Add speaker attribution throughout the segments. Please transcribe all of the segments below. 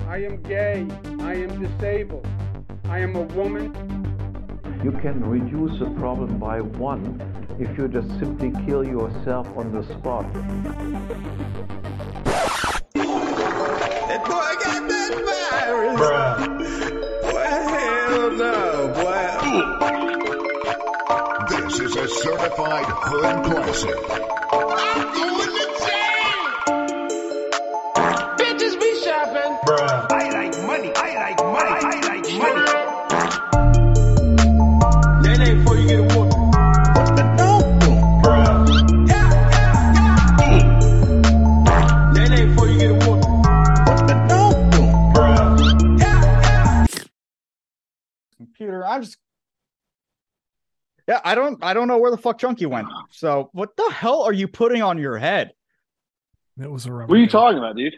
Speaker 1: I am gay. I am disabled. I am a woman.
Speaker 2: You can reduce a problem by one if you just simply kill yourself on the spot.
Speaker 3: That boy got that virus. Boy, hell no, boy.
Speaker 4: This is a certified hood classic.
Speaker 3: I'm going to jail.
Speaker 5: Bitches be shopping.
Speaker 3: I like money. I like money. I like money. That ain't before you get a whooping. What the dog do? Yeah, yeah, yeah. That ain't before you get a whooping. What the dog do? Yeah, yeah.
Speaker 6: computer. I'm just Yeah, I don't I don't know where the fuck Chunky went. So what the hell are you putting on your head?
Speaker 7: That was a rubber.
Speaker 8: What are you
Speaker 7: band.
Speaker 8: talking about, dude?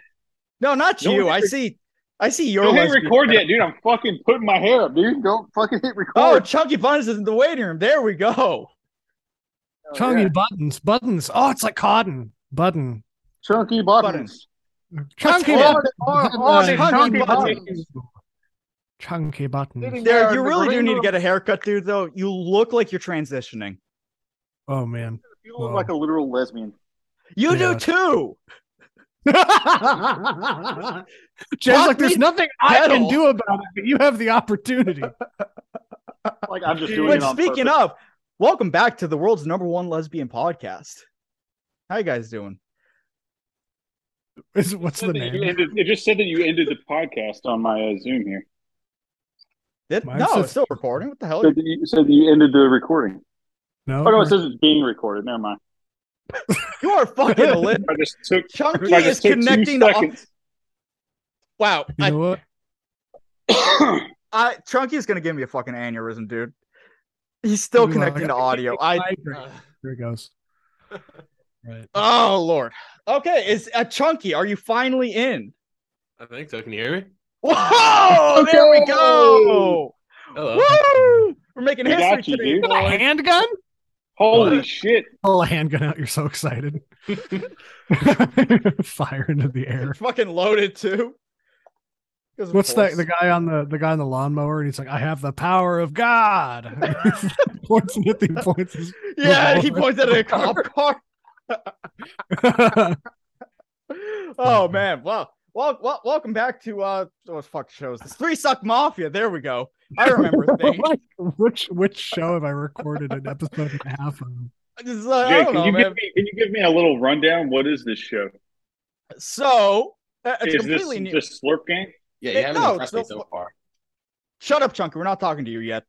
Speaker 6: No, not
Speaker 8: Don't
Speaker 6: you.
Speaker 8: hit
Speaker 6: I
Speaker 8: rec-
Speaker 6: see I see your
Speaker 8: Don't hit
Speaker 6: lesbian
Speaker 8: record
Speaker 6: head.
Speaker 8: yet, dude. I'm fucking putting my hair up, dude. Don't fucking hit
Speaker 6: Oh,
Speaker 8: record.
Speaker 6: Chunky Buns is in the waiting room. There we go. Oh,
Speaker 7: Chunky
Speaker 8: yeah.
Speaker 7: buttons, buttons. Oh, it's like cotton button.
Speaker 8: Chunky buttons.
Speaker 7: Chunky
Speaker 8: All
Speaker 7: buttons.
Speaker 8: the- all- all the
Speaker 6: Chunky
Speaker 8: Chunky
Speaker 6: buttons.
Speaker 8: buttons.
Speaker 7: Chunky buttons.
Speaker 8: Sitting
Speaker 6: There,
Speaker 8: in
Speaker 6: you
Speaker 8: the
Speaker 6: really do
Speaker 8: green
Speaker 6: need to
Speaker 8: room.
Speaker 6: get a haircut, dude. Though you look like you're transitioning.
Speaker 7: Oh man.
Speaker 8: You look like a literal lesbian.
Speaker 6: You
Speaker 7: Yeah.
Speaker 6: do too.
Speaker 7: Jay's
Speaker 6: Fuck
Speaker 7: like, there's
Speaker 6: me,
Speaker 7: nothing I
Speaker 6: pedal.
Speaker 7: can do about it, but you have the opportunity.
Speaker 8: Like I'm just doing
Speaker 6: But
Speaker 8: it on
Speaker 6: speaking
Speaker 8: purpose.
Speaker 6: of, welcome back to the world's number one lesbian podcast. How you guys doing?
Speaker 7: Is what's the
Speaker 8: It said that you
Speaker 7: name?
Speaker 8: ended- it just said that you ended the podcast on my uh, Zoom here.
Speaker 6: Did-
Speaker 7: Mine
Speaker 6: no,
Speaker 7: says-
Speaker 6: it's still recording. What the hell?
Speaker 8: Said that you said that you ended the recording.
Speaker 7: No.
Speaker 8: Oh no, it says it's being recorded. Never mind.
Speaker 6: You are fucking lit.
Speaker 8: I just took.
Speaker 6: Chunky
Speaker 8: I
Speaker 6: is
Speaker 8: just took
Speaker 6: connecting
Speaker 8: two
Speaker 6: to.
Speaker 8: seconds.
Speaker 6: Wow,
Speaker 7: you
Speaker 6: I,
Speaker 7: know what?
Speaker 6: I, Chunky is gonna give me a fucking aneurysm, dude. He's still
Speaker 7: Ooh, I
Speaker 6: connecting
Speaker 7: gotta
Speaker 6: to audio. I.
Speaker 7: Here it goes. Right.
Speaker 6: Oh lord. Okay, is uh, Chunky? Are you finally in?
Speaker 9: I think so. Can you hear me?
Speaker 6: Whoa! There we go.
Speaker 9: Hello.
Speaker 6: Woo! We're making
Speaker 8: We
Speaker 6: history
Speaker 8: got you,
Speaker 6: today,
Speaker 8: dude.
Speaker 6: boys.
Speaker 7: a handgun?
Speaker 8: Holy shit!
Speaker 7: Pull a handgun out. You're so excited. Fire into the air.
Speaker 6: fucking loaded too. 'Cause of
Speaker 7: What's that?
Speaker 6: course.
Speaker 7: The guy on the the guy on the lawnmower, and he's like, "I have the power of God." points and hit the points. his-
Speaker 6: Yeah, he points at a cop car.
Speaker 8: Mm-hmm.
Speaker 6: Oh man, well, well, well welcome back to uh, oh fuck shows. This three suck mafia. There we go. I remember things.
Speaker 7: which which show have I recorded an episode and a half on?
Speaker 6: This is, uh, I
Speaker 8: Jay,
Speaker 6: don't
Speaker 8: can
Speaker 6: know,
Speaker 8: you
Speaker 6: man.
Speaker 8: give me can you give me a little rundown? What is this show?
Speaker 6: So uh, it's
Speaker 8: is this
Speaker 6: completely new.
Speaker 8: just Slurp Gang?
Speaker 9: Yeah,
Speaker 6: Hey,
Speaker 9: you haven't
Speaker 6: no,
Speaker 9: impressed me
Speaker 6: it's no-
Speaker 9: so far.
Speaker 6: Shut up, Chunky. We're not talking to you yet.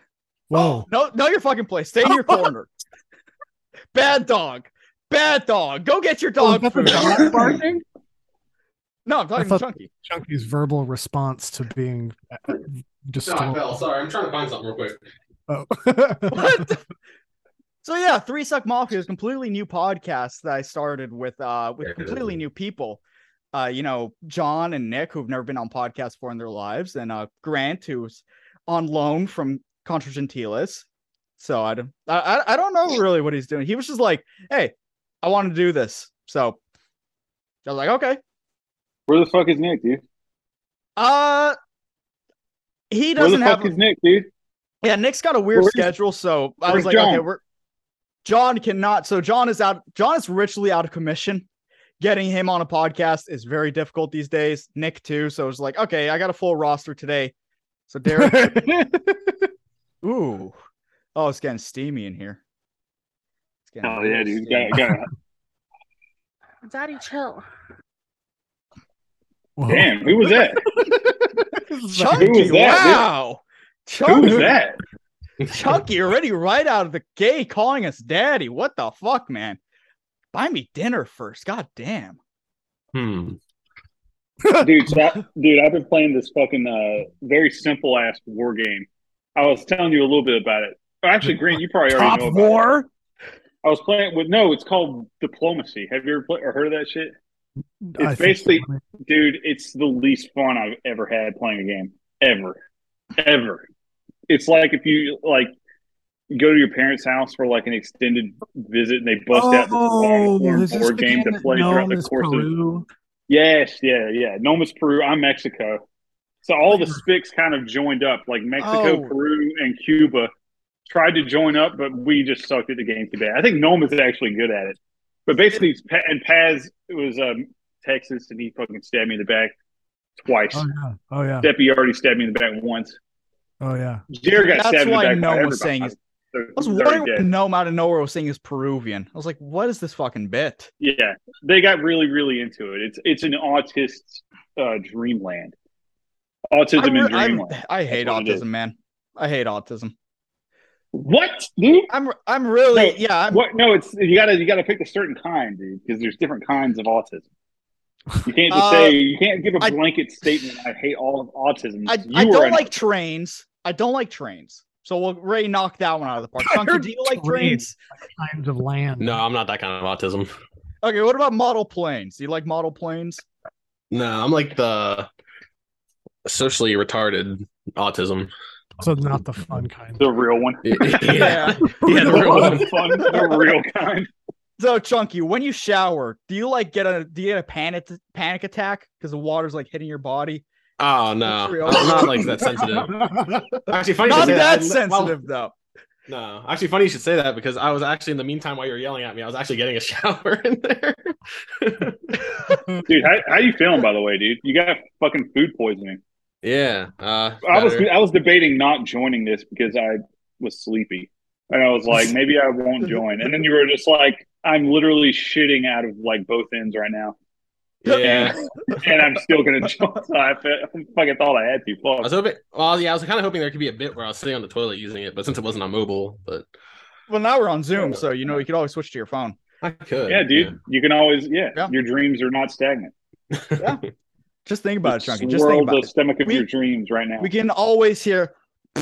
Speaker 7: Whoa!
Speaker 6: No, no, your fucking place. Stay in your corner. Bad dog. Bad dog. Go get your
Speaker 7: Oh,
Speaker 6: dog
Speaker 7: is that the
Speaker 6: food.
Speaker 7: dog barking?
Speaker 6: No, I'm talking
Speaker 7: I thought-
Speaker 6: to Chunky.
Speaker 7: Chunky's verbal response to being uh,
Speaker 9: No, I
Speaker 7: disturbed.
Speaker 9: fell. Sorry, I'm trying to find something real quick.
Speaker 7: Oh.
Speaker 6: What? the- so yeah, Three Suck Mafia is a completely new podcast that I started with uh with completely new people. Uh, you know, John and Nick, who've never been on podcasts before in their lives, and uh Grant, who's on loan from Contra Gentiles. So I don't I I- I don't know really what he's doing. He was just like, Hey, I want to do this. So I was like, okay.
Speaker 8: Where the fuck is Nick, dude?
Speaker 6: Uh he
Speaker 8: Where the
Speaker 6: doesn't
Speaker 8: fuck
Speaker 6: have
Speaker 8: is Nick, dude?
Speaker 6: Yeah, Nick's got a weird
Speaker 8: Where's-
Speaker 6: schedule, so I was
Speaker 8: where's
Speaker 6: like, okay,
Speaker 8: John?
Speaker 6: we're John cannot. So John is out. John is richly out of commission. Getting him on a podcast is very difficult these days. Nick too. So it's like, okay, I got a full roster today. So Derek, ooh, oh, it's getting steamy in here. It's getting
Speaker 8: Oh
Speaker 6: real
Speaker 8: yeah, dude.
Speaker 6: steamy.
Speaker 8: Got, got,
Speaker 5: Daddy, chill.
Speaker 7: Whoa.
Speaker 8: damn, who was that?
Speaker 6: Chunky,
Speaker 8: Who was that, dude?
Speaker 6: wow,
Speaker 8: Who
Speaker 6: Chunky,
Speaker 8: was that?
Speaker 6: Chunky already right out of the gate calling us daddy. What the fuck, man? Buy me dinner first. God damn.
Speaker 9: Hmm.
Speaker 8: dude, so I- dude, I've been playing this fucking uh, very simple ass war game. I was telling you a little bit about it. Oh, Actually, Grant, you probably already
Speaker 7: Top
Speaker 8: know about it.
Speaker 7: war.
Speaker 8: I was playing with no, it's called diplomacy. Have you ever played or heard of that shit?
Speaker 7: I think
Speaker 8: basically-
Speaker 7: so.
Speaker 8: Dude, it's the least fun I've ever had playing a game. Ever. Ever. It's like if you like go to your parents' house for like an extended visit and they bust out this long
Speaker 7: Oh,
Speaker 8: form
Speaker 7: is this
Speaker 8: board
Speaker 7: the
Speaker 8: game to
Speaker 7: that
Speaker 8: play throughout the
Speaker 7: Gnome is
Speaker 8: course of
Speaker 7: Peru?
Speaker 8: Yes, yeah, yeah. Noma's Peru. I'm Mexico. So all the spics kind of joined up, like
Speaker 6: Oh.
Speaker 8: Mexico, Peru, and Cuba tried to join up, but we just sucked at the game too bad. I think Noma's actually good at it, but basically, it's Pa- and Paz it was um, Texas, and he fucking stabbed me in the back twice.
Speaker 7: Oh yeah. Oh yeah.
Speaker 8: Deppy already stabbed me in the back once.
Speaker 7: Oh yeah.
Speaker 8: Jared got
Speaker 6: That's
Speaker 8: stabbed in the
Speaker 6: why
Speaker 8: back. by
Speaker 6: Noah
Speaker 8: everybody.
Speaker 6: was saying is-
Speaker 8: So
Speaker 6: I was
Speaker 8: he's already
Speaker 6: wondering what
Speaker 8: dead.
Speaker 6: gnome out of nowhere was saying is Peruvian. I was like, what is this fucking bit?
Speaker 8: Yeah, they got really, really into it. It's it's an autist's uh, dreamland. Autism
Speaker 6: I,
Speaker 8: and
Speaker 6: re- I'm-
Speaker 8: dreamland.
Speaker 6: I hate
Speaker 8: That's what it is.
Speaker 6: autism, man. I hate autism.
Speaker 8: What, dude?
Speaker 6: I'm I'm really
Speaker 8: No,
Speaker 6: yeah. I'm,
Speaker 8: What? No, it's you gotta you gotta pick a certain kind, dude, because there's different kinds of autism. You can't just
Speaker 6: Uh,
Speaker 8: say you can't give a
Speaker 6: I-
Speaker 8: blanket statement. I hate all of autism.
Speaker 6: I,
Speaker 8: you
Speaker 6: I
Speaker 8: are
Speaker 6: don't
Speaker 8: an-
Speaker 6: like trains. I don't like trains. So we'll Ray knock that one out of the park. Chunky, do you like trains?
Speaker 7: Trains. Kinds of land.
Speaker 9: No, I'm not that kind of autism.
Speaker 6: Okay, what about model planes? Do you like model planes?
Speaker 9: No, I'm like the socially retarded autism.
Speaker 7: So not the fun kind.
Speaker 8: the real one.
Speaker 9: Yeah, yeah, the real one.
Speaker 8: The fun, the real kind.
Speaker 6: So Chunky, when you shower, do you like get a do you get a panic panic attack because the water's like hitting your body?
Speaker 9: Oh
Speaker 6: That's
Speaker 9: no,
Speaker 6: real.
Speaker 9: I'm not like that sensitive. Actually, funny. you
Speaker 6: Not
Speaker 9: should say
Speaker 6: that
Speaker 9: I li- well,
Speaker 6: sensitive though.
Speaker 9: no, actually, funny you should say that because I was actually in the meantime while you were yelling at me, I was actually getting a shower in there.
Speaker 8: Dude, how, how you feeling by the way, dude? You got fucking food poisoning.
Speaker 9: yeah, uh,
Speaker 8: I was
Speaker 9: better.
Speaker 8: I was debating not joining this because I was sleepy, and I was like, maybe I won't join. And then you were just like, I'm literally shitting out of like both ends right now,
Speaker 9: yeah.
Speaker 8: and I'm still gonna join. So I, fe- I fucking thought I had to.
Speaker 9: I
Speaker 8: Fuck.
Speaker 9: was hoping. Well, yeah, I was kind of hoping there could be a bit where I was sitting on the toilet using it, but since it wasn't on mobile, but
Speaker 6: Well, now we're on Zoom, so you know you could always switch to your phone.
Speaker 9: I could.
Speaker 8: Yeah, dude, you can always yeah,
Speaker 6: Yeah.
Speaker 8: Your dreams are not stagnant.
Speaker 6: Yeah. Just think about it,
Speaker 8: Just
Speaker 6: Chunky. Just
Speaker 8: swirl
Speaker 6: think about
Speaker 8: the
Speaker 6: it.
Speaker 8: stomach of
Speaker 6: We-
Speaker 8: your dreams right now.
Speaker 6: We can always hear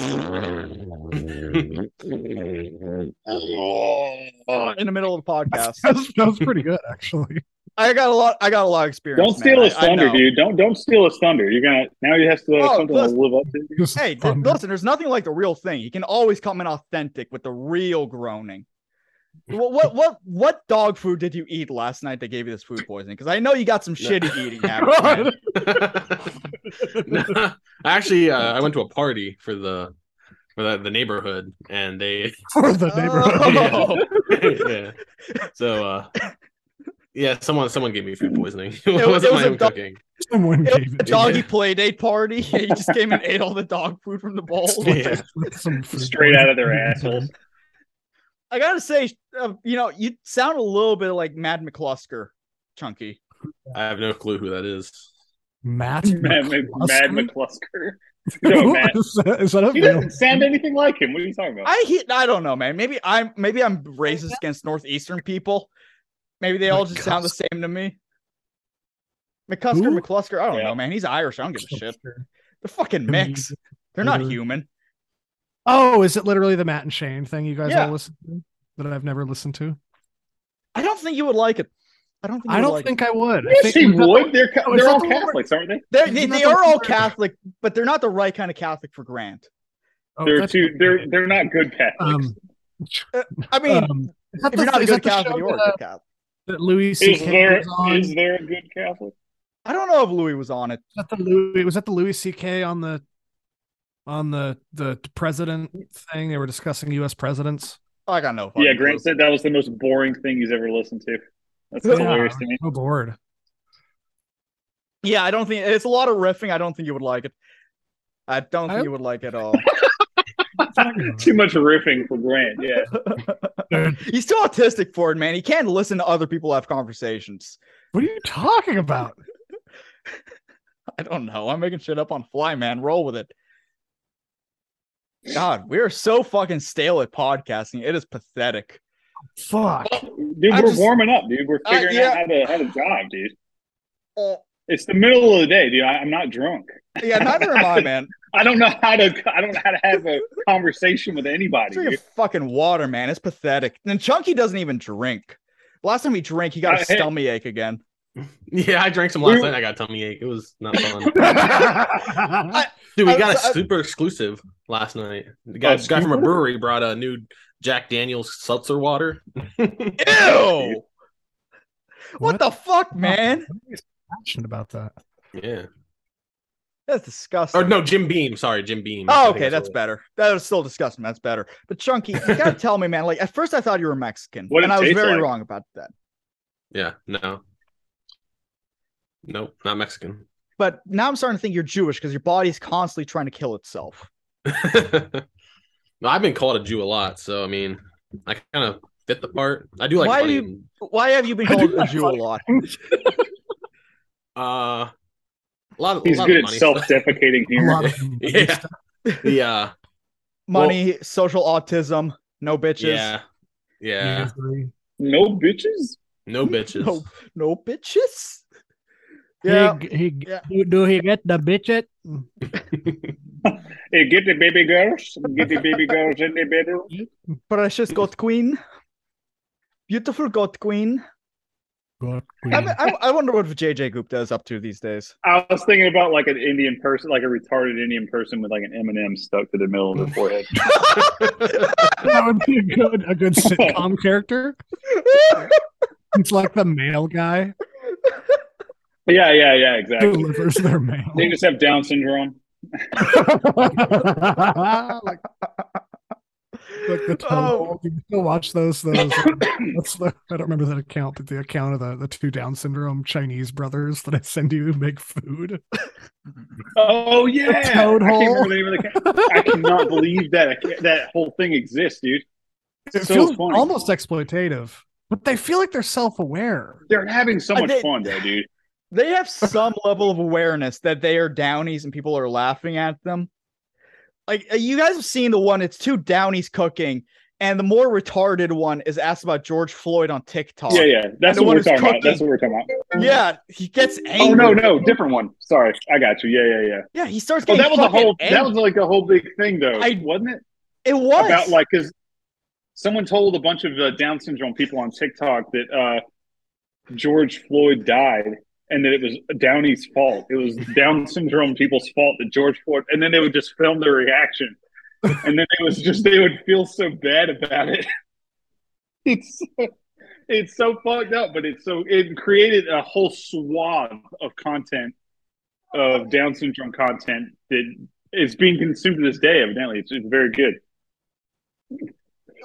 Speaker 6: in the middle of the podcast.
Speaker 7: That's, that was pretty good actually.
Speaker 6: I got a lot. I got a lot of experience.
Speaker 8: don't steal
Speaker 6: man.
Speaker 8: his
Speaker 6: I- I
Speaker 8: thunder,
Speaker 6: know.
Speaker 8: dude. Don't don't steal his thunder. You're gonna now you have to uh,
Speaker 6: Oh,
Speaker 8: something to
Speaker 6: listen.
Speaker 8: live up to.
Speaker 7: Just
Speaker 6: Hey, th-
Speaker 7: fun.
Speaker 6: listen. There's nothing like the real thing. You can always come in authentic with the real groaning. What what what what dog food did you eat last night that gave you this food poisoning? Because I know you got some shitty eating habits. man.
Speaker 9: No, actually, uh, I went to a party for the for the, the neighborhood, and they
Speaker 7: for the neighborhood.
Speaker 6: Oh.
Speaker 9: yeah. So uh, yeah, someone someone gave me food poisoning. It,
Speaker 6: was-
Speaker 9: wasn't
Speaker 6: it was
Speaker 9: my
Speaker 6: a
Speaker 9: own
Speaker 6: dog-
Speaker 9: cooking.
Speaker 7: Someone
Speaker 6: It
Speaker 7: gave
Speaker 6: was
Speaker 7: it
Speaker 6: a doggy play date party. You just came and ate all the dog food from the bowl.
Speaker 9: Yeah.
Speaker 7: with some food
Speaker 8: Straight out of their
Speaker 7: poisoning.
Speaker 8: assholes.
Speaker 6: I gotta say, uh, you know, you sound a little bit like Mad McClusker, Chunky.
Speaker 9: I have no clue who that is.
Speaker 7: Matt.
Speaker 8: Mad, Mc- Mad
Speaker 7: McCluskey?
Speaker 8: McClusker. No, Matt.
Speaker 7: Is that, is that a
Speaker 8: He
Speaker 7: real?
Speaker 8: doesn't sound anything like him. What are you talking about?
Speaker 6: I he, I don't know, man. Maybe I'm maybe I'm racist against northeastern people. Maybe they all just sound the same to me. McCusker,
Speaker 7: Who?
Speaker 6: McClusker. I don't
Speaker 8: Yeah.
Speaker 6: know, man. He's Irish. I don't give a shit. They're fucking mix. They're not
Speaker 7: Mhm.
Speaker 6: human.
Speaker 7: Oh, is it literally the Matt and Shane thing you guys
Speaker 6: Yeah.
Speaker 7: all listen to that I've never listened to?
Speaker 6: I don't think you would like it. I don't think. You
Speaker 7: I
Speaker 6: would
Speaker 7: don't
Speaker 6: like
Speaker 7: think I would. I
Speaker 8: yes,
Speaker 7: think
Speaker 8: he
Speaker 7: we've got-
Speaker 8: would. They're, ca-
Speaker 7: Oh, is
Speaker 8: they're
Speaker 7: that
Speaker 8: all
Speaker 7: the one-
Speaker 8: Catholics, aren't they?
Speaker 6: They're, they,
Speaker 7: Isn't that
Speaker 6: they
Speaker 7: the
Speaker 6: are all
Speaker 7: word?
Speaker 6: Catholic, but they're not the right kind of Catholic for Grant.
Speaker 7: oh,
Speaker 8: They're
Speaker 7: that's-
Speaker 8: too. They're they're not good Catholics.
Speaker 7: Um,
Speaker 6: I mean,
Speaker 7: um, is that
Speaker 6: if you're
Speaker 7: the-
Speaker 6: not a
Speaker 7: is that
Speaker 6: good
Speaker 7: the
Speaker 6: Catholic,
Speaker 7: show uh,
Speaker 6: you're a
Speaker 7: that-
Speaker 6: good Catholic.
Speaker 7: that Louis
Speaker 8: is
Speaker 7: C.K.
Speaker 8: there
Speaker 7: was on?
Speaker 8: is there a good Catholic?
Speaker 6: I don't know if Louis was on it.
Speaker 7: Was that the Louis? Was that the Louis C.K. on the on the the president thing? They were discussing U.S. presidents.
Speaker 6: I got no.
Speaker 8: yeah,
Speaker 6: fucking
Speaker 8: Grant
Speaker 6: clue.
Speaker 8: said that was the most boring thing he's ever listened to. That's
Speaker 7: Yeah.
Speaker 8: hilarious to me.
Speaker 7: Oh, bored.
Speaker 6: Yeah, I don't think it's a lot of riffing. I don't think you would like it. I don't think
Speaker 7: I-
Speaker 6: you would like it at all.
Speaker 8: Too much riffing for Grant. Yeah,
Speaker 6: He's too autistic for it, man. He can't listen to other people have conversations.
Speaker 7: What are you talking about?
Speaker 6: I don't know. I'm making shit up on the fly, man. Roll with it. God, we are so fucking stale at podcasting. It is pathetic.
Speaker 7: Fuck.
Speaker 8: dude,
Speaker 6: I
Speaker 8: we're
Speaker 6: just-
Speaker 8: warming up, dude. We're
Speaker 6: Uh,
Speaker 8: figuring
Speaker 6: yeah.
Speaker 8: out how to how to dive, dude.
Speaker 6: Uh,
Speaker 8: It's the middle of the day, dude. I, I'm not drunk.
Speaker 6: yeah, neither am I, man.
Speaker 8: I don't know how to. I don't know how to have a conversation with anybody.
Speaker 6: Drink
Speaker 8: dude.
Speaker 6: your fucking water, man. It's pathetic. And Chunky doesn't even drink. Last time he drank, he got a
Speaker 8: Uh, hey.
Speaker 6: stomach ache again.
Speaker 9: Yeah, I drank some last
Speaker 8: We-
Speaker 9: night. I got a tummy ache. It was not fun.
Speaker 7: I,
Speaker 9: Dude, we
Speaker 6: I- Oh,
Speaker 9: got a
Speaker 6: so I-
Speaker 9: super exclusive last night. The guy, the guy from a brewery brought a new Jack Daniels seltzer water.
Speaker 6: Ew! What, the fuck, man?
Speaker 7: passionate about that.
Speaker 9: Yeah.
Speaker 6: That's disgusting.
Speaker 9: Or no, Jim Beam. Sorry, Jim Beam. I
Speaker 6: Oh,
Speaker 9: think
Speaker 6: okay, that's
Speaker 9: what-
Speaker 6: better. That was still disgusting. That's better. But Chunky, you gotta tell me, man. Like at first, I thought you were Mexican,
Speaker 8: What it
Speaker 6: and I was
Speaker 8: tastes
Speaker 6: very
Speaker 8: like.
Speaker 6: wrong about that.
Speaker 9: Yeah. No. Nope. Not Mexican.
Speaker 6: But now I'm starting to think you're Jewish because your body's constantly trying to kill itself.
Speaker 9: no, I've been called a Jew a lot, so I mean, I kind of fit the part. I do like.
Speaker 6: Why
Speaker 9: funny-
Speaker 6: do Why have you been called a Jew a lot?
Speaker 9: Uh, a lot of. a
Speaker 8: He's
Speaker 9: lot
Speaker 8: good
Speaker 9: of
Speaker 8: at
Speaker 9: money
Speaker 8: self-defecating
Speaker 7: A
Speaker 8: here.
Speaker 7: lot of
Speaker 9: Yeah. The uh,
Speaker 6: Money, social autism, no bitches,
Speaker 9: yeah, yeah,
Speaker 7: misery.
Speaker 8: No bitches.
Speaker 9: no bitches.
Speaker 6: No, no bitches. Yeah,
Speaker 7: Yeah. He, he,
Speaker 6: Yeah.
Speaker 7: do, do he get the bitch it?
Speaker 8: Hey, get the baby girls. Get the baby girls in the bedroom.
Speaker 6: precious God Queen, beautiful God Queen.
Speaker 7: God,
Speaker 6: I, mean, I, I wonder what JJ Gupta is up to these days.
Speaker 8: I was thinking about like an Indian person, like a retarded Indian person with like an M&M stuck to the middle of the forehead.
Speaker 7: that would be a good a good sitcom character. It's like the mail guy
Speaker 8: yeah, yeah, yeah,
Speaker 7: who
Speaker 8: exactly.
Speaker 7: delivers their mail.
Speaker 8: They just have Down syndrome.
Speaker 7: like, like the oh.
Speaker 6: Oh.
Speaker 7: you can still watch those those um, what's the I don't remember that account, but the account of the, the two Down syndrome Chinese brothers that I send you to make food.
Speaker 8: Oh yeah,
Speaker 7: Toad
Speaker 8: I can't
Speaker 7: hole.
Speaker 8: remember the name of the. Ca- I cannot believe that I can't- that whole thing exists, dude.
Speaker 7: It
Speaker 8: so
Speaker 7: feels
Speaker 8: funny.
Speaker 7: almost exploitative, but they feel like they're self aware.
Speaker 8: They're having so
Speaker 6: I
Speaker 8: much
Speaker 6: did-
Speaker 8: fun though, dude.
Speaker 6: they have some level of awareness that they are downies and people are laughing at them. Like uh, you guys have seen the one, it's two downies cooking, and the more retarded one is asked about George Floyd on TikTok.
Speaker 8: Yeah, yeah, that's
Speaker 6: Oh. the one
Speaker 8: what we're
Speaker 6: who's
Speaker 8: talking about. That's
Speaker 6: cooking.
Speaker 8: what we're talking about.
Speaker 6: Yeah, he gets
Speaker 8: Oh
Speaker 6: angry.
Speaker 8: no, no, different one. Sorry, I got you. Yeah, yeah, yeah.
Speaker 6: Yeah, he starts
Speaker 8: Oh,
Speaker 6: getting
Speaker 8: that was a
Speaker 6: fucking
Speaker 8: whole.
Speaker 6: angry.
Speaker 8: That was like a whole big thing, though,
Speaker 6: I-
Speaker 8: wasn't it?
Speaker 6: it was
Speaker 8: About like because someone told a bunch of uh, Down syndrome people on TikTok that uh, George Floyd died and that it was Downey's fault. It was Down syndrome people's fault that George Floyd, and then they would just film their reaction, and then it was just they would feel so bad about it. It's so, it's so fucked up, but it's so it created a whole swath of content of Down syndrome content that is being consumed to this day. Evidently, it's, it's very good.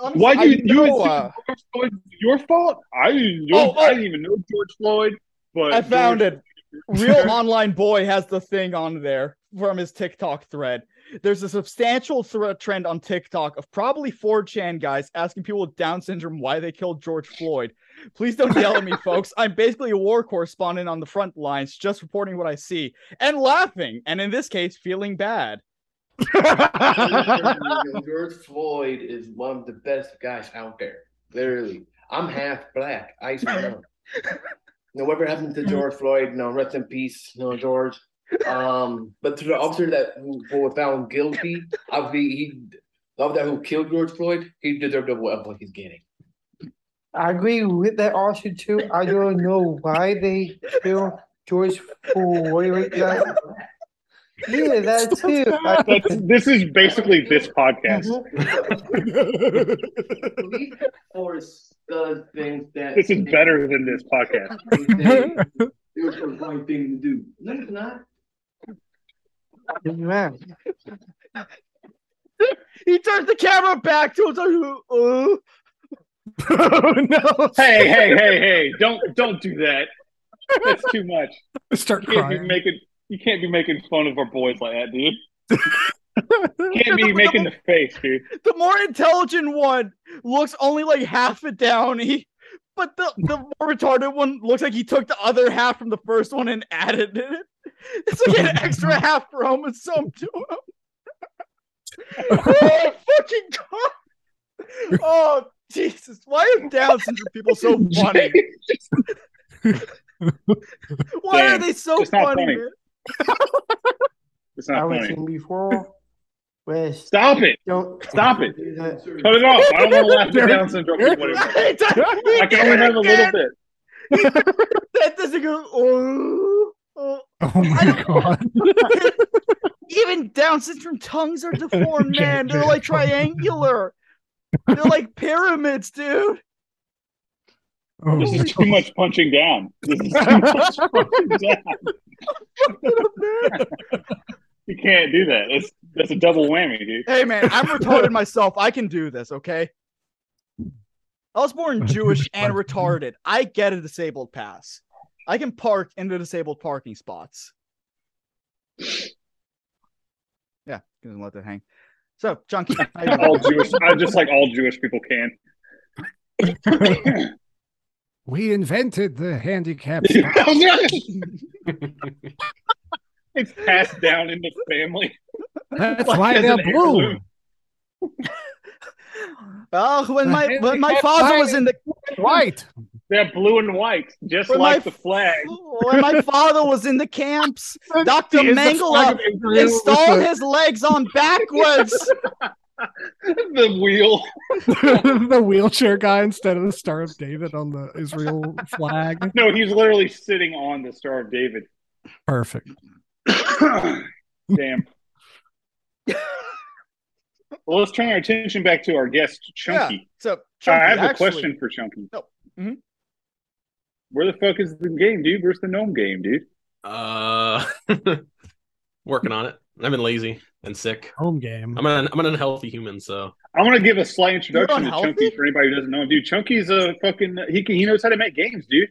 Speaker 6: Honestly,
Speaker 8: Why do you,
Speaker 6: I
Speaker 8: you
Speaker 6: know,
Speaker 8: assume
Speaker 6: uh,
Speaker 8: George Floyd is your fault? I didn't, know-
Speaker 6: Oh, oh.
Speaker 8: I didn't even know George Floyd, but
Speaker 6: I found it. Real online boy has the thing on there from his TikTok thread. There's a substantial threat trend on TikTok of probably 4chan guys asking people with Down syndrome why they killed George Floyd. Please don't yell at me, folks. I'm basically a war correspondent on the front lines, just reporting what I see and laughing, and in this case, feeling bad.
Speaker 10: George Floyd is one of the best guys out there. Literally, I'm half black. I used to know. Now, whatever happened
Speaker 11: Mm.
Speaker 10: to George Floyd? No, rest in peace. No, George. Um, but to the officer that who, who was found guilty, of the he love that who killed George Floyd. He deserved whatever he's getting.
Speaker 11: I agree with that also too. I don't know why they kill George Floyd like that. Yeah, that too. I
Speaker 8: But this is basically this podcast.
Speaker 6: Mm-hmm.
Speaker 10: Police force does things that
Speaker 8: This is better than this podcast.
Speaker 10: It was the right thing to do. No, it's not.
Speaker 11: Man,
Speaker 6: He turns the camera back to us. uh, uh,
Speaker 7: oh no!
Speaker 8: Hey, hey, hey, hey! Don't don't do that. That's too much.
Speaker 7: I start
Speaker 8: You can't be
Speaker 7: crying.
Speaker 8: making you can't be making fun of our boys like that, dude. Can't be making the face, dude.
Speaker 6: the more intelligent one looks only like half a downy, but the, the more retarded one looks like he took the other half from the first one and added it. It's like an extra half chromosome to him. oh fucking god! Oh Jesus! Why are Down syndrome people so funny? Why are
Speaker 8: Damn,
Speaker 6: they so
Speaker 8: it's not
Speaker 6: funny?
Speaker 8: funny.
Speaker 6: man?
Speaker 8: It's
Speaker 11: I
Speaker 8: not
Speaker 11: was
Speaker 8: funny.
Speaker 11: in before. Where's
Speaker 8: Stop it!
Speaker 11: don't
Speaker 8: Stop it!
Speaker 11: that?
Speaker 8: Cut it off! I don't want to laugh at Down syndrome. people anymore.
Speaker 6: He did- he
Speaker 8: I can only
Speaker 6: did
Speaker 8: have a little
Speaker 6: again.
Speaker 8: bit.
Speaker 6: That doesn't go. Oh, oh.
Speaker 7: Oh my god!
Speaker 6: Even Down syndrome tongues are deformed, man. They're like triangular. They're like pyramids, dude.
Speaker 7: Oh,
Speaker 8: this is
Speaker 7: no.
Speaker 8: too much punching down. This is too much punching down. you can't do that. That's that's a double whammy, dude.
Speaker 6: Hey man, I'm retarded myself. I can do this, okay? I was born Jewish and retarded. I get a disabled pass. I can park in the disabled parking spots. Yeah, you can let that hang. So, Chunky, how you
Speaker 8: all
Speaker 6: doing?
Speaker 8: Jewish, I just like all Jewish people can.
Speaker 12: We invented the handicap.
Speaker 8: it's passed down in the family.
Speaker 12: That's
Speaker 8: Like,
Speaker 12: why
Speaker 8: as
Speaker 12: they're
Speaker 8: an
Speaker 12: blue.
Speaker 8: heirloom.
Speaker 6: Oh, when my when my
Speaker 8: That's
Speaker 6: father
Speaker 8: why
Speaker 6: was in the
Speaker 12: white,
Speaker 8: they're blue and white, just
Speaker 6: When
Speaker 8: like
Speaker 6: my-
Speaker 8: the flag.
Speaker 6: when my father was in the camps, Doctor
Speaker 8: He is the
Speaker 6: Mangala
Speaker 8: fucking blue with
Speaker 6: installed
Speaker 8: the-
Speaker 6: his legs on backwards.
Speaker 8: the wheel.
Speaker 7: the wheelchair guy instead of the Star of David on the Israel flag.
Speaker 8: No, he's literally sitting on the Star of David.
Speaker 7: Perfect.
Speaker 8: Damn. well, let's turn our attention back to our guest, Chunky.
Speaker 6: Yeah, so
Speaker 8: I have
Speaker 6: Chunky,
Speaker 8: a question
Speaker 6: actually-
Speaker 8: for Chunky.
Speaker 6: No. Mhm.
Speaker 8: Where the fuck is the game, dude? Where's the gnome game, dude?
Speaker 9: Uh, working on it. I've been lazy and sick.
Speaker 7: Home game.
Speaker 9: I'm an I'm an unhealthy human, so
Speaker 8: I want to give a slight introduction to
Speaker 9: unhealthy?
Speaker 8: Chunky for anybody who doesn't know him, dude. Chunky's a fucking he can, he knows how to make games, dude.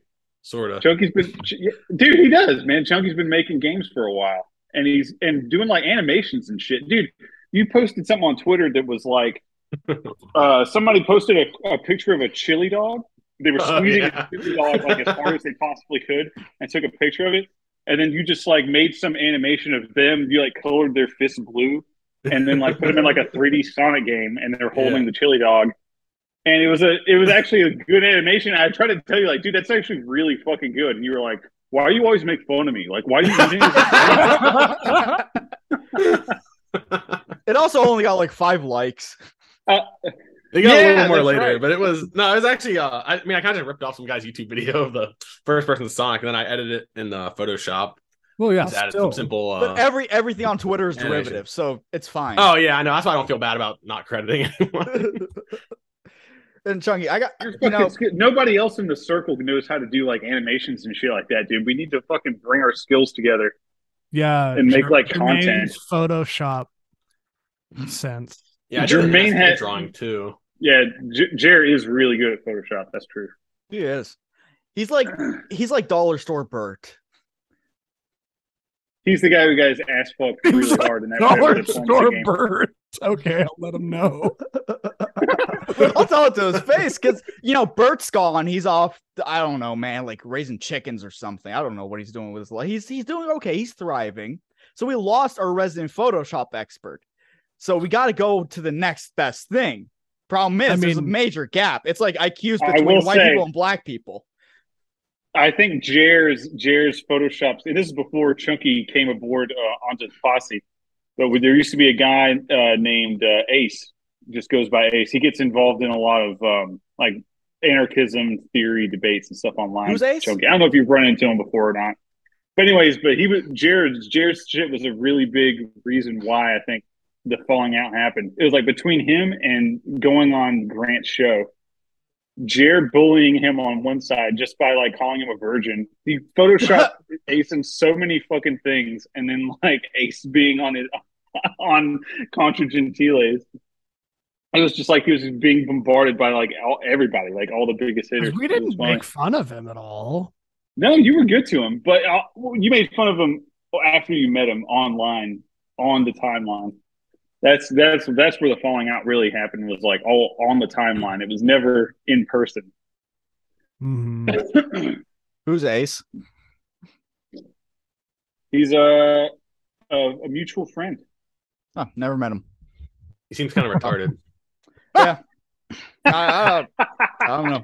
Speaker 9: sort of.
Speaker 8: Chunky's been ch- yeah, dude, he does, man. Chunky's been making games for a while, and he's and doing like animations and shit, dude. You posted something on Twitter that was like, uh, somebody posted a, a picture of a chili dog. They were
Speaker 9: Oh,
Speaker 8: squeezing
Speaker 9: yeah.
Speaker 8: a chili dog like as hard as they possibly could, and took a picture of it. And then you just like made some animation of them. You like colored their fist blue, and then like put them in like a 3D Sonic game, and they're holding the chili dog. And it was a it was actually a good animation. I tried to tell you like, dude, that's actually really fucking good. And you were like, why do you always make fun of me? Like, why do you do this?
Speaker 6: It also only got like five likes.
Speaker 9: They got a
Speaker 6: Yeah,
Speaker 9: little more
Speaker 6: that's
Speaker 9: later,
Speaker 6: right.
Speaker 9: but it was no, it was actually. Uh, I, I mean, I kind of just ripped off some guy's YouTube video of the first person Sonic, and then I edited it in uh, Photoshop.
Speaker 7: Well, yeah,
Speaker 9: Just added
Speaker 6: still.
Speaker 9: some simple. Uh,
Speaker 6: But every everything on Twitter is
Speaker 9: animation.
Speaker 6: derivative, so it's fine.
Speaker 9: oh yeah, I know. That's why I don't feel bad about not crediting anyone.
Speaker 6: And Chunky, I got
Speaker 8: Fuck,
Speaker 6: you know
Speaker 8: it's good. nobody else in the circle knows how to do like animations and shit like that, dude. We need to fucking bring our skills together.
Speaker 7: Yeah.
Speaker 8: And make, like,
Speaker 7: Jermaine's
Speaker 8: content.
Speaker 7: Photoshop sense.
Speaker 9: yeah, I did
Speaker 8: Jermaine
Speaker 9: main
Speaker 8: had-
Speaker 9: drawing too.
Speaker 8: Yeah, J- Jared is really good at Photoshop. That's true.
Speaker 6: he is. He's like he's like dollar store Bert.
Speaker 8: He's the guy who got his ass fucked really hard in that
Speaker 7: Dollar
Speaker 8: Pepsi
Speaker 7: store
Speaker 8: game.
Speaker 7: birds. Okay, I'll let him know.
Speaker 6: I'll tell it to his face because you know Bert's gone. He's off. I don't know, man. Like raising chickens or something. I don't know what he's doing with his life. He's he's doing okay. He's thriving. So we lost our resident Photoshop expert. So we got to go to the next best thing. Problem is,
Speaker 7: I
Speaker 6: there's a
Speaker 7: mean-
Speaker 6: major gap. It's like IQs
Speaker 8: I
Speaker 6: between
Speaker 8: will
Speaker 6: white
Speaker 8: say-
Speaker 6: people and black people.
Speaker 8: I think Jair's Jair's Photoshop. And this is before Chunky came aboard uh, onto the posse. But we- there used to be a guy uh, named uh, Ace. Just goes by Ace. He gets involved in a lot of um, like anarchism theory debates and stuff online.
Speaker 6: Who's Ace?
Speaker 8: Chunky. I don't know if you've run into him before or not. But anyways, but he was Jared's Jared's shit was a really big reason why I think the falling out happened. It was like between him and going on Grant's show. Jer bullying him on one side just by like calling him a virgin. He photoshopped Ace in so many fucking things, and then like Ace being on it on Contra Gentiles. It was just like he was being bombarded by like all, everybody, like all the biggest hitters.
Speaker 7: We
Speaker 8: It was
Speaker 7: didn't
Speaker 8: funny.
Speaker 7: make fun of him at all.
Speaker 8: No, you were good to him, but uh, you made fun of him after you met him online on the timeline. That's that's that's where the falling out really happened. Was like all on the timeline. It was never in person.
Speaker 7: Mm-hmm.
Speaker 6: Who's Ace?
Speaker 8: He's a, a a mutual friend.
Speaker 6: Oh, never met him.
Speaker 9: He seems kind of retarded.
Speaker 6: I, I, don't, I don't know.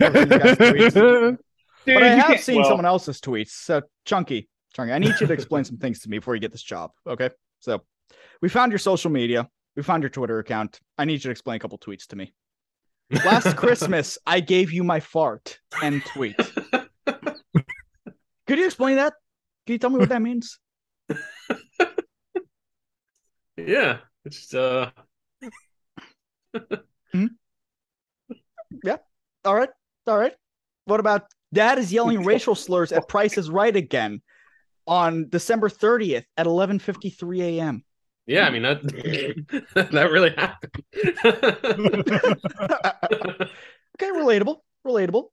Speaker 6: Never seen these guys' tweets.
Speaker 8: Dude,
Speaker 6: but I
Speaker 8: you
Speaker 6: have
Speaker 8: can't-
Speaker 6: seen
Speaker 8: well-
Speaker 6: someone else's tweets. So Chunky, Chunky, I need you to explain some things to me before you get this job. Okay. So we found your social media. We found your Twitter account. I need you to explain a couple tweets to me. Last Christmas, I gave you my fart and tweet. Could you explain that? Can you tell me what that means?
Speaker 9: Yeah, it's uh,
Speaker 6: Yeah. All right. All right. What about dad is yelling racial slurs at Price is Right again on December 30th at 11:53 a.m.
Speaker 9: Yeah, I mean that that really happened.
Speaker 6: Okay, relatable, relatable.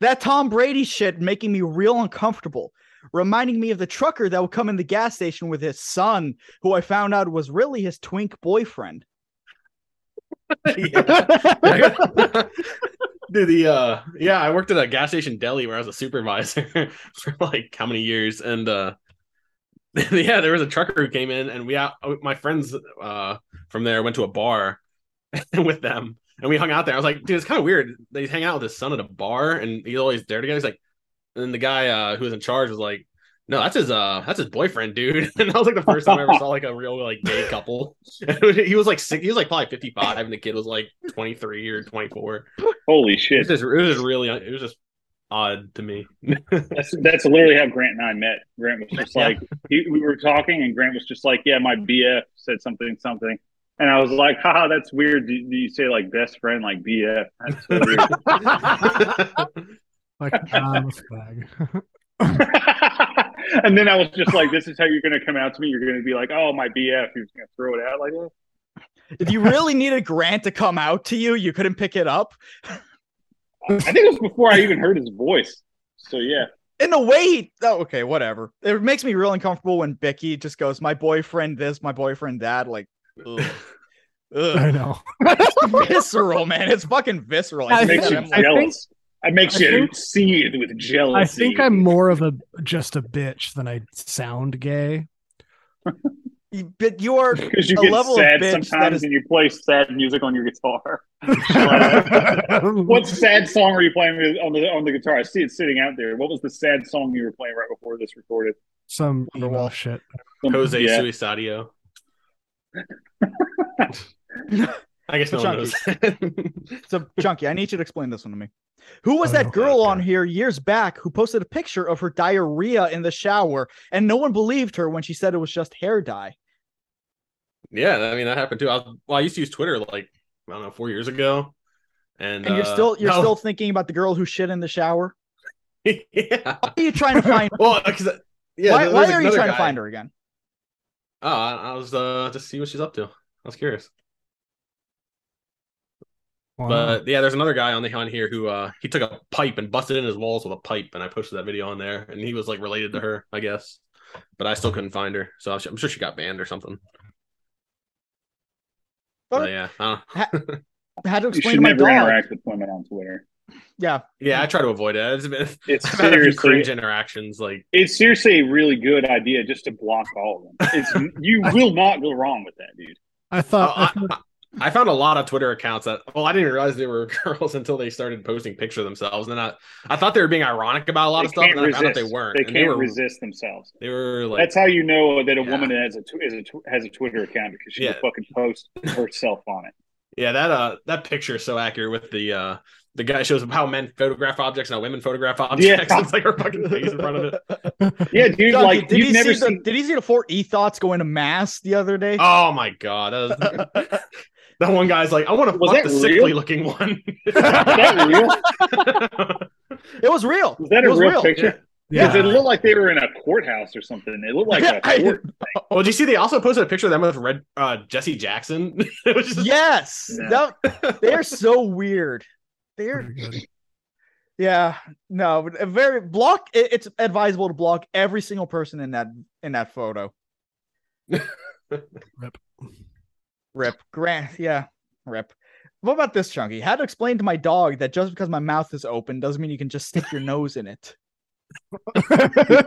Speaker 6: That Tom Brady shit making me real uncomfortable, reminding me of the trucker that would come in the gas station with his son, who I found out was really his twink boyfriend.
Speaker 9: Dude, the uh yeah, I worked at a gas station deli where I was a supervisor for like how many years and uh yeah, there was a trucker who came in and we out my friends uh from there went to a bar with them and we hung out there. I was like, dude, it's kind of weird. They hang out with his son at a bar and he's always there together. He's like and then the guy uh who was in charge was like, No, that's his uh that's his boyfriend, dude. And that was like the first time I ever saw like a real like gay couple. he was like six, he was like probably fifty five and the kid was like twenty three or twenty four.
Speaker 8: Holy shit!
Speaker 9: It was, just, it was just really, it was just odd to me.
Speaker 8: That's that's literally how Grant and I met. Grant was just
Speaker 9: Yeah.
Speaker 8: like he, we were talking, and Grant was just like, "Yeah, my BF said something, something," and I was like, "Haha, that's weird. Do, do you say like best friend, like BF?" That's so weird.
Speaker 7: Like, ah, this flag.
Speaker 8: and then I was just like, "This is how you're going to come out to me. You're going to be like, oh, my BF.' You're just going to throw it out like that."
Speaker 6: If you really needed Grant to come out to you, you couldn't pick it up.
Speaker 8: I think it was before I even heard his voice. So yeah.
Speaker 6: In a way, he- oh, okay, whatever. It makes me real uncomfortable when Bicky just goes, "My boyfriend this, my boyfriend that." Like, ugh. Ugh.
Speaker 7: I know.
Speaker 6: it's visceral, man. It's fucking visceral. I
Speaker 7: I
Speaker 6: hate
Speaker 7: think-
Speaker 6: that.
Speaker 7: I
Speaker 6: I'm
Speaker 7: think-
Speaker 8: It makes
Speaker 7: I
Speaker 8: you
Speaker 7: think-
Speaker 8: seethe with jealousy.
Speaker 7: I think I'm more of a just a bitch than I sound gay.
Speaker 6: You- But you are
Speaker 8: because you
Speaker 6: a
Speaker 8: get
Speaker 6: level
Speaker 8: sad
Speaker 6: of bitch that
Speaker 8: sometimes
Speaker 6: is
Speaker 8: and you play sad music on your guitar. what sad song were you playing with- on the on the guitar? I see it sitting out there. What was the sad song you were playing right before this recorded?
Speaker 7: Some emo shit.
Speaker 9: Jose
Speaker 8: Yeah.
Speaker 9: Suicidio. I guess
Speaker 6: So
Speaker 9: no one knows.
Speaker 6: Chunky. so Chunky, I need you to explain this one to me. Who
Speaker 8: Oh,
Speaker 6: was that girl on here years back who posted a picture of her diarrhea in the shower and no one believed her when she said it was just hair dye?
Speaker 9: Yeah, I mean that happened too. I was, well, I used to use Twitter like I don't know four years ago, and,
Speaker 6: And, you're
Speaker 9: uh,
Speaker 6: still you're
Speaker 9: no,
Speaker 6: still thinking about the girl who shit in the shower?
Speaker 9: yeah.
Speaker 6: Why are you trying to find
Speaker 9: well, because yeah,
Speaker 6: why,
Speaker 9: there-
Speaker 6: why
Speaker 9: there's
Speaker 6: are you
Speaker 9: another
Speaker 6: trying
Speaker 9: guy.
Speaker 6: to find her again?
Speaker 9: Oh, I, I was uh just see what she's up to. I was curious, but yeah, there's another guy on the on here who uh he took a pipe and busted in his walls with a pipe, and I posted that video on there, and he was like related to her, I guess, but I still couldn't find her, so I'm su- I'm sure she got banned or something. But yeah, I don't-
Speaker 6: Ha- had to
Speaker 8: You
Speaker 6: explain
Speaker 8: should
Speaker 6: to my
Speaker 8: never
Speaker 6: dog.
Speaker 8: interact with women on Twitter.
Speaker 6: Yeah.
Speaker 9: yeah, I try to avoid it. It's, been,
Speaker 8: It's
Speaker 9: I've had a few
Speaker 8: seriously-
Speaker 9: cringe interactions like.
Speaker 8: It's seriously a really good idea just to block all of them. It's, you will not go wrong with that, dude.
Speaker 7: Uh, I thought
Speaker 9: Oh, I, I- I found a lot of Twitter accounts that well, I didn't realize they were girls until they started posting pictures of themselves. And then I, I thought they were being ironic about a lot
Speaker 8: They
Speaker 9: of stuff, and
Speaker 8: can't
Speaker 9: then I found out
Speaker 8: resist.
Speaker 9: they weren't.
Speaker 8: They
Speaker 9: and
Speaker 8: can't
Speaker 9: were,
Speaker 8: resist themselves.
Speaker 9: They were like,
Speaker 8: That's how you know that a
Speaker 9: Yeah.
Speaker 8: woman has a, tw- is a tw- has a Twitter account because she will
Speaker 9: Yeah.
Speaker 8: fucking post herself on it.
Speaker 9: yeah, that uh, that picture is so accurate with the uh, the guy shows how men photograph objects and how women photograph objects.
Speaker 8: Yeah.
Speaker 9: it's like her fucking face in front of it.
Speaker 8: Yeah, dude.
Speaker 6: Donkey,
Speaker 8: like
Speaker 6: did
Speaker 8: you've
Speaker 6: he
Speaker 8: never
Speaker 6: see the-
Speaker 8: seen. Uh,
Speaker 6: did he see the four e thoughts go into mass the other day?
Speaker 9: Oh my god, that, was, that one guy's like, I want to
Speaker 8: Was
Speaker 9: fuck
Speaker 8: that
Speaker 9: the sickly
Speaker 8: real?
Speaker 9: looking one.
Speaker 8: Is that real?
Speaker 6: It was real.
Speaker 8: Was that
Speaker 6: it
Speaker 8: a
Speaker 6: was
Speaker 8: real, picture?
Speaker 7: Yeah.
Speaker 8: Because it looked like they were in a courthouse or something. It looked like a
Speaker 9: I-
Speaker 8: court.
Speaker 9: well, did you see they also posted a picture of them with red uh, Jesse Jackson? it was just
Speaker 6: Yes.
Speaker 8: Yeah.
Speaker 6: That- they're so weird. They're
Speaker 7: Very good.
Speaker 6: yeah. No, but a very block it- it's advisable to block every single person in that in that photo.
Speaker 7: Rip.
Speaker 6: Rip. Grant. Yeah. Rip. What about this chunky? How to explain to my dog that just because my mouth is open doesn't mean you can just stick your nose in it.
Speaker 7: I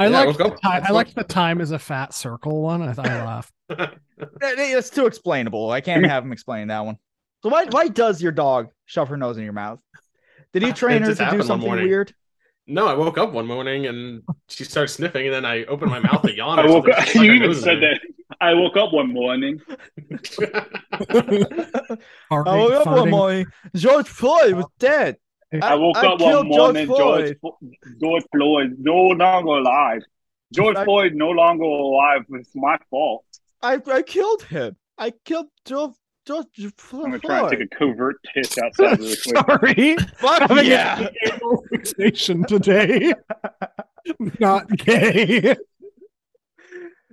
Speaker 9: Yeah,
Speaker 7: like
Speaker 9: we'll go.
Speaker 7: I
Speaker 9: Let's
Speaker 7: like the time is a fat circle one. I, I laugh.
Speaker 6: That- It's too explainable. I can't have him explain that one. So why why does your dog shove her nose in your mouth? Did you
Speaker 9: It
Speaker 6: train her
Speaker 9: just
Speaker 6: to do
Speaker 9: happened one
Speaker 6: something
Speaker 9: morning.
Speaker 6: weird?
Speaker 9: No, I woke up one morning and she started sniffing, and then I opened my mouth to yawn.
Speaker 8: I
Speaker 9: or
Speaker 8: woke
Speaker 9: something.
Speaker 8: up.
Speaker 9: She stuck
Speaker 8: You
Speaker 9: her
Speaker 8: even
Speaker 9: nose in
Speaker 8: said
Speaker 9: there.
Speaker 8: that. I woke up one morning.
Speaker 7: Farting,
Speaker 6: I woke up Oh, one
Speaker 7: farting.
Speaker 6: morning. George Floyd was dead.
Speaker 8: I woke up
Speaker 6: killed
Speaker 8: one morning. George, Fo- George Floyd no longer alive. George
Speaker 6: I-
Speaker 8: Floyd no longer alive. It's my fault.
Speaker 6: I, I killed him. I killed George, just
Speaker 8: I'm gonna try and take a covert piss outside really quick.
Speaker 7: Sorry.
Speaker 6: Fuck
Speaker 7: Having
Speaker 6: yeah.
Speaker 7: a conversation today. Not gay.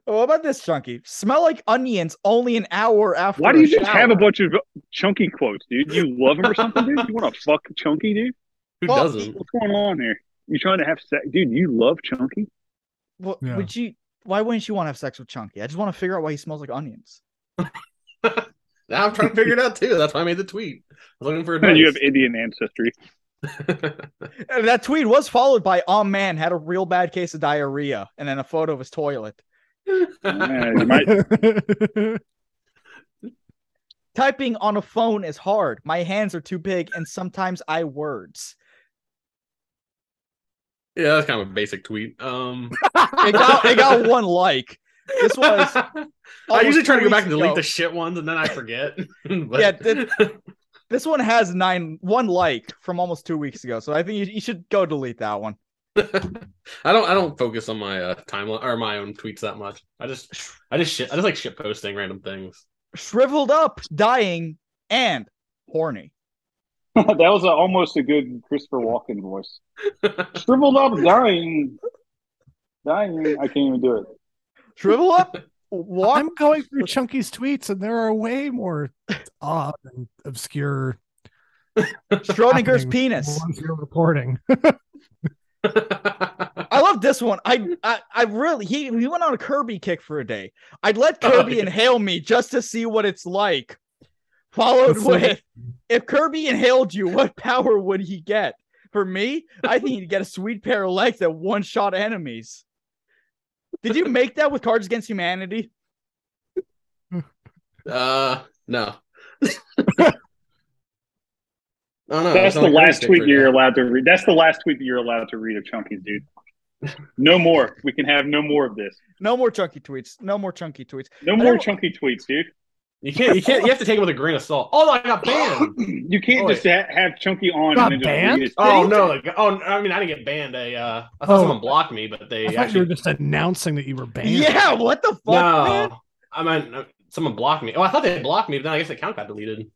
Speaker 6: What about this, Chunky? Smell like onions only an hour after.
Speaker 8: Why do you
Speaker 6: a
Speaker 8: just
Speaker 6: shower.
Speaker 8: have a bunch of chunky quotes, dude? You love him or something, dude? You want to fuck chunky, dude?
Speaker 9: Who Well, doesn't?
Speaker 8: What's going on here? You trying to have sex, dude? You love chunky?
Speaker 6: Well,
Speaker 8: Yeah.
Speaker 6: Would you? Why wouldn't you want to have sex with Chunky? I just want to figure out why he smells like onions.
Speaker 9: Now I'm trying to figure it out too. That's why I made the tweet. I was looking for advice.
Speaker 8: And you have Indian ancestry.
Speaker 6: And that tweet was followed by "Oh man, had a real bad case of diarrhea," and then a photo of his toilet.
Speaker 8: Yeah, you might.
Speaker 6: Typing on a phone is hard. My hands are too big, and sometimes I words.
Speaker 9: Yeah, that's kind of a basic tweet. Um,
Speaker 6: It got it got one like. This was.
Speaker 9: I usually
Speaker 6: almost
Speaker 9: try to
Speaker 6: two
Speaker 9: go back and
Speaker 6: weeks
Speaker 9: delete
Speaker 6: ago.
Speaker 9: the shit ones, and then I forget. But-
Speaker 6: yeah, thi- this one has nine one like from almost two weeks ago, so I think you, you should go delete that one.
Speaker 9: I don't. I don't focus on my uh, timeline or my own tweets that much. I just, I just shit. I just like shit posting random things.
Speaker 6: Shriveled up, dying, and horny.
Speaker 8: that was a, almost a good Christopher Walken voice. Shriveled up, dying, dying. I can't even do it.
Speaker 6: Shrivel up.
Speaker 7: I'm going through Chunky's tweets, and there are way more odd and obscure.
Speaker 6: Schrodinger's
Speaker 7: happenings
Speaker 6: penis.
Speaker 7: than the ones you're reporting.
Speaker 6: I love this one. I, I I really he he went on a Kirby kick for a day. I'd let
Speaker 7: Oh,
Speaker 6: Kirby inhale me just to see what it's like. Followed
Speaker 7: That's so-
Speaker 6: with if Kirby inhaled you, what power would he get? For me, I think he'd get a sweet pair of legs that one shot enemies. Did you make that with Cards Against Humanity?
Speaker 9: Uh, no.
Speaker 8: That's
Speaker 9: Oh, it's
Speaker 8: the
Speaker 9: not
Speaker 8: last
Speaker 9: realistic
Speaker 8: tweet
Speaker 9: for you.
Speaker 8: you're allowed to read. That's the last tweet that you're allowed to read of Chunky, dude. No more. We can have no more of this.
Speaker 6: No more chunky tweets. No more chunky tweets.
Speaker 8: No
Speaker 6: And I
Speaker 8: more
Speaker 6: wa-
Speaker 8: chunky tweets, dude.
Speaker 9: You can't. You can't. You have to take it with a grain of salt. Oh, I got banned.
Speaker 8: You can't
Speaker 9: Oh,
Speaker 8: just ha- have chunky on
Speaker 9: Got
Speaker 8: and then just
Speaker 9: banned?
Speaker 8: read his
Speaker 9: Oh
Speaker 8: tweets.
Speaker 9: no! Like, oh, I mean, I didn't get banned. I uh, I
Speaker 7: Oh.
Speaker 9: thought someone blocked me, but they
Speaker 7: I thought you
Speaker 9: actually
Speaker 7: were just announcing that you were banned.
Speaker 6: Yeah, what the fuck? man?
Speaker 9: no. I mean, uh, someone blocked me. Oh, I thought they blocked me, but then I guess the account got deleted.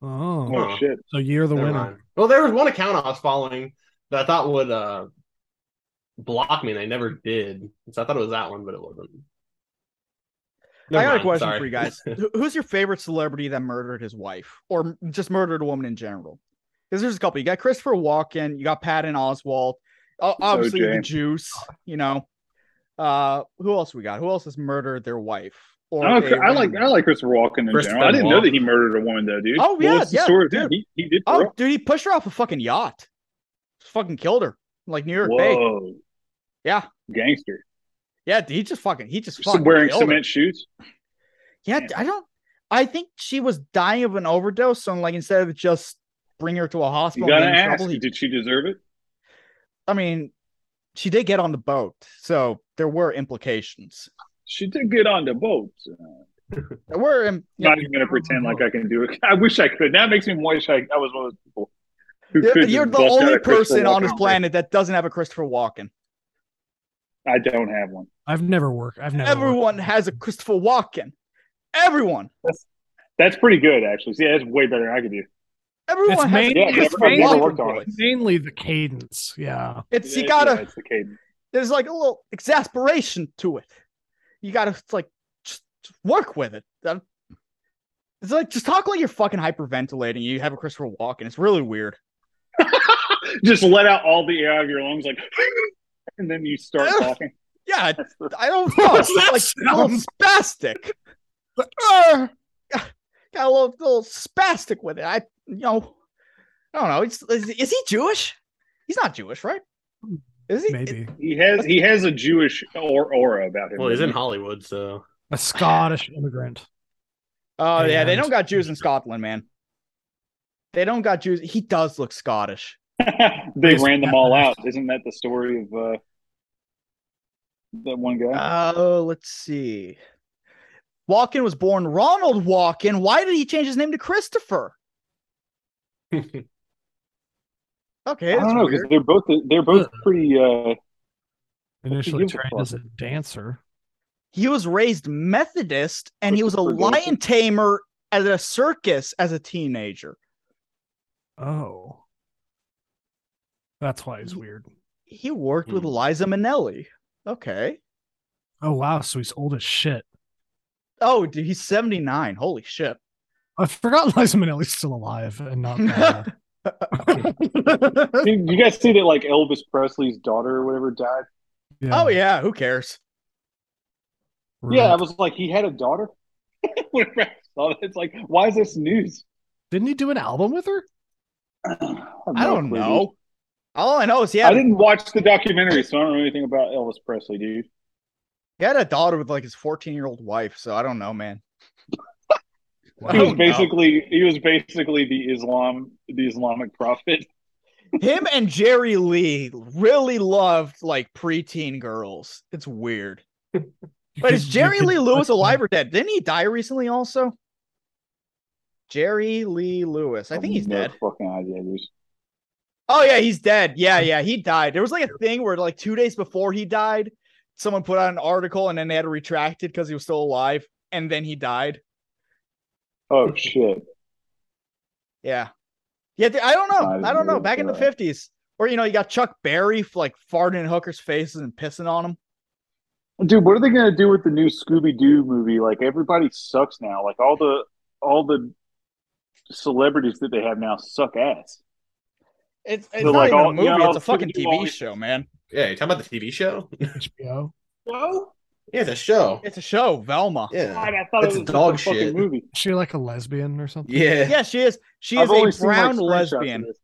Speaker 7: Oh,
Speaker 9: Oh, shit.
Speaker 7: So you're the
Speaker 9: Never
Speaker 7: winner.
Speaker 9: mind. Well, there was one account I was following that I thought would uh block me, and they never did. So I thought it was that one, but it wasn't.
Speaker 6: I
Speaker 9: Never
Speaker 6: got a
Speaker 9: mind,
Speaker 6: question
Speaker 9: sorry.
Speaker 6: for you guys. Who- Who's your favorite celebrity that murdered his wife or m- just murdered a woman in general? Because there's a couple. You got Christopher Walken, you got Patton Oswald, o- obviously the
Speaker 8: OJ.
Speaker 6: Juice. You know, uh, who else we got? Who else has murdered their wife? Or
Speaker 8: I, don't-
Speaker 6: a
Speaker 8: I like
Speaker 6: random-
Speaker 8: I like Christopher Walken in
Speaker 9: Christopher
Speaker 8: general. I didn't know
Speaker 9: Walken.
Speaker 8: that he murdered a woman though, dude.
Speaker 6: Oh, yeah,
Speaker 8: What's the
Speaker 6: yeah,
Speaker 8: story of
Speaker 6: dude.
Speaker 8: him? He, he did.
Speaker 6: Oh,
Speaker 8: throw-
Speaker 6: dude, he pushed her off a fucking yacht. Fucking killed her, like New York Bay.
Speaker 8: Whoa,
Speaker 6: Yeah,
Speaker 8: gangster!
Speaker 6: yeah. He just fucking. He just
Speaker 8: Just
Speaker 6: fucking
Speaker 8: wearing
Speaker 6: killed her.
Speaker 8: cement shoes.
Speaker 6: Yeah, I don't. I think she was dying of an overdose, and like instead of just bring her to a
Speaker 8: You
Speaker 6: hospital, and
Speaker 8: gotta
Speaker 6: get in
Speaker 8: ask:
Speaker 6: trouble, he-
Speaker 8: Did she deserve it?
Speaker 6: I mean, she did get on the boat, so there were implications.
Speaker 8: She did get on the boat.
Speaker 6: There were, im-
Speaker 8: I'm not even gonna pretend like I can do it. I wish I could. That makes me wish I, I was one of those people. Who
Speaker 6: you're,
Speaker 8: could
Speaker 6: you're
Speaker 8: just
Speaker 6: the
Speaker 8: bust out
Speaker 6: only
Speaker 8: a Christopher
Speaker 6: person on
Speaker 8: Walken
Speaker 6: this
Speaker 8: story.
Speaker 6: planet that doesn't have a Christopher Walken.
Speaker 8: I don't have one.
Speaker 7: I've never worked. I've never. worked.
Speaker 6: Everyone has a Christopher Walken. Everyone,
Speaker 8: That's pretty good, actually. See, that's way better than I could do.
Speaker 6: everyone
Speaker 7: It's
Speaker 6: has
Speaker 7: mainly,
Speaker 8: Yeah,
Speaker 6: a
Speaker 8: never-
Speaker 7: it's
Speaker 6: Christopher
Speaker 8: never
Speaker 6: Walken
Speaker 8: worked on
Speaker 6: voice.
Speaker 8: it.
Speaker 7: mainly the cadence. Yeah.
Speaker 6: It's you
Speaker 8: Yeah,
Speaker 6: gotta.
Speaker 8: yeah, it's the cadence.
Speaker 6: There's like a little exasperation to it. You gotta like just just work with it. That- It's like just talk like you're fucking hyperventilating. You have a Christopher Walken. It's really weird.
Speaker 8: Just let out all the air out of your lungs, like, and then you start
Speaker 6: Ugh.
Speaker 8: talking.
Speaker 6: Yeah, I don't know.
Speaker 7: What's that
Speaker 6: It's like a little
Speaker 7: sound?
Speaker 6: spastic. Got a little, little spastic with it. I, you know, I don't know. It's, is, is he Jewish? He's not Jewish, right? Is he?
Speaker 7: Maybe
Speaker 8: He has he has a Jewish or aura about him.
Speaker 9: Well, he's in Hollywood, so
Speaker 7: a Scottish immigrant.
Speaker 6: Oh yeah, they
Speaker 7: And-
Speaker 6: don't got Jews in Scotland, man. They don't got Jews. He does look Scottish.
Speaker 8: they ran them all out. Isn't that the story of uh, that one guy?
Speaker 6: Oh, let's see. Walken was born Ronald Walken. Why did he change his name to Christopher? Okay,
Speaker 8: I
Speaker 6: that's
Speaker 8: don't know because
Speaker 6: weird.
Speaker 8: they're both they're both pretty. Uh,
Speaker 7: Initially
Speaker 8: gives a
Speaker 7: trained
Speaker 8: fuck?
Speaker 7: as a dancer.
Speaker 6: He was raised Methodist and he was a
Speaker 8: Christopher Walken.
Speaker 6: lion tamer at a circus as a teenager.
Speaker 7: Oh. That's why he's weird.
Speaker 6: He worked
Speaker 8: Hmm.
Speaker 6: with Liza Minnelli. Okay.
Speaker 7: Oh wow, so he's old as shit.
Speaker 6: Oh, dude, he's 79. Holy shit.
Speaker 7: I forgot Liza Minnelli's still alive and not. uh,
Speaker 8: Did you guys see that like Elvis Presley's daughter or whatever died?
Speaker 7: Yeah.
Speaker 6: Oh yeah, who cares?
Speaker 8: Yeah, I was like, he had a daughter. Whenever I saw that, it's like, why is this news?
Speaker 7: Didn't he do an album with her?
Speaker 6: I don't know. All I know is he had,
Speaker 8: I didn't watch the documentary, so I don't know anything about Elvis Presley, dude.
Speaker 6: he had a daughter with like his 14 year old wife, so I don't know, man. I
Speaker 8: He was
Speaker 6: don't know.
Speaker 8: basically he was basically the Islam the Islamic prophet.
Speaker 6: Him and Jerry Lee really loved like preteen girls. It's weird. But is Jerry Lee Lewis alive or dead? Didn't he die recently also? Jerry Lee Lewis. I think he's
Speaker 8: No
Speaker 6: dead.
Speaker 8: Fucking idea, dude.
Speaker 6: Oh yeah, he's dead. Yeah, yeah, he died. There was like a thing where like two days before he died, someone put out an article and then they had to retract it because he was still alive, and then he died.
Speaker 8: Oh shit!
Speaker 6: Yeah, yeah. th- I don't
Speaker 8: I didn't
Speaker 6: know. I don't know.
Speaker 8: realize
Speaker 6: Back in the
Speaker 8: that.
Speaker 6: fifties, or you know, you got Chuck Berry f- like farting in hookers' faces and pissing on them.
Speaker 8: Dude, what are they gonna do with the new Scooby Doo movie? Like everybody sucks now. Like all the all the celebrities that they have now suck ass.
Speaker 6: It's,
Speaker 8: So,
Speaker 6: it's not
Speaker 8: like,
Speaker 6: even
Speaker 8: all-
Speaker 6: a
Speaker 8: you
Speaker 6: movie.
Speaker 8: know,
Speaker 6: it's a fucking
Speaker 8: Scooby-Doo
Speaker 6: TV
Speaker 8: always-
Speaker 6: show, man.
Speaker 9: Yeah, you talking about the TV show?
Speaker 7: HBO.
Speaker 8: Well,
Speaker 9: Yeah, it's a show.
Speaker 6: It's a show, Velma.
Speaker 9: Yeah,
Speaker 8: God, I thought
Speaker 9: It's
Speaker 8: it was
Speaker 9: dog
Speaker 8: just a fucking
Speaker 9: shit.
Speaker 8: movie.
Speaker 7: Is she like a lesbian or something?
Speaker 9: Yeah.
Speaker 6: yeah, she is. She
Speaker 8: I've
Speaker 6: is
Speaker 8: only
Speaker 6: a
Speaker 8: seen, like,
Speaker 6: brown
Speaker 8: screenshots of
Speaker 6: lesbian.
Speaker 8: this.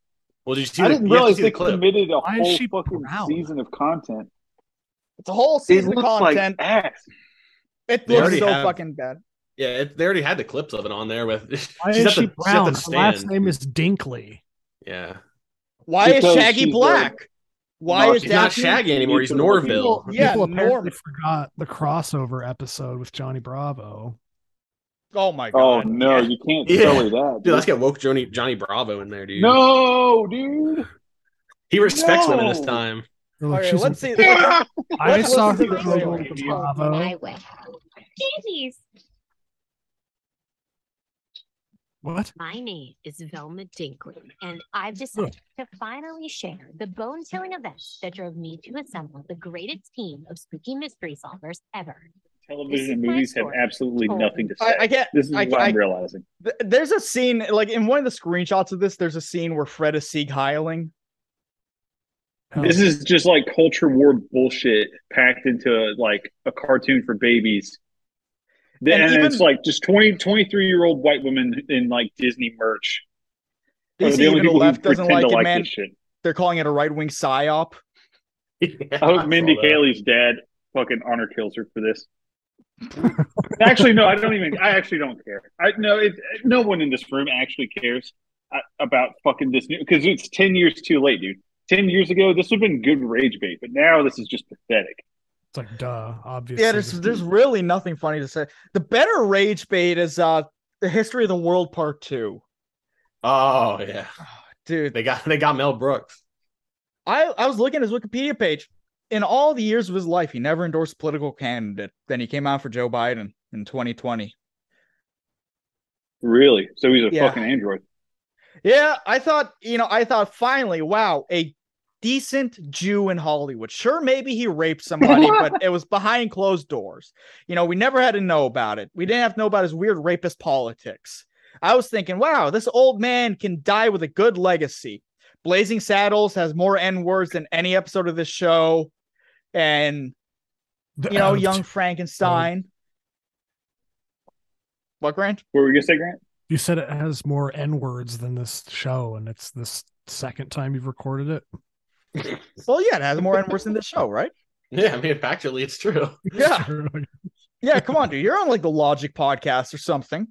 Speaker 9: Well, did you see?
Speaker 8: I
Speaker 9: the-
Speaker 8: didn't
Speaker 9: you have to
Speaker 8: realize
Speaker 9: see
Speaker 8: they
Speaker 9: the clip.
Speaker 8: committed a
Speaker 7: Why is
Speaker 8: whole
Speaker 7: she
Speaker 8: fucking
Speaker 7: brown?
Speaker 8: season of content.
Speaker 6: It's a whole
Speaker 8: It
Speaker 6: season of
Speaker 8: looks
Speaker 6: content.
Speaker 8: like ass.
Speaker 6: it
Speaker 9: They
Speaker 6: looks
Speaker 9: already
Speaker 6: so
Speaker 9: have-
Speaker 6: fucking bad.
Speaker 9: Yeah, it, they already had the clips of it on there with.
Speaker 7: Why is
Speaker 9: she's
Speaker 7: she
Speaker 9: at the, she's at the
Speaker 7: brown? Her last
Speaker 9: stand.
Speaker 7: name is Dinkley.
Speaker 9: Yeah.
Speaker 6: Why is
Speaker 8: Because
Speaker 6: Shaggy
Speaker 8: she's
Speaker 6: black? Why
Speaker 8: No,
Speaker 6: is
Speaker 9: He's not
Speaker 6: Daphne-
Speaker 9: Shaggy anymore. He's
Speaker 8: People-
Speaker 9: Norville.
Speaker 6: Yeah,
Speaker 7: People apparently
Speaker 6: Norm.
Speaker 7: forgot the crossover episode with Johnny Bravo.
Speaker 6: Oh my
Speaker 8: Oh
Speaker 6: god.
Speaker 8: no, you can't
Speaker 9: Yeah.
Speaker 8: tell me that.
Speaker 9: Dude, let's get woke Johnny, Johnny Bravo in there, dude.
Speaker 8: No, dude.
Speaker 9: He respects women this
Speaker 8: No.
Speaker 9: time.
Speaker 7: They're
Speaker 6: All
Speaker 7: like,
Speaker 6: right,
Speaker 7: she's
Speaker 6: let's
Speaker 7: like,
Speaker 6: see. let's-
Speaker 7: I
Speaker 6: let's
Speaker 7: saw
Speaker 6: listen
Speaker 7: her
Speaker 6: to this
Speaker 7: on
Speaker 6: story.
Speaker 7: Bravo.
Speaker 13: way. Kitties.
Speaker 7: What?
Speaker 13: My name is Velma Dinkley, and I've
Speaker 7: Huh.
Speaker 13: decided to finally share the bone chilling event that drove me to assemble the greatest team of spooky mystery solvers ever.
Speaker 8: Television and movies have absolutely
Speaker 13: Oh.
Speaker 8: nothing to say.
Speaker 6: I, I can't.
Speaker 8: this is
Speaker 6: I,
Speaker 8: what
Speaker 6: I,
Speaker 8: I'm realizing.
Speaker 6: th- there's a scene like in one of the screenshots of this. There's a scene where Fred is Sieg heiling.
Speaker 8: This is just like culture war bullshit packed into like a cartoon for babies. Then-
Speaker 6: And
Speaker 8: And,
Speaker 6: even-
Speaker 8: it's like just 20, 23 year old white women in like Disney merch. Are
Speaker 6: DC
Speaker 8: Oh, the only
Speaker 6: even the
Speaker 8: people
Speaker 6: left
Speaker 8: who
Speaker 6: doesn't
Speaker 8: pretend
Speaker 6: like
Speaker 8: to
Speaker 6: it,
Speaker 8: like
Speaker 6: man.
Speaker 8: this shit.
Speaker 6: They're calling it a right wing psyop.
Speaker 8: I hope Mindy
Speaker 9: saw that.
Speaker 8: Kaling's dad fucking honor kills her for this. actually, no, I don't even. I actually don't care. I no, it, no one in this room actually cares uh, about fucking this new because it's ten years too late, dude. Ten years ago, this would have been good rage bait, but now this is just pathetic.
Speaker 7: It's like, duh, obviously.
Speaker 6: Yeah, there's there's really nothing funny to say. The better rage bait is uh the history of the world part two,
Speaker 9: Oh yeah,
Speaker 6: dude.
Speaker 9: they got they got Mel Brooks.
Speaker 6: I I was looking at his Wikipedia page. In all the years of his life, he never endorsed a political candidate. Then he came out for Joe Biden in 2020.
Speaker 8: Really? So he's a
Speaker 6: Yeah.
Speaker 8: fucking android.
Speaker 6: Yeah, I thought, you know, I thought finally, wow, a decent Jew in Hollywood. Sure, maybe he raped somebody, but it was behind closed doors. You know, we never had to know about it. We didn't have to know about his weird rapist politics. I was thinking, wow, this old man can die with a good legacy. Blazing Saddles has more N words than any episode of this show. And, you know, Young Frankenstein. What, Grant?
Speaker 8: What were you gonna say, Grant?
Speaker 7: You said it has more N words than this show, and it's this second time you've recorded it.
Speaker 6: Well, yeah, it has more N words than this show, right?
Speaker 9: Yeah, I mean factually it's true.
Speaker 6: Yeah. Yeah, come on, dude. You're on like the logic podcast or something.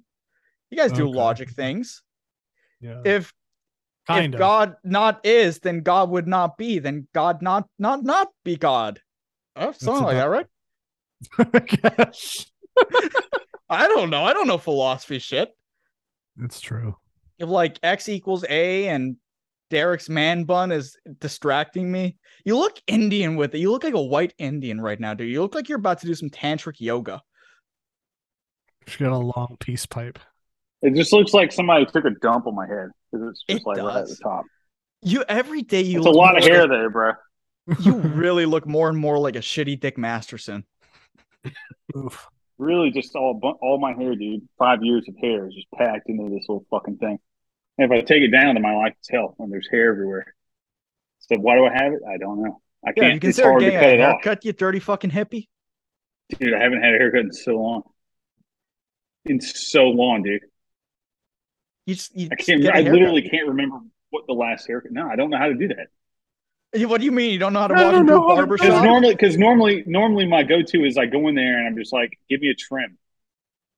Speaker 6: You guys do
Speaker 7: Okay.
Speaker 6: logic things.
Speaker 7: yeah.
Speaker 6: If
Speaker 7: kind
Speaker 6: if
Speaker 7: of.
Speaker 6: God not is, then God would not be. Then God not not not be God. Oh, something like
Speaker 7: about-
Speaker 6: that, right?
Speaker 7: I guess.
Speaker 6: I don't know. I don't know philosophy shit.
Speaker 7: It's true.
Speaker 6: If like X equals A and Derek's man bun is distracting me. You look Indian with it. You look like a white Indian right now, dude. You look like you're about to do some tantric yoga.
Speaker 7: She got a long peace pipe.
Speaker 8: It just looks like somebody took a dump on my head because it's just like right at the top.
Speaker 6: You every day you
Speaker 8: It's a
Speaker 6: look
Speaker 8: lot
Speaker 6: more
Speaker 8: of
Speaker 6: like
Speaker 8: hair there, bro.
Speaker 6: You really look more and more like a shitty Dick Masterson.
Speaker 8: Really, just all bu- all my hair, dude. Five years of hair is just packed into this little fucking thing. And if I take it down, then my life is hell when there's hair everywhere. So why do I have it? I don't know. I
Speaker 6: Yeah, you
Speaker 8: can't. it's
Speaker 6: consider
Speaker 8: hard to
Speaker 6: getting
Speaker 8: cut
Speaker 6: a
Speaker 8: it off,
Speaker 6: haircut, you dirty fucking hippie.
Speaker 8: dude. I haven't had a haircut in so long. In so long, dude.
Speaker 6: You just you
Speaker 8: I can't.
Speaker 6: get a
Speaker 8: I
Speaker 6: haircut.
Speaker 8: literally can't remember what the last haircut. No, I don't know how to do that.
Speaker 6: Yeah, What do you mean you don't know how to walk into a barber
Speaker 8: Because
Speaker 6: shop?
Speaker 8: normally, because normally, normally my go-to is I go in there and I'm just like, give me a trim.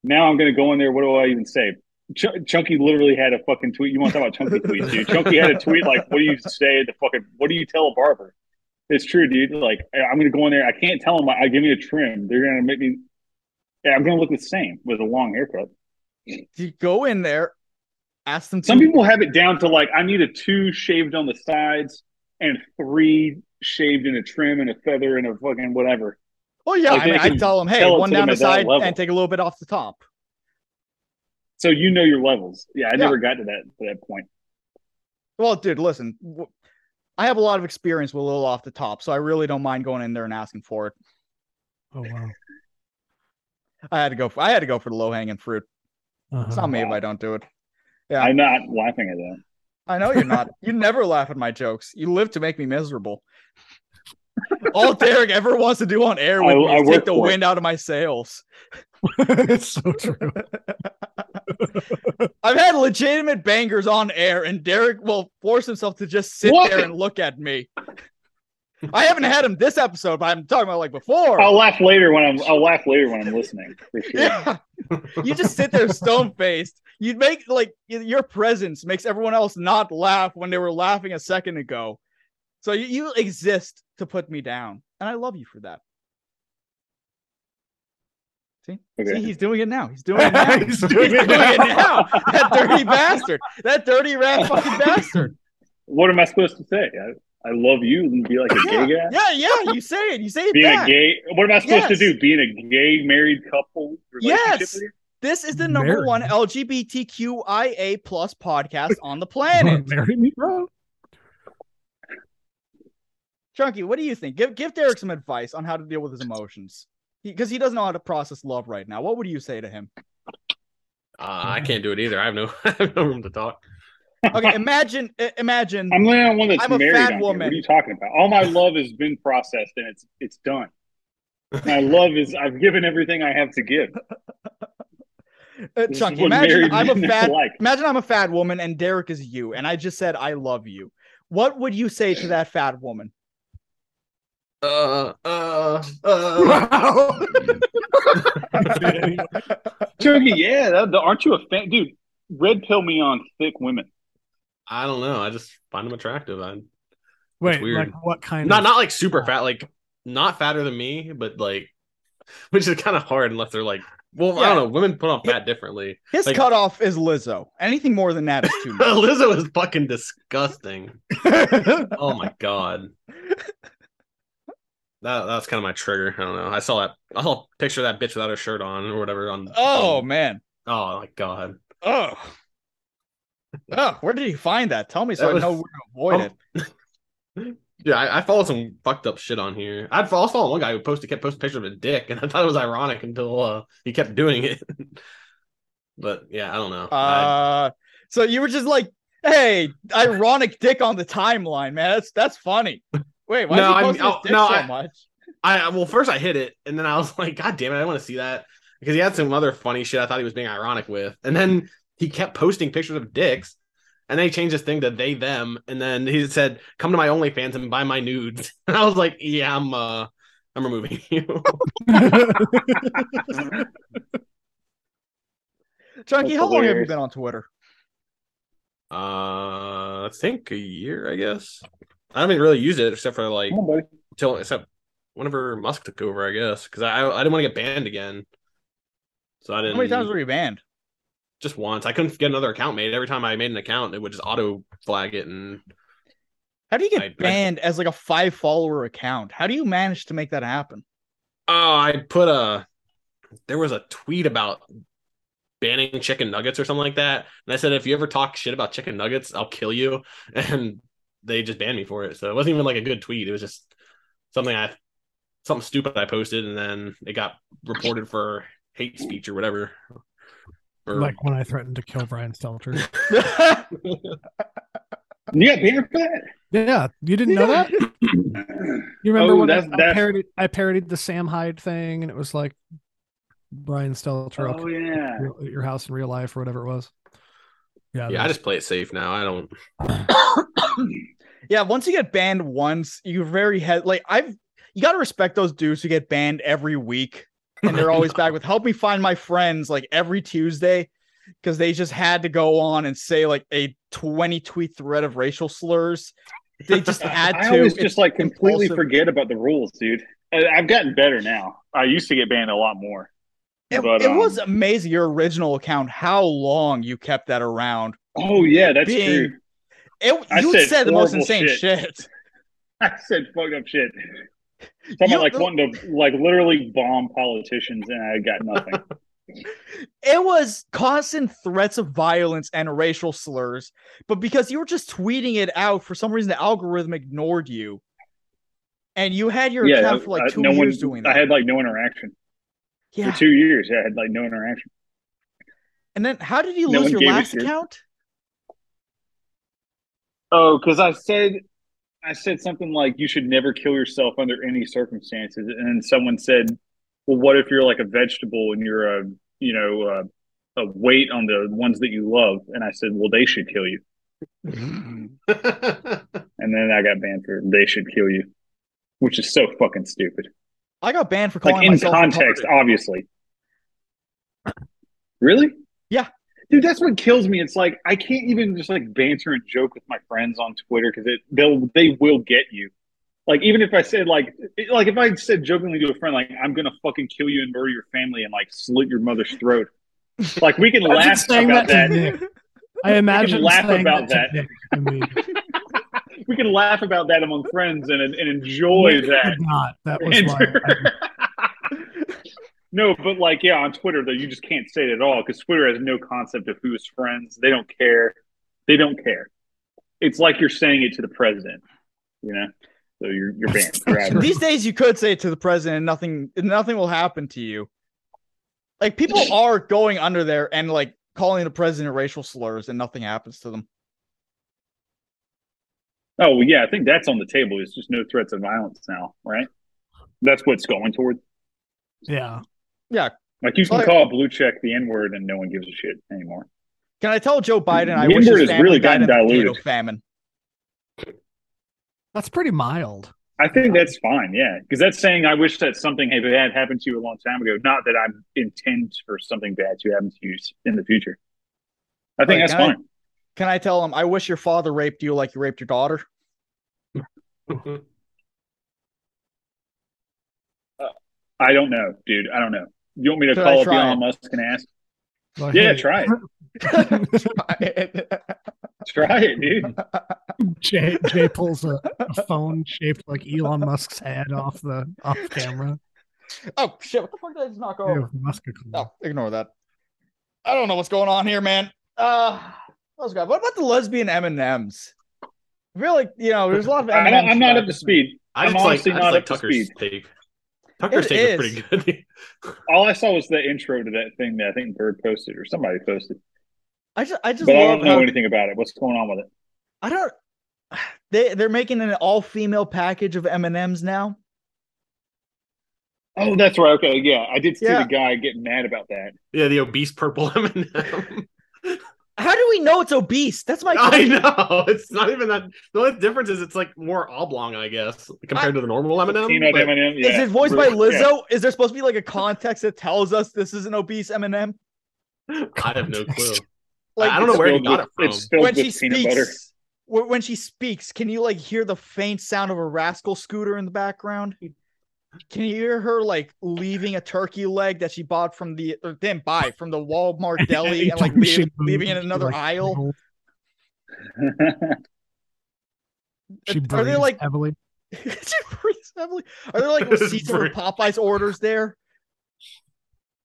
Speaker 8: Now I'm going to go in there. What do I even say? Ch- Chunky literally had a fucking tweet. You want to talk about Chunky tweets, dude? Chunky had a tweet like, "What do you say to fucking? What do you tell a barber?" It's true, dude. Like, I- I'm going to go in there. I can't tell them. I I give me a trim. They're going to make me. Yeah, I'm going to look the same with a long haircut.
Speaker 6: You go in there, ask them.
Speaker 8: Some people have it down to like, I need a two shaved on the sides and three shaved in a trim and a feather and a fucking whatever.
Speaker 6: Well, Oh, yeah,
Speaker 8: Like,
Speaker 6: I
Speaker 8: they
Speaker 6: mean, I
Speaker 8: can
Speaker 6: tell them, hey,
Speaker 8: tell it
Speaker 6: one
Speaker 8: to
Speaker 6: down
Speaker 8: them
Speaker 6: the
Speaker 8: at that
Speaker 6: side
Speaker 8: level.
Speaker 6: and take a little bit off the top.
Speaker 8: So you know your levels. Yeah, I
Speaker 6: Yeah.
Speaker 8: never got to that to that point.
Speaker 6: Well, dude, listen, w- I have a lot of experience with a little off the top, so I really don't mind going in there and asking for it.
Speaker 7: Oh wow.
Speaker 6: I had to go. For, I had to go for the low hanging fruit. It's
Speaker 7: Uh-huh.
Speaker 6: not me if I don't do it. Yeah,
Speaker 8: I'm not laughing at that.
Speaker 6: I know you're not. you never laugh at my jokes. You live to make me miserable. All Derek ever wants to do on air with
Speaker 8: I-
Speaker 6: me
Speaker 8: I
Speaker 6: is
Speaker 8: work
Speaker 6: take the
Speaker 8: for it.
Speaker 6: wind out of my sails.
Speaker 7: it's so true.
Speaker 6: I've had legitimate bangers on air, and Derek will force himself to just sit
Speaker 8: What?
Speaker 6: there and look at me. I haven't had him this episode, but I'm talking about like before.
Speaker 8: I'll laugh later when I'm I'll laugh later when I'm listening for sure.
Speaker 6: Yeah. You just sit there stone faced. You'd make like y- your presence makes everyone else not laugh when they were laughing a second ago. So you, you exist to put me down. And I love you for that. See?
Speaker 8: Okay.
Speaker 6: See, he's doing it now. He's doing it now.
Speaker 7: He's doing it
Speaker 6: now. That dirty bastard. That dirty rat fucking bastard.
Speaker 8: What am I supposed to say? I, I love you and be like a
Speaker 6: Yeah,
Speaker 8: gay guy.
Speaker 6: yeah, yeah. You say it. You say it
Speaker 8: Being
Speaker 6: back.
Speaker 8: a gay what am I supposed to
Speaker 6: Yes.
Speaker 8: do? Being a gay married couple relationship
Speaker 6: Yes.
Speaker 8: with you?
Speaker 6: This is the number
Speaker 8: Married.
Speaker 6: one LGBTQIA plus podcast on the planet.
Speaker 7: Marry me, bro.
Speaker 6: Chunky, what do you think? Give give Derek some advice on how to deal with his emotions. Because he, doesn't know how to process love right now. What would you say to him?
Speaker 9: Uh, I can't do it either. I have no, I have no room to talk.
Speaker 6: Okay, imagine i- imagine
Speaker 8: I'm laying on one that's
Speaker 6: I'm a
Speaker 8: married.
Speaker 6: fat
Speaker 8: on here.
Speaker 6: woman.
Speaker 8: What are you talking about? All my love has been processed and it's it's done. My love is I've given everything I have to give.
Speaker 6: Uh,
Speaker 8: This is
Speaker 6: Chunky,
Speaker 8: what
Speaker 6: imagine
Speaker 8: married
Speaker 6: I'm a
Speaker 8: men are
Speaker 6: fat
Speaker 8: like.
Speaker 6: imagine I'm a fat woman and Derek is you, and I just said I love you. What would you say to that fat woman?
Speaker 9: Uh, uh,
Speaker 6: uh.
Speaker 8: Turkey, yeah, that, the, aren't you a fan, dude? Red pill me on thick women.
Speaker 9: I don't know. I just find them attractive. I,
Speaker 7: Wait,
Speaker 9: it's weird.
Speaker 7: like what kind
Speaker 9: not
Speaker 7: of
Speaker 9: not like super fat, like not fatter than me, but like, which is kind of hard unless they're like, well, I
Speaker 6: Yeah.
Speaker 9: don't know. Women put on fat differently.
Speaker 6: His
Speaker 9: like,
Speaker 6: cutoff is Lizzo. Anything more than that is too much.
Speaker 9: Lizzo is fucking disgusting. oh my god. That that's kind of my trigger. I don't know. I saw that. I saw a picture of that bitch without her shirt on or whatever. On
Speaker 6: Oh man.
Speaker 9: oh my god.
Speaker 6: Oh. Oh, where did he find that? Tell me so
Speaker 9: That
Speaker 6: I
Speaker 9: was- Oh,
Speaker 6: know where to avoid it.
Speaker 9: Yeah, I, I follow some fucked up shit on here. I'd follow, I was following one guy who posted kept posting pictures of a dick, and I thought it was ironic until uh, he kept doing it. but yeah, I don't know. I-
Speaker 6: Uh, so you were just like, "Hey, ironic dick on the timeline, man. That's that's funny." Wait, why
Speaker 9: No,
Speaker 6: is
Speaker 9: I'm-
Speaker 6: he posting
Speaker 9: oh,
Speaker 6: his dick
Speaker 9: no,
Speaker 6: so
Speaker 9: I-
Speaker 6: much?
Speaker 9: I I- well, first I hit it, and then I was like, God damn it, I want to see that because he had some other funny shit. I thought he was being ironic with, and then he kept posting pictures of dicks, and then he changed his thing to they them, and then he said, "Come to my OnlyFans and buy my nudes." And I was like, Yeah, I'm uh, I'm removing you.
Speaker 6: Chunky,
Speaker 9: That's
Speaker 6: how long have you
Speaker 9: hilarious.
Speaker 6: been on Twitter?
Speaker 9: Uh, I think a year, I guess. I haven't really used it except for like
Speaker 6: Oh.
Speaker 8: Come on, buddy.
Speaker 9: till except whenever Musk took over, I guess, because I I didn't want to get banned again. So I
Speaker 6: How
Speaker 9: didn't.
Speaker 6: many times were you banned?
Speaker 9: Just once. I couldn't get another account made. Every time I made an account, it would just auto flag it, and
Speaker 6: How do you get
Speaker 9: I- I-
Speaker 6: banned as like a five follower account? How do you manage to make that happen?
Speaker 9: oh, I put a. There was a tweet about banning chicken nuggets or something like that. And I said, if you ever talk shit about chicken nuggets, I'll kill you. And they just banned me for it. So it wasn't even like a good tweet. It was just something I something stupid I posted, and then it got reported for hate speech or whatever. Or-
Speaker 7: Like when I threatened to kill Brian Stelter.
Speaker 8: You got banned for that?
Speaker 7: Yeah, you didn't know that. You remember
Speaker 8: Oh,
Speaker 7: when I,
Speaker 8: that's- that's-
Speaker 7: I parodied? I parodied the Sam Hyde thing, and it was like Brian Stelter.
Speaker 8: Oh, yeah.
Speaker 7: your, your house in real life or whatever it was. Yeah,
Speaker 9: yeah, I just play it safe now. I don't.
Speaker 6: Yeah, once you get banned once, you're very head like I've you gotta respect those dudes who get banned every week and they're always back with help me find my friends like every Tuesday because they just had to go on and say like a 20 tweet thread of racial slurs. They just had to
Speaker 8: I always
Speaker 6: It's
Speaker 8: just like completely
Speaker 6: impulsive.
Speaker 8: forget about the rules, dude. I- I've gotten better now. I used to get banned a lot more.
Speaker 6: It,
Speaker 8: but,
Speaker 6: it
Speaker 8: um,
Speaker 6: was amazing your original account how long you kept that around.
Speaker 8: Oh yeah, that's
Speaker 6: Being-
Speaker 8: true.
Speaker 6: It,
Speaker 8: I
Speaker 6: you
Speaker 8: said
Speaker 6: said, the most
Speaker 8: horrible
Speaker 6: insane
Speaker 8: shit.
Speaker 6: shit.
Speaker 8: I said fucked up shit. Talking about like wanting to like literally bomb politicians, and I got nothing.
Speaker 6: it was constant threats of violence and racial slurs, but because you were just tweeting it out, for some reason the algorithm ignored you. And you had your
Speaker 8: yeah,
Speaker 6: account for like
Speaker 8: I-
Speaker 6: two
Speaker 8: no one-
Speaker 6: years doing that.
Speaker 8: I had like no interaction
Speaker 6: Yeah.
Speaker 8: for two years. Yeah, I had like no interaction.
Speaker 6: and then how did you
Speaker 8: no
Speaker 6: lose
Speaker 8: one
Speaker 6: your
Speaker 8: gave a
Speaker 6: last
Speaker 8: shit.
Speaker 6: account?
Speaker 8: Oh, because I said, I said something like, "You should never kill yourself under any circumstances," and then someone said, "Well, what if you're like a vegetable and you're a, you know, a, a weight on the ones that you love?" And I said, "Well, they should kill you." and then I got banned for "They should kill you," which is so fucking stupid.
Speaker 6: I got banned for calling
Speaker 8: Like in
Speaker 6: myself
Speaker 8: context,
Speaker 6: retarded.
Speaker 8: obviously. Really?
Speaker 6: Yeah.
Speaker 8: Dude, that's what kills me. It's like I can't even just like banter and joke with my friends on Twitter because it they'll they will get you. Like even if I said like it- like if I said jokingly to a friend like I'm gonna fucking kill you and murder your family and like slit your mother's throat. Like we can
Speaker 7: Imagine
Speaker 8: laugh
Speaker 7: saying
Speaker 8: about
Speaker 7: that
Speaker 8: that.
Speaker 7: to Nick. I imagine
Speaker 8: laugh
Speaker 7: saying
Speaker 8: about
Speaker 7: that. to
Speaker 8: that.
Speaker 7: Nick. I mean,
Speaker 8: We can laugh about that among friends and and enjoy
Speaker 7: Nick
Speaker 8: that.
Speaker 7: could not. That was
Speaker 8: And-
Speaker 7: why.
Speaker 8: No, but like, yeah, on Twitter though, you just can't say it at all because Twitter has no concept of who's friends. They don't care. They don't care. It's like you're saying it to the president, you know. So you're you're banned. You're out.
Speaker 6: These days you could say it to the president and nothing nothing will happen to you. Like people are going under there and like calling the president racial slurs and nothing happens to them.
Speaker 8: Oh well, yeah, I think that's on the table. It's just no threats of violence now, right? That's what's going toward.
Speaker 7: Yeah.
Speaker 6: Yeah.
Speaker 8: Like you can
Speaker 6: Like-
Speaker 8: call blue check the N word and no one gives a shit anymore.
Speaker 6: Can I tell Joe Biden I
Speaker 8: The
Speaker 6: wish
Speaker 8: N-word
Speaker 6: his
Speaker 8: has
Speaker 6: family
Speaker 8: really
Speaker 6: died
Speaker 8: gotten
Speaker 6: in the potato
Speaker 8: diluted.
Speaker 6: famine?
Speaker 7: That's pretty mild.
Speaker 8: I think that's fine, yeah, because that's saying I wish that something had had happened to you a long time ago. Not that I intend for something bad to happen to you s- in the future. I think
Speaker 6: Like,
Speaker 8: that's
Speaker 6: can I-
Speaker 8: fine.
Speaker 6: Can I tell him I wish your father raped you like you raped your daughter?
Speaker 8: I don't know, dude. I don't know. You want me to
Speaker 6: Should I
Speaker 8: call up
Speaker 6: try
Speaker 8: Elon
Speaker 6: it?
Speaker 8: Musk and ask?
Speaker 7: Like,
Speaker 8: yeah,
Speaker 7: hey,
Speaker 8: try it. Try it, dude.
Speaker 7: Jay, Jay pulls a, a phone shaped like Elon Musk's head off the off camera.
Speaker 6: oh shit! What the fuck did I just knock
Speaker 7: Ew,
Speaker 6: over?
Speaker 7: Musk
Speaker 6: No, ignore that. I don't know what's going on here, man. Uh, what was good? What about the lesbian M and M's? I feel like you know, there's a lot of.
Speaker 8: I
Speaker 6: M&Ms
Speaker 8: don't, I'm not up to speed.
Speaker 9: I
Speaker 8: I'm
Speaker 9: just like,
Speaker 8: honestly
Speaker 9: I just
Speaker 8: not
Speaker 9: like
Speaker 8: up to
Speaker 9: Tucker's
Speaker 8: speed.
Speaker 9: tape. Tucker's
Speaker 6: It
Speaker 9: tape
Speaker 6: is.
Speaker 9: was pretty good.
Speaker 8: All I saw was the intro to that thing that I think Bird posted or somebody posted,
Speaker 6: I just, I just
Speaker 8: but I
Speaker 6: love
Speaker 8: don't know
Speaker 6: how
Speaker 8: anything about it. What's going on with it?
Speaker 6: I don't. They they're making an all female package of M and M's now.
Speaker 8: Oh, that's right. Okay, yeah, I did see
Speaker 6: Yeah.
Speaker 8: the guy getting mad about that.
Speaker 9: yeah, the obese purple M&M.
Speaker 6: How do we know it's obese? That's my.
Speaker 9: I
Speaker 6: question.
Speaker 9: know it's not even that. The only difference is it's like more oblong, I guess, compared to the normal M&M.
Speaker 8: Peanut
Speaker 9: but-
Speaker 8: M&M,
Speaker 6: Is
Speaker 8: yeah.
Speaker 6: it voiced by
Speaker 9: Yeah.
Speaker 6: Lizzo? Is there supposed to be like a context that tells us this is an obese M and M?
Speaker 9: I have no clue.
Speaker 6: Like,
Speaker 9: I don't know
Speaker 6: it's
Speaker 9: where he
Speaker 8: filled
Speaker 9: got
Speaker 8: with-
Speaker 9: it from.
Speaker 8: it's filled with peanut butter.
Speaker 6: wh- When she speaks, can you like hear the faint sound of a rascal scooter in the background? Can you hear her like leaving a turkey leg that she bought from the or didn't buy from the Walmart deli and like
Speaker 7: She
Speaker 6: leave,
Speaker 7: moved
Speaker 6: leaving in
Speaker 7: and she,
Speaker 6: another
Speaker 7: like,
Speaker 6: aisle?
Speaker 7: wiggled. She
Speaker 6: Are they
Speaker 7: breathes
Speaker 6: like
Speaker 7: heavily.
Speaker 6: she breathes heavily? Are there like receipts for
Speaker 9: Breathe.
Speaker 6: Popeye's orders there?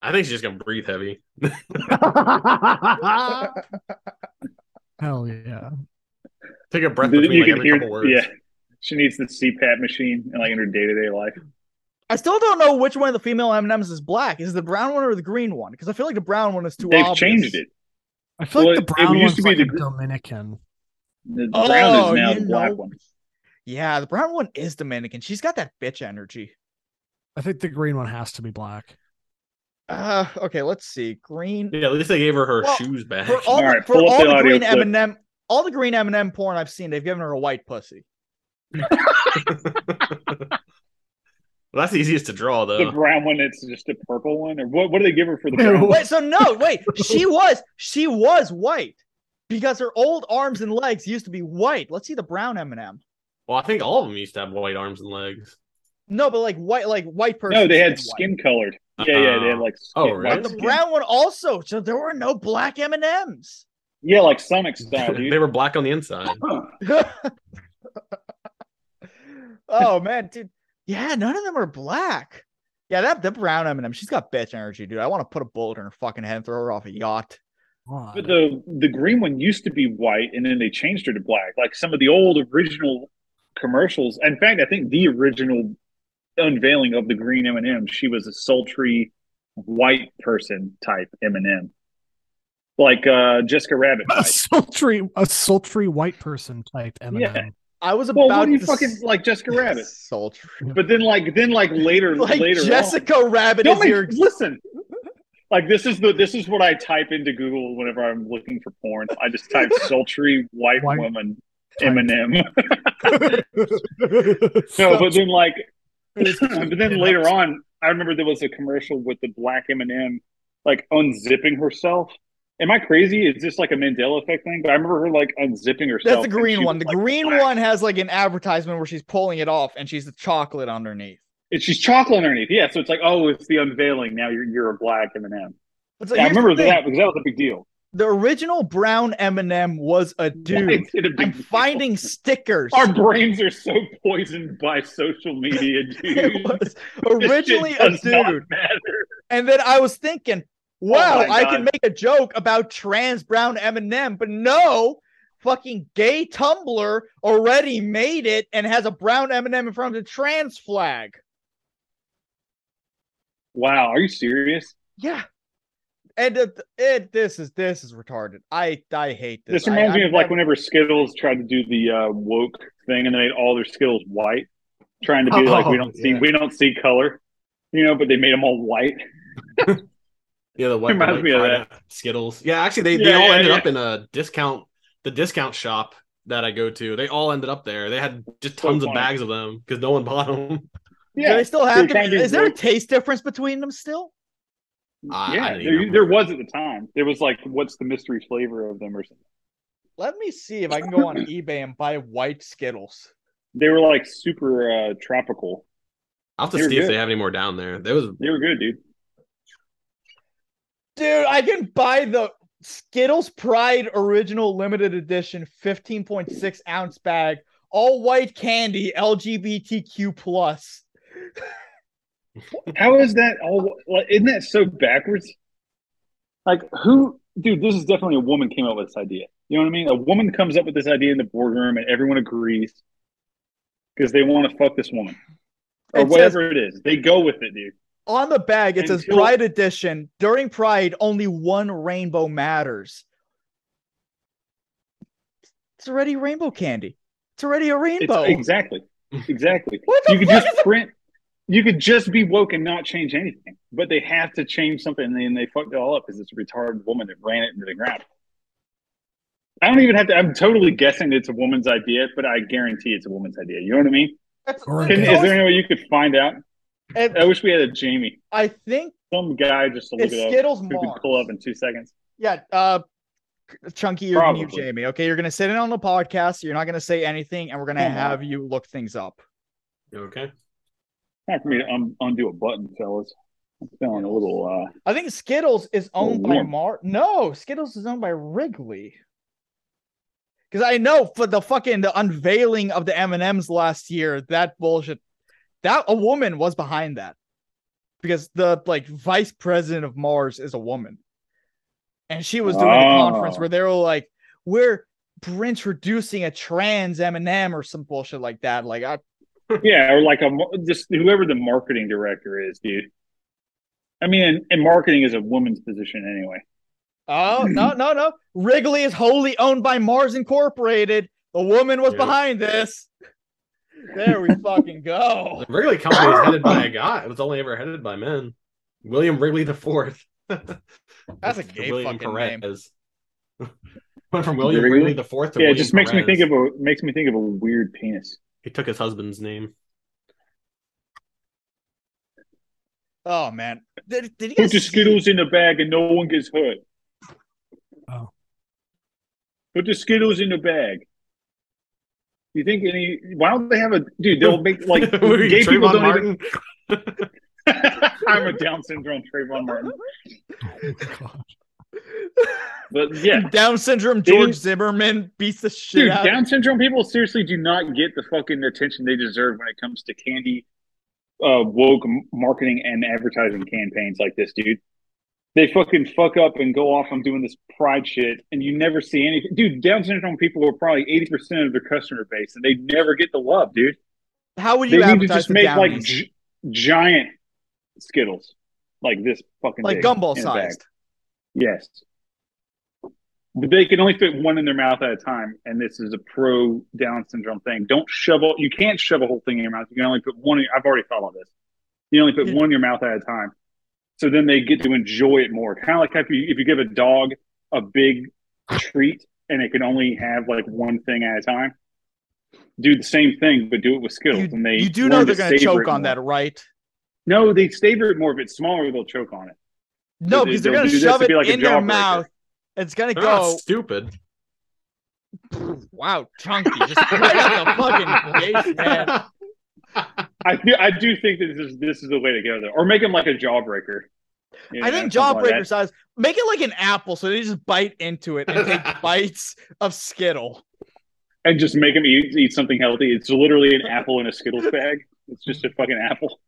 Speaker 9: I think she's just gonna breathe heavy.
Speaker 7: Hell yeah.
Speaker 9: Take a breath
Speaker 8: You
Speaker 9: between like,
Speaker 8: can
Speaker 9: every
Speaker 8: hear-
Speaker 9: couple words.
Speaker 8: Yeah, she needs the CPAP machine and like in her day to day life.
Speaker 6: I still don't know which one of the female M Ms is black. Is it the brown one or the green one? Because I feel like the brown one is too.
Speaker 8: They've
Speaker 6: obvious.
Speaker 8: changed it.
Speaker 7: I feel
Speaker 8: Well,
Speaker 7: like the
Speaker 8: it
Speaker 7: brown
Speaker 8: used
Speaker 7: one's
Speaker 8: to be
Speaker 7: like
Speaker 8: the
Speaker 7: a
Speaker 8: gr-
Speaker 7: Dominican.
Speaker 8: The
Speaker 6: Oh,
Speaker 8: brown is now
Speaker 6: you
Speaker 8: the black
Speaker 6: know-
Speaker 8: one.
Speaker 6: Yeah, the brown one is Dominican. She's got that bitch energy.
Speaker 7: I think the green one has to be black.
Speaker 6: Uh, okay, let's see. Green.
Speaker 9: Yeah, at least they gave her her
Speaker 6: Well,
Speaker 9: shoes back.
Speaker 6: For all, the, for all the green M&M, all the green M&M porn I've seen, they've given her a white pussy.
Speaker 9: Well, that's the easiest to draw though.
Speaker 8: The brown one, it's just a purple one, or what? What do they give her for the brown? one?
Speaker 6: wait, so no, wait. She was she was white because her old arms and legs used to be white. Let's see the brown M&M.
Speaker 9: Well, I think all of them used to have white arms and legs.
Speaker 6: No, but like white, like white person.
Speaker 8: No, they had
Speaker 6: skin
Speaker 8: skin colored. Yeah, yeah, they had like
Speaker 9: Oh,
Speaker 8: skin-
Speaker 9: really?
Speaker 8: white
Speaker 6: white. The
Speaker 8: skin.
Speaker 6: brown one also. So there were no black M and M's.
Speaker 8: Yeah, like Sonic style. Dude.
Speaker 9: they were black on the inside.
Speaker 6: Oh man, dude. Yeah, none of them are black. Yeah, that the brown M and M. She's got bitch energy, dude. I want to put a bullet in her fucking head and throw her off a yacht.
Speaker 8: But the the green one used to be white, and then they changed her to black. Like some of the old original commercials. In fact, I think the original unveiling of the green M and m she was a sultry white person type M and m like uh, Jessica Rabbit.
Speaker 7: A sultry, a sultry white person type Eminem.
Speaker 8: Yeah.
Speaker 6: I was
Speaker 8: well, what
Speaker 6: about
Speaker 8: do you
Speaker 6: to
Speaker 8: fucking
Speaker 6: s-
Speaker 8: like Jessica Rabbit?
Speaker 6: Sultry.
Speaker 8: But then, like, then, like later,
Speaker 6: Like
Speaker 8: later, on-
Speaker 6: Jessica Rabbit
Speaker 8: Don't
Speaker 6: is
Speaker 8: make-
Speaker 6: your
Speaker 8: listen. Like this is the this is what I type into Google whenever I'm looking for porn. I just type sultry white,
Speaker 7: White
Speaker 8: woman
Speaker 7: type.
Speaker 8: Eminem. no, but then like, but then later on, I remember there was a commercial with the black Eminem like unzipping herself. Am I crazy? Is this like a Mandela effect thing? But I remember her like unzipping herself.
Speaker 6: That's the
Speaker 8: and
Speaker 6: green
Speaker 8: she
Speaker 6: one.
Speaker 8: was,
Speaker 6: The
Speaker 8: like,
Speaker 6: green
Speaker 8: black.
Speaker 6: one has like an advertisement where she's pulling it off and she's the chocolate underneath.
Speaker 8: And she's chocolate underneath. Yeah, so it's like, oh, it's the unveiling. Now you're you're a black Eminem.
Speaker 6: But so
Speaker 8: yeah, I
Speaker 6: here's the
Speaker 8: remember
Speaker 6: thing.
Speaker 8: that because that was a big deal.
Speaker 6: The original brown M&M was a dude.
Speaker 8: is it a big
Speaker 6: I'm
Speaker 8: deal?
Speaker 6: finding stickers.
Speaker 8: Our brains are so poisoned by social media, dude.
Speaker 6: It was
Speaker 8: This shit
Speaker 6: originally a
Speaker 8: does not
Speaker 6: dude.
Speaker 8: matter.
Speaker 6: And then I was thinking, wow,
Speaker 8: my
Speaker 6: I
Speaker 8: God.
Speaker 6: can make a joke about trans brown Eminem, but no, fucking gay Tumblr already made it and has a brown Eminem in front of the trans flag.
Speaker 8: Wow, are you serious?
Speaker 6: Yeah. And uh, it, this is this is retarded. I I hate this.
Speaker 8: This reminds
Speaker 6: I,
Speaker 8: me
Speaker 6: I
Speaker 8: of like
Speaker 6: never-
Speaker 8: whenever Skittles tried to do the uh, woke thing, and they made all their Skittles white, trying to be like we
Speaker 9: Oh,
Speaker 8: don't see we don't see color, you know. But they made them all white.
Speaker 9: Yeah, the white
Speaker 8: Reminds
Speaker 9: like,
Speaker 8: me of
Speaker 9: fried Skittles. Yeah, actually, they, they
Speaker 8: Yeah,
Speaker 9: all
Speaker 8: yeah,
Speaker 9: ended
Speaker 8: yeah.
Speaker 9: up in a discount, the discount shop that I go to. They all ended up there. They had just
Speaker 8: So
Speaker 9: tons of
Speaker 8: funny.
Speaker 9: bags of them because no one bought them.
Speaker 6: Do they still have
Speaker 8: they're
Speaker 6: to
Speaker 8: trying to do
Speaker 6: Is there a
Speaker 8: woke-
Speaker 6: taste difference between them still?
Speaker 9: I- I
Speaker 8: yeah,
Speaker 9: didn't
Speaker 8: there,
Speaker 9: even-
Speaker 8: there was at the time. There was like, what's the mystery flavor of them or something?
Speaker 6: Let me see if I can go on eBay and buy white Skittles.
Speaker 8: They were like super uh, tropical.
Speaker 9: I'll have to
Speaker 8: They were
Speaker 9: see if
Speaker 8: good.
Speaker 9: they have any more down there. There was
Speaker 8: They were good, dude.
Speaker 6: Dude, I can buy the Skittles Pride Original Limited Edition 15.6 ounce bag, all white candy, LGBTQ plus.
Speaker 8: How is that all? Like, isn't that so backwards? Like, who, dude? This is definitely a woman came up with this idea. You know what I mean? A woman comes up with this idea in the boardroom, and everyone agrees because they want to fuck this woman or
Speaker 6: It says-
Speaker 8: whatever it is. They go with it, dude.
Speaker 6: On the bag, it says
Speaker 8: Until-
Speaker 6: Pride Edition. During Pride, only one rainbow matters. It's already rainbow candy. It's already a
Speaker 8: It's,
Speaker 6: rainbow.
Speaker 8: exactly, exactly.
Speaker 6: What the
Speaker 8: you could
Speaker 6: fuck
Speaker 8: just print. You could just be woke and not change anything, but they have to change something, and then they fucked it all up because it's a retarded woman that ran it into the ground. I don't even have to. I'm totally guessing it's a woman's idea, but I guarantee it's a woman's idea. You know what I mean?
Speaker 6: That's-
Speaker 7: Or a
Speaker 8: Can,
Speaker 7: gay-
Speaker 8: is there any way you could find out?
Speaker 6: And
Speaker 8: I wish we had a Jamie,
Speaker 6: I think
Speaker 8: some guy just to look
Speaker 6: it's
Speaker 8: it up
Speaker 6: Skittles
Speaker 8: who
Speaker 6: Mars.
Speaker 8: could pull up in two seconds.
Speaker 6: Yeah, uh Chunky, you're gonna
Speaker 8: Probably.
Speaker 6: Jamie. Okay, you're gonna sit in on the podcast. You're not gonna say anything, and we're gonna
Speaker 8: Mhm.
Speaker 6: have you look things up.
Speaker 9: okay.
Speaker 8: Not for me to un- undo a button, fellas. I'm feeling a little. uh
Speaker 6: I think Skittles is owned
Speaker 8: Oh,
Speaker 6: by
Speaker 8: Lord.
Speaker 6: Mar. No, Skittles is owned by Wrigley. Because I know for the fucking the unveiling of the M and M's last year, that bullshit. That a woman was behind that. because the like vice president of Mars is a woman, and she was doing a conference
Speaker 14: Oh.
Speaker 6: where they were like, "We're introducing a trans M&M or some bullshit like that." Like, I
Speaker 8: yeah, or like a mar- just whoever the marketing director is, dude. I mean, and, and marketing is a woman's position anyway.
Speaker 6: Oh no no no! Wrigley is wholly owned by Mars Incorporated. The woman was
Speaker 9: Yep.
Speaker 6: behind this. There we fucking go.
Speaker 9: The Wrigley Company was headed by a guy. It was only ever headed by men. William Wrigley the Fourth.
Speaker 6: That's a gay
Speaker 9: William
Speaker 6: fucking name.
Speaker 9: Perez. Went from William
Speaker 8: Really?
Speaker 9: Wrigley the Fourth to
Speaker 8: Yeah, it
Speaker 9: William
Speaker 8: just makes me
Speaker 9: Perez.
Speaker 8: think of a makes me think of a weird penis.
Speaker 9: He took his husband's name.
Speaker 6: Oh man, did, did you
Speaker 8: Put
Speaker 6: guys
Speaker 8: the Skittles in the bag and no one gets hurt.
Speaker 7: Oh.
Speaker 8: Put the Skittles in the bag. You think any? Why don't they have a dude? They'll make like
Speaker 9: Who are you,
Speaker 8: gay people
Speaker 9: Trayvon
Speaker 8: don't even. I'm a Down syndrome Trayvon Martin. But yeah,
Speaker 6: Down syndrome
Speaker 8: They
Speaker 6: George
Speaker 8: didn't-
Speaker 6: Zimmerman beats the shit
Speaker 8: Dude,
Speaker 6: out.
Speaker 8: Down syndrome people seriously do not get the fucking attention they deserve when it comes to candy, uh, woke m- marketing and advertising campaigns like this, dude. They fucking fuck up and go off on doing this pride shit, and you never see any. Dude, Down syndrome people are probably eighty percent of their customer base, and they never get the love, dude.
Speaker 6: How would
Speaker 8: they
Speaker 6: you
Speaker 8: need to
Speaker 6: advertise
Speaker 8: just
Speaker 6: the
Speaker 8: make like
Speaker 6: Downies?
Speaker 8: gi- giant Skittles, like this fucking
Speaker 6: Like
Speaker 8: big
Speaker 6: gumball
Speaker 8: in a bag.
Speaker 6: sized.
Speaker 8: Yes. But they can only fit one in their mouth at a time, and this is a pro Down syndrome thing. Don't shove all, you can't shove a whole thing in your mouth. You can only put one. In, I've already thought on this. You only put one in your mouth at a time, so then they get to enjoy it more. Kind of like if you if you give a dog a big treat and it can only have like one thing at a time. Do the same thing, but do it with Skittles, and they
Speaker 6: You do know
Speaker 8: learn to
Speaker 6: they're gonna
Speaker 8: savor
Speaker 6: choke
Speaker 8: it
Speaker 6: on
Speaker 8: more.
Speaker 6: that, right?
Speaker 8: No, they savor it more. If it's smaller, they'll choke on it.
Speaker 6: No,
Speaker 8: They-
Speaker 6: because they're
Speaker 8: they'll
Speaker 6: gonna
Speaker 8: do this
Speaker 6: shove
Speaker 8: to
Speaker 6: it
Speaker 8: be like a
Speaker 6: in their
Speaker 8: jawbreaker.
Speaker 6: mouth. It's gonna
Speaker 9: They're not
Speaker 6: go.
Speaker 9: stupid.
Speaker 6: Wow, chunky, just right out the fucking gate, man.
Speaker 8: I do, I do think that this is this is the way to go though, or make them like a jawbreaker. You
Speaker 6: I
Speaker 8: know,
Speaker 6: think
Speaker 8: something like
Speaker 6: jawbreaker
Speaker 8: that.
Speaker 6: size. Make it like an apple, so they just bite into it and take bites of Skittle.
Speaker 8: and just make them eat, eat something healthy. It's literally an apple in a Skittles bag. It's just a fucking apple.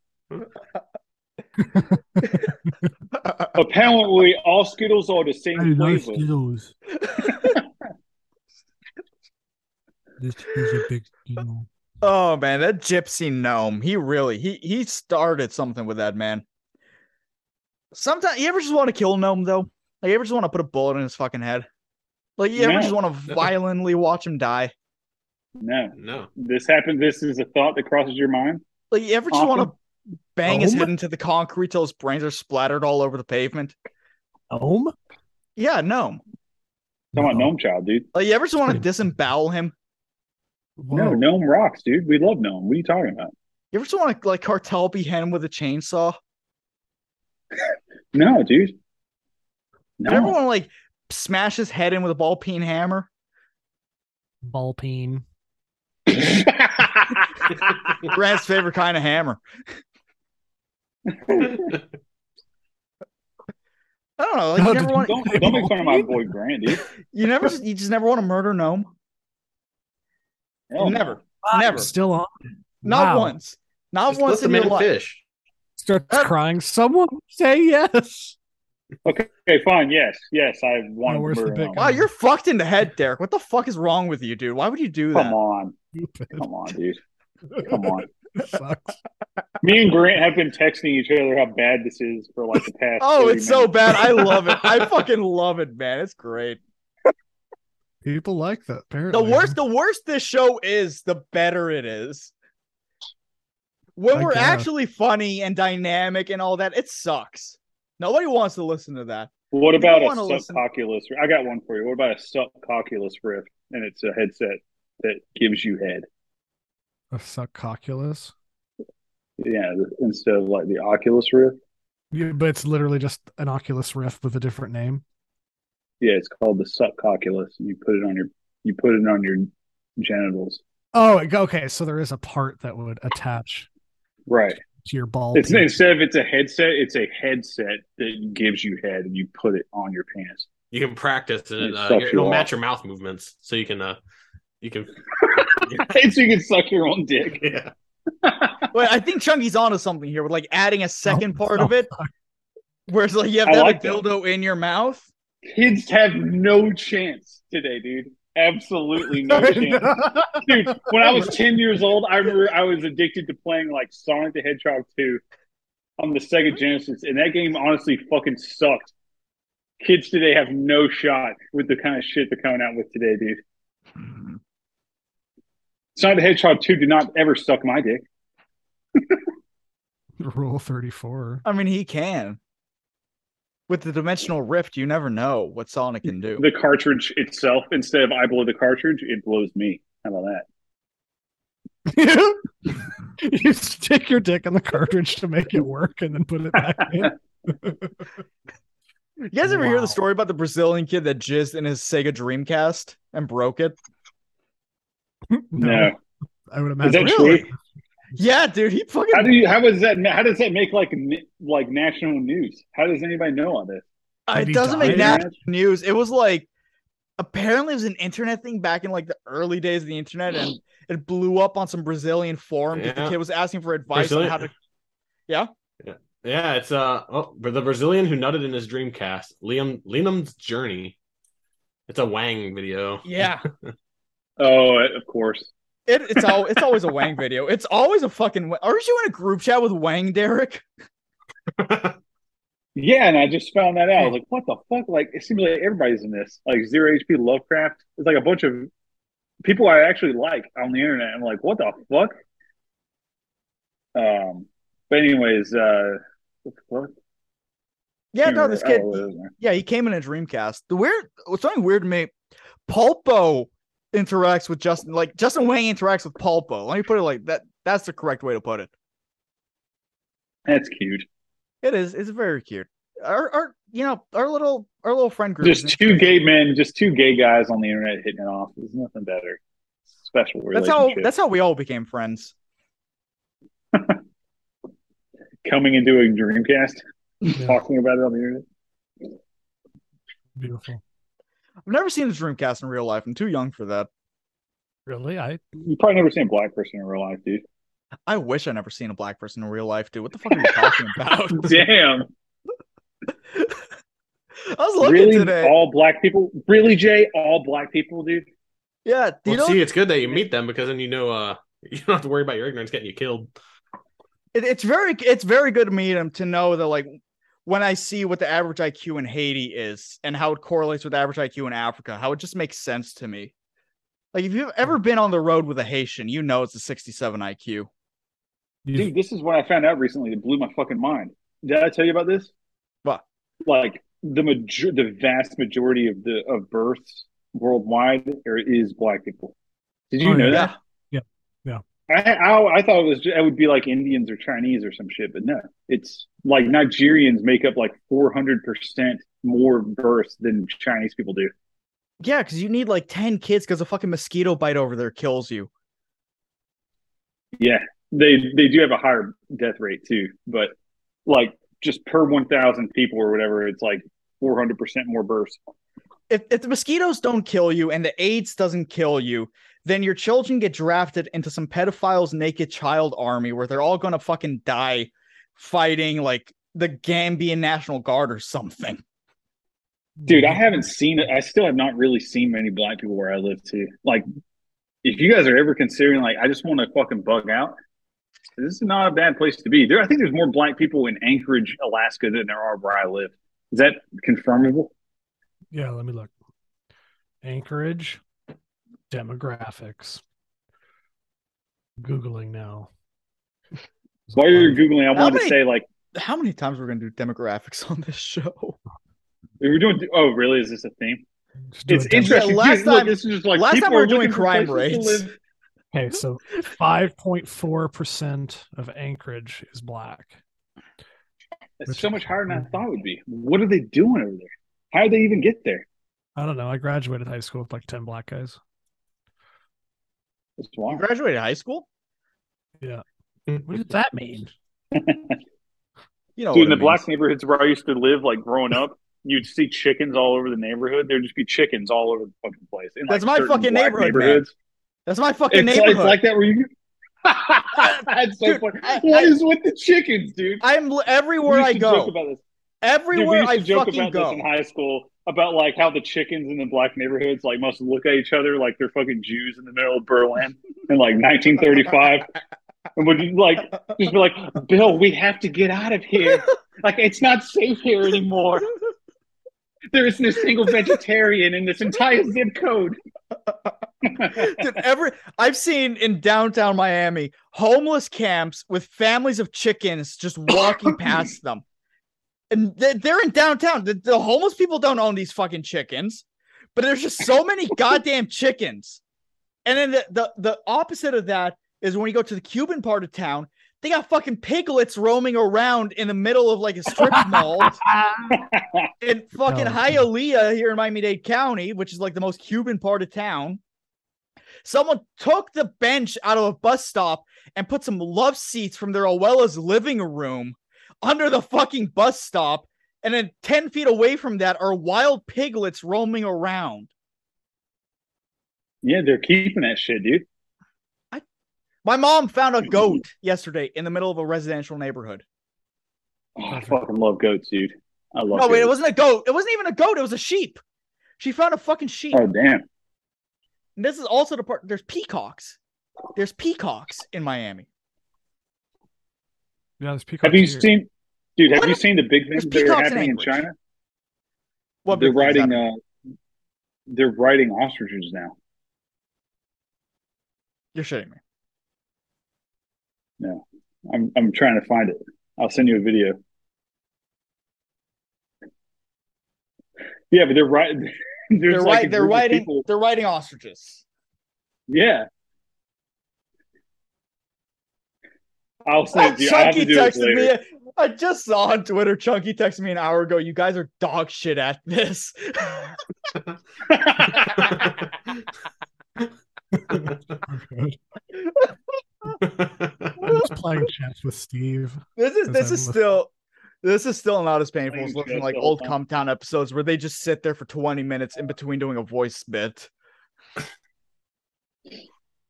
Speaker 8: Apparently, all Skittles are the same flavor.
Speaker 15: Skittles. this is a big deal.
Speaker 6: Oh man, that gypsy gnome. He really he he started something with that man. Sometimes you ever just want to kill a gnome though? Like you ever just want to put a bullet in his fucking head? Like you ever
Speaker 8: No.
Speaker 6: just want to violently watch him die?
Speaker 8: No,
Speaker 9: no.
Speaker 8: This happened. This is a thought that crosses your mind.
Speaker 6: Like you ever just want
Speaker 8: Often.
Speaker 6: to bang his
Speaker 8: Gnome?
Speaker 6: head into the concrete till his brains are splattered all over the pavement?
Speaker 15: Gnome?
Speaker 6: Yeah, gnome.
Speaker 8: Talking about gnome child, dude.
Speaker 6: Like you ever just want to disembowel him?
Speaker 8: No, gnome rocks, dude. We love gnome. What are you talking about?
Speaker 6: You ever just want to like cartel him with a chainsaw?
Speaker 8: No, dude.
Speaker 6: You ever
Speaker 8: No,
Speaker 6: want to like smash his head in with a ball peen hammer?
Speaker 15: Ball peen.
Speaker 6: Brad's favorite kind of hammer. I don't know. Like, you never want.
Speaker 8: don't, don't make fun of my boy Grant, dude.
Speaker 6: You never. You just never want to murder a gnome.
Speaker 8: Hell no.
Speaker 6: never.
Speaker 15: I'm
Speaker 6: never.
Speaker 15: still on.
Speaker 6: Not
Speaker 15: Wow.
Speaker 6: once. Not once in your life.
Speaker 15: Starts crying. Someone say yes.
Speaker 8: Okay, okay, fine. Yes, yes, I want to murder him.
Speaker 6: Wow, you're fucked in the head, Derek. What the fuck is wrong with you, dude? Why would you do that?
Speaker 8: Come on, come on, dude. Come on.
Speaker 15: Sucks.
Speaker 8: Me and Grant have been texting each other how bad this is for like the past.
Speaker 6: Oh,
Speaker 8: 30
Speaker 6: it's so
Speaker 8: minutes.
Speaker 6: bad. I love it. I fucking love it, man. It's great.
Speaker 7: People like that. Apparently,
Speaker 6: The worse, the worse this show is, the better it is. When
Speaker 7: I
Speaker 6: we're
Speaker 7: guess.
Speaker 6: actually funny and dynamic and all that, it sucks. Nobody wants to listen to that.
Speaker 8: What
Speaker 6: You don't
Speaker 8: about a
Speaker 6: wanna listen-
Speaker 8: subcoculus? I got one for you. What about a subcoculus riff? And it's a headset that gives you head.
Speaker 7: a succoculus.
Speaker 8: Yeah, instead of like the Oculus Rift.
Speaker 7: Yeah, but it's literally just an Oculus Rift with a different name.
Speaker 8: Yeah, it's called the subcoculus. You put it on your you put it on your genitals.
Speaker 7: Oh, it- okay. So there is a part that would attach
Speaker 8: Right.
Speaker 7: to your ball.
Speaker 8: It's
Speaker 7: peen.
Speaker 8: instead of it's a headset, it's a headset that gives you head and you put it on your pants.
Speaker 9: You can practice and it,
Speaker 8: It
Speaker 9: uh,
Speaker 8: sucks
Speaker 9: it'll
Speaker 8: you
Speaker 9: match your mouth movements, so you can uh, you can
Speaker 8: so you can suck your own dick.
Speaker 9: Yeah.
Speaker 6: Wait, I think Chunky's onto something here with like adding a second part of it. Whereas like you have
Speaker 8: I
Speaker 6: to have
Speaker 8: like
Speaker 6: a
Speaker 8: that.
Speaker 6: dildo in your mouth.
Speaker 8: Kids have no chance today, dude. Absolutely no chance. Dude, when I was 10 years old, I remember I was addicted to playing like Sonic the Hedgehog 2 on the Sega Genesis, and that game honestly fucking sucked. Kids today have no shot with the kind of shit they're coming out with today, dude. Sonic the Hedgehog 2 did not ever suck my dick.
Speaker 7: Rule 34.
Speaker 6: I mean, he can. With the dimensional rift, you never know what Sonic can do.
Speaker 8: The cartridge itself, instead of I blow the cartridge, it blows me. How about that?
Speaker 7: you stick your dick in the cartridge to make it work and then put it back in.
Speaker 6: You guys ever hear the story about the Brazilian kid that jizzed in his Sega Dreamcast and broke it?
Speaker 8: No.
Speaker 7: I would
Speaker 8: Is
Speaker 7: imagine.
Speaker 8: that true?
Speaker 6: Yeah, dude, he fucking.
Speaker 8: How do you? How was that? How does that make like n- like national news? How does anybody know on this?
Speaker 6: Uh, it doesn't make national news. It was like apparently it was an internet thing back in like the early days of the internet, and it blew up on some Brazilian forum because
Speaker 9: Yeah.
Speaker 6: the kid was asking for advice on
Speaker 9: Brazilian-
Speaker 6: how to. Yeah,
Speaker 9: Yeah, it's uh oh, but the Brazilian who nutted in his Dreamcast, Liam Liam's Journey. It's a Wang video.
Speaker 6: yeah.
Speaker 8: Oh, of course.
Speaker 6: It, it's all it's always a Wang video. It's always a fucking. Wa- Aren't you in a group chat with Wang Derek?
Speaker 8: Yeah, and I just found that out. I was like, what the fuck? Like, it seems like everybody's in this. Like zero HP Lovecraft. It's like a bunch of people I actually like on the internet. I'm like, what the fuck? Um. But anyways, uh, what the fuck?
Speaker 6: Yeah,
Speaker 8: Can't
Speaker 6: no, this kid.
Speaker 8: remember. Oh, it doesn't matter.
Speaker 6: Yeah, he came in a Dreamcast. The weird, something weird to me. Pulpo interacts with Justin, like Justin Wang interacts with Pulpo. Let me put it like that. That's the correct way to put it.
Speaker 8: That's cute.
Speaker 6: It is. It's very cute. Our, our, you know, our little, our little friend group. is
Speaker 8: Just two gay men, just two gay guys on the internet hitting it off. There's nothing better. Special
Speaker 6: That's
Speaker 8: relationship.
Speaker 6: how. That's how we all became friends.
Speaker 8: coming and doing Dreamcast, talking about it on the internet.
Speaker 15: Beautiful.
Speaker 6: I've never seen a Dreamcast in real life. I'm too young for that.
Speaker 15: Really? I
Speaker 8: You probably never seen a black person in real life, dude.
Speaker 6: I wish I never seen a black person in real life, dude. What the fuck are you talking about?
Speaker 8: Damn.
Speaker 6: I was looking
Speaker 8: really?
Speaker 6: today.
Speaker 8: All black people? Really, Jay? All black people, dude?
Speaker 6: yeah, you
Speaker 9: Well,
Speaker 6: know,
Speaker 9: see, it's good that you meet them because then you know uh you don't have to worry about your ignorance getting you killed.
Speaker 6: it, it's very it's very good to meet him to know that like when I see what the average IQ in Haiti is and how it correlates with average IQ in Africa, how it just makes sense to me. Like if you've ever been on the road with a Haitian, you know it's a 67 IQ.
Speaker 8: Dude, this is what I found out recently that blew my fucking mind. Did I tell you about this?
Speaker 6: What?
Speaker 8: Like the major, the vast majority of the of births worldwide are, is black people. Did you
Speaker 15: Oh,
Speaker 8: know
Speaker 15: yeah.
Speaker 8: that?
Speaker 15: Yeah. Yeah.
Speaker 8: I, I I thought it was ju- it would be like Indians or Chinese or some shit, but no, it's like Nigerians make up like four hundred percent more births than Chinese people do.
Speaker 6: Yeah, because you need like 10 kids because a fucking mosquito bite over there kills you.
Speaker 8: Yeah, they they do have a higher death rate too, but like just per one thousand people or whatever, it's like four hundred percent more births.
Speaker 6: If, if the mosquitoes don't kill you and the AIDS doesn't kill you, then your children get drafted into some pedophile's naked child army where they're all gonna fucking die fighting like the Gambian National Guard or something.
Speaker 8: Dude,
Speaker 7: Mm-hmm.
Speaker 8: I haven't seen it. I still have not really seen many black people where I live too. Like, if you guys are ever considering, like, I just want to fucking bug out, this is not a bad place to be. There, I think there's more black people in Anchorage, Alaska, than there are where I live. Is that confirmable?
Speaker 15: Yeah, let me look. Anchorage demographics. Googling now.
Speaker 8: While you're googling, I
Speaker 6: How
Speaker 8: wanted
Speaker 6: many-
Speaker 8: to say, like,
Speaker 6: How many times we're gonna do demographics on this show?
Speaker 8: we're doing. Oh, really? Is this a theme? It's
Speaker 15: it.
Speaker 8: interesting.
Speaker 6: Yeah, last
Speaker 8: Dude, look,
Speaker 6: time-
Speaker 8: this is just like
Speaker 6: last
Speaker 8: people
Speaker 6: time we were
Speaker 8: are looking
Speaker 6: doing
Speaker 8: for
Speaker 6: crime
Speaker 8: places to
Speaker 6: rates.
Speaker 8: live.
Speaker 15: Okay, so 5.4% of Anchorage is black.
Speaker 8: It's so much higher than I thought it would be. What are they doing over there? How did they even get there?
Speaker 15: I don't know. I graduated high school with like 10 black guys.
Speaker 8: It's wild.
Speaker 6: You graduated high school?
Speaker 15: Yeah. What does that mean?
Speaker 6: You know,
Speaker 8: Dude, in
Speaker 6: what it
Speaker 8: the black neighborhoods where I used to live, like growing up, you'd see chickens all over the neighborhood. There'd just be chickens all over the fucking place. In,
Speaker 6: That's my
Speaker 8: like, certain
Speaker 6: fucking
Speaker 8: black
Speaker 6: neighborhood, man.
Speaker 8: neighborhoods.
Speaker 6: That's my fucking
Speaker 8: it's,
Speaker 6: neighborhood.
Speaker 8: like- it's like that where you. That's so funny. What is with the chickens, dude?
Speaker 6: I'm everywhere
Speaker 8: We
Speaker 6: I
Speaker 8: should
Speaker 6: go.
Speaker 8: joke about this. Dude, we
Speaker 6: Everywhere
Speaker 8: used to
Speaker 6: I
Speaker 8: joke
Speaker 6: fucking
Speaker 8: about
Speaker 6: go.
Speaker 8: this in high school about like how the chickens in the black neighborhoods like must look at each other like they're fucking Jews in the middle of Berlin in like 1935, and would like just be like, "Bill, we have to get out of here. Like it's not safe here anymore. There isn't a single vegetarian in this entire zip code."
Speaker 6: Dude, every I've seen in downtown Miami homeless camps with families of chickens just walking past them, and they- they're in downtown. The, the homeless people don't own these fucking chickens, but there's just so many goddamn chickens. And then the, the the opposite of that is when you go to the Cuban part of town, they got fucking piglets roaming around in the middle of like a strip mall in fucking
Speaker 15: Oh.
Speaker 6: Hialeah here in Miami Dade County, which is like the most Cuban part of town. Someone took the bench out of a bus stop and put some love seats from their Owella's living room under the fucking bus stop. And then 10 feet away from that are wild piglets roaming around.
Speaker 8: Yeah, they're keeping that shit, dude.
Speaker 6: My mom found a goat yesterday in the middle of a residential neighborhood.
Speaker 8: Oh, I fucking love goats, dude. I love.
Speaker 6: No, wait, it
Speaker 8: goats.
Speaker 6: wasn't a goat. It wasn't even a goat. It was a sheep. She found a fucking sheep.
Speaker 8: Oh damn.
Speaker 6: And this is also the part there's peacocks. There's peacocks in Miami.
Speaker 15: Yeah, there's peacocks
Speaker 8: Have you
Speaker 15: here.
Speaker 8: seen, dude? Have
Speaker 6: What
Speaker 8: you
Speaker 6: if-
Speaker 8: seen the big
Speaker 6: there's
Speaker 8: things that are
Speaker 6: peacocks in
Speaker 8: happening in
Speaker 6: Anchorage.
Speaker 8: China?
Speaker 6: What
Speaker 8: they're
Speaker 6: big things
Speaker 8: riding,
Speaker 6: happening?
Speaker 8: uh, they're riding ostriches now.
Speaker 6: You're shitting me.
Speaker 8: No, I'm I'm trying to find it. I'll send you a video. Yeah, but they're riding.
Speaker 6: They're,
Speaker 8: There's
Speaker 6: ri-
Speaker 8: like a
Speaker 6: they're
Speaker 8: group of
Speaker 6: riding
Speaker 8: people-
Speaker 6: they're riding ostriches.
Speaker 8: Yeah. I'll send it to you. I have to
Speaker 6: Chunky
Speaker 8: do this
Speaker 6: texted
Speaker 8: later.
Speaker 6: me. I just saw on Twitter. Chunky texted me an hour ago. You guys are dog shit at this.
Speaker 7: I'm just playing chess with Steve.
Speaker 6: This is
Speaker 7: as
Speaker 6: this
Speaker 7: I
Speaker 6: is
Speaker 7: listen.
Speaker 6: still this is still not as painful as
Speaker 7: Playing
Speaker 6: looking
Speaker 7: chess
Speaker 6: like
Speaker 7: the whole
Speaker 6: old
Speaker 7: time.
Speaker 6: Comptown episodes where they just sit there for 20 minutes in between doing a voice bit.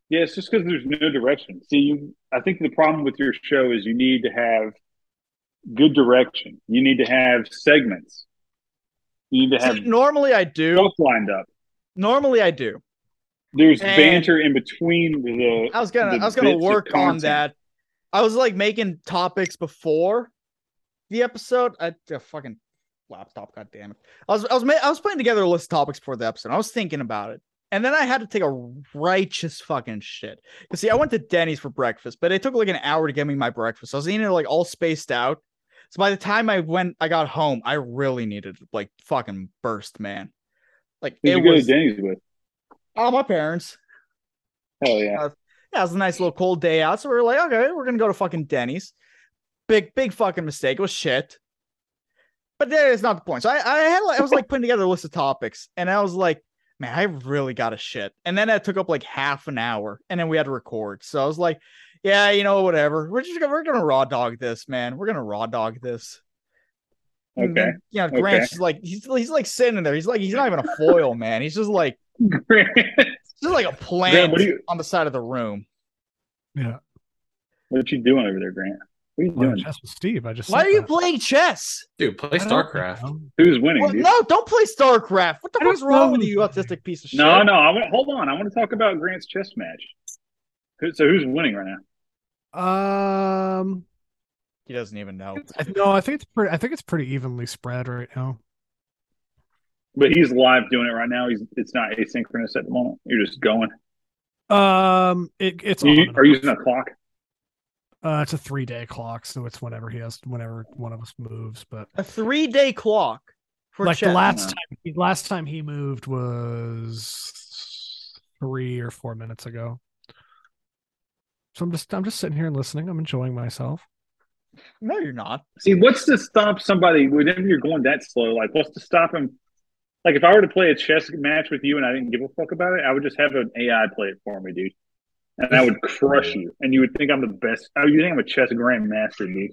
Speaker 8: Yeah, it's just because there's no direction. See, you, I think the problem with your show is you need to have good direction. You need to have segments. You need to have
Speaker 6: normally I do
Speaker 8: stuff lined up.
Speaker 6: Normally I do.
Speaker 8: There's
Speaker 6: And-
Speaker 8: banter in between the.
Speaker 6: I was gonna
Speaker 8: the
Speaker 6: I was gonna
Speaker 8: bits of
Speaker 6: work on
Speaker 8: content.
Speaker 6: that. I was like making topics before the episode. I the fucking laptop, god damn it. I was I was ma- I was putting together a list of topics for the episode. I was thinking about it. And then I had to take a righteous fucking shit. Cause see, I went to Denny's for breakfast, but it took like an hour to get me my breakfast. I was eating it like all spaced out. So by the time I went, I got home, I really needed to, like fucking burst, man. Like
Speaker 8: Who'd
Speaker 6: it
Speaker 8: you go
Speaker 6: was
Speaker 8: to Denny's with?
Speaker 6: all my parents.
Speaker 8: Hell yeah.
Speaker 6: Uh, yeah, it was a nice little cold day out. So we were like, okay, we're gonna go to fucking Denny's. Big, big fucking mistake. It was shit. But that is not the point. So I, I had like- I was like putting together a list of topics, and I was like, man, I really got a shit. And then that took up like half an hour, and then we had to record. So I was like, yeah, you know, whatever. We're just gonna we're gonna raw dog this, man. We're gonna raw dog this. And
Speaker 8: Okay.
Speaker 6: then, yeah,
Speaker 8: Okay.
Speaker 6: Grant's just like he's he's like sitting there. He's like he's not even a foil, man. He's just like just like a
Speaker 8: Grant,
Speaker 6: plant
Speaker 8: what do you-
Speaker 6: on the side of the room.
Speaker 7: Yeah.
Speaker 8: What you doing over there, Grant? What are you
Speaker 7: Playing
Speaker 8: doing?
Speaker 7: chess with Steve. I just
Speaker 6: Why
Speaker 7: said
Speaker 6: are you
Speaker 7: that.
Speaker 6: playing chess?
Speaker 9: Dude, play
Speaker 7: I don't
Speaker 9: StarCraft.
Speaker 8: Who's winning?
Speaker 6: Well,
Speaker 8: dude?
Speaker 6: no, don't play StarCraft. What the fuck's wrong with you, autistic piece of shit?
Speaker 8: No, no. I want hold on. I want to talk about Grant's chess match. Who- So who's winning right now?
Speaker 7: Um.
Speaker 6: He doesn't even know.
Speaker 7: I- No, I think it's pretty. I think it's pretty evenly spread right now.
Speaker 8: But he's live doing it right now. He's it's not asynchronous at the moment. You're just going.
Speaker 7: Um. It, it's. on
Speaker 8: You,
Speaker 7: and
Speaker 8: are you
Speaker 7: off.
Speaker 8: using a clock?
Speaker 7: Uh, it's a three day clock, so it's whenever he has, whenever one of us moves. But
Speaker 6: A three day clock for
Speaker 7: like
Speaker 6: chess.
Speaker 7: the last time, the last time he moved was three or four minutes ago. So I'm just, I'm just sitting here and listening. I'm enjoying myself.
Speaker 6: No, you're not.
Speaker 8: See, what's to stop somebody whenever you're going that slow? Like, what's to stop him? Like, if I were to play a chess match with you and I didn't give a fuck about it, I would just have an AI play it for me, dude. And I would crush you. And you would think I'm the best. Oh, you think I'm a chess grandmaster, dude?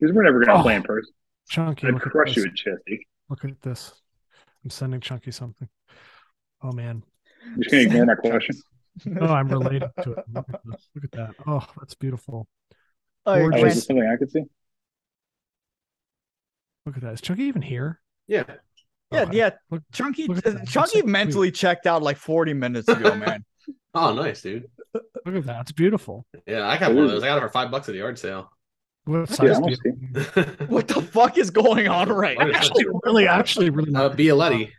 Speaker 8: Because we're never gonna play in person.
Speaker 7: Chunky,
Speaker 8: I'd
Speaker 7: look at
Speaker 8: crush you
Speaker 7: this.
Speaker 8: at chess, dude.
Speaker 7: Look at this. I'm sending Chunky something. Oh man,
Speaker 8: You're just gonna ignore my question.
Speaker 7: Oh, I'm related to it. Look at this. Look at that. Oh, that's beautiful.
Speaker 8: Oh, is
Speaker 7: Gorgeous.
Speaker 8: this something I could see?
Speaker 7: Look at that. Is Chunky even here?
Speaker 9: Yeah.
Speaker 6: Yeah, yeah. Chunky uh, Chunky mentally checked out like 40 minutes ago, man.
Speaker 9: Oh, nice, dude.
Speaker 7: Look at that. It's beautiful.
Speaker 9: Yeah, I got one of those. I got it for five bucks at a yard sale. Uh,
Speaker 7: What size?
Speaker 9: Yeah, I
Speaker 7: do you-
Speaker 6: What the fuck is going on right
Speaker 9: What is
Speaker 6: now?
Speaker 9: that?
Speaker 7: Really, actually, really.
Speaker 9: Uh, Bialetti.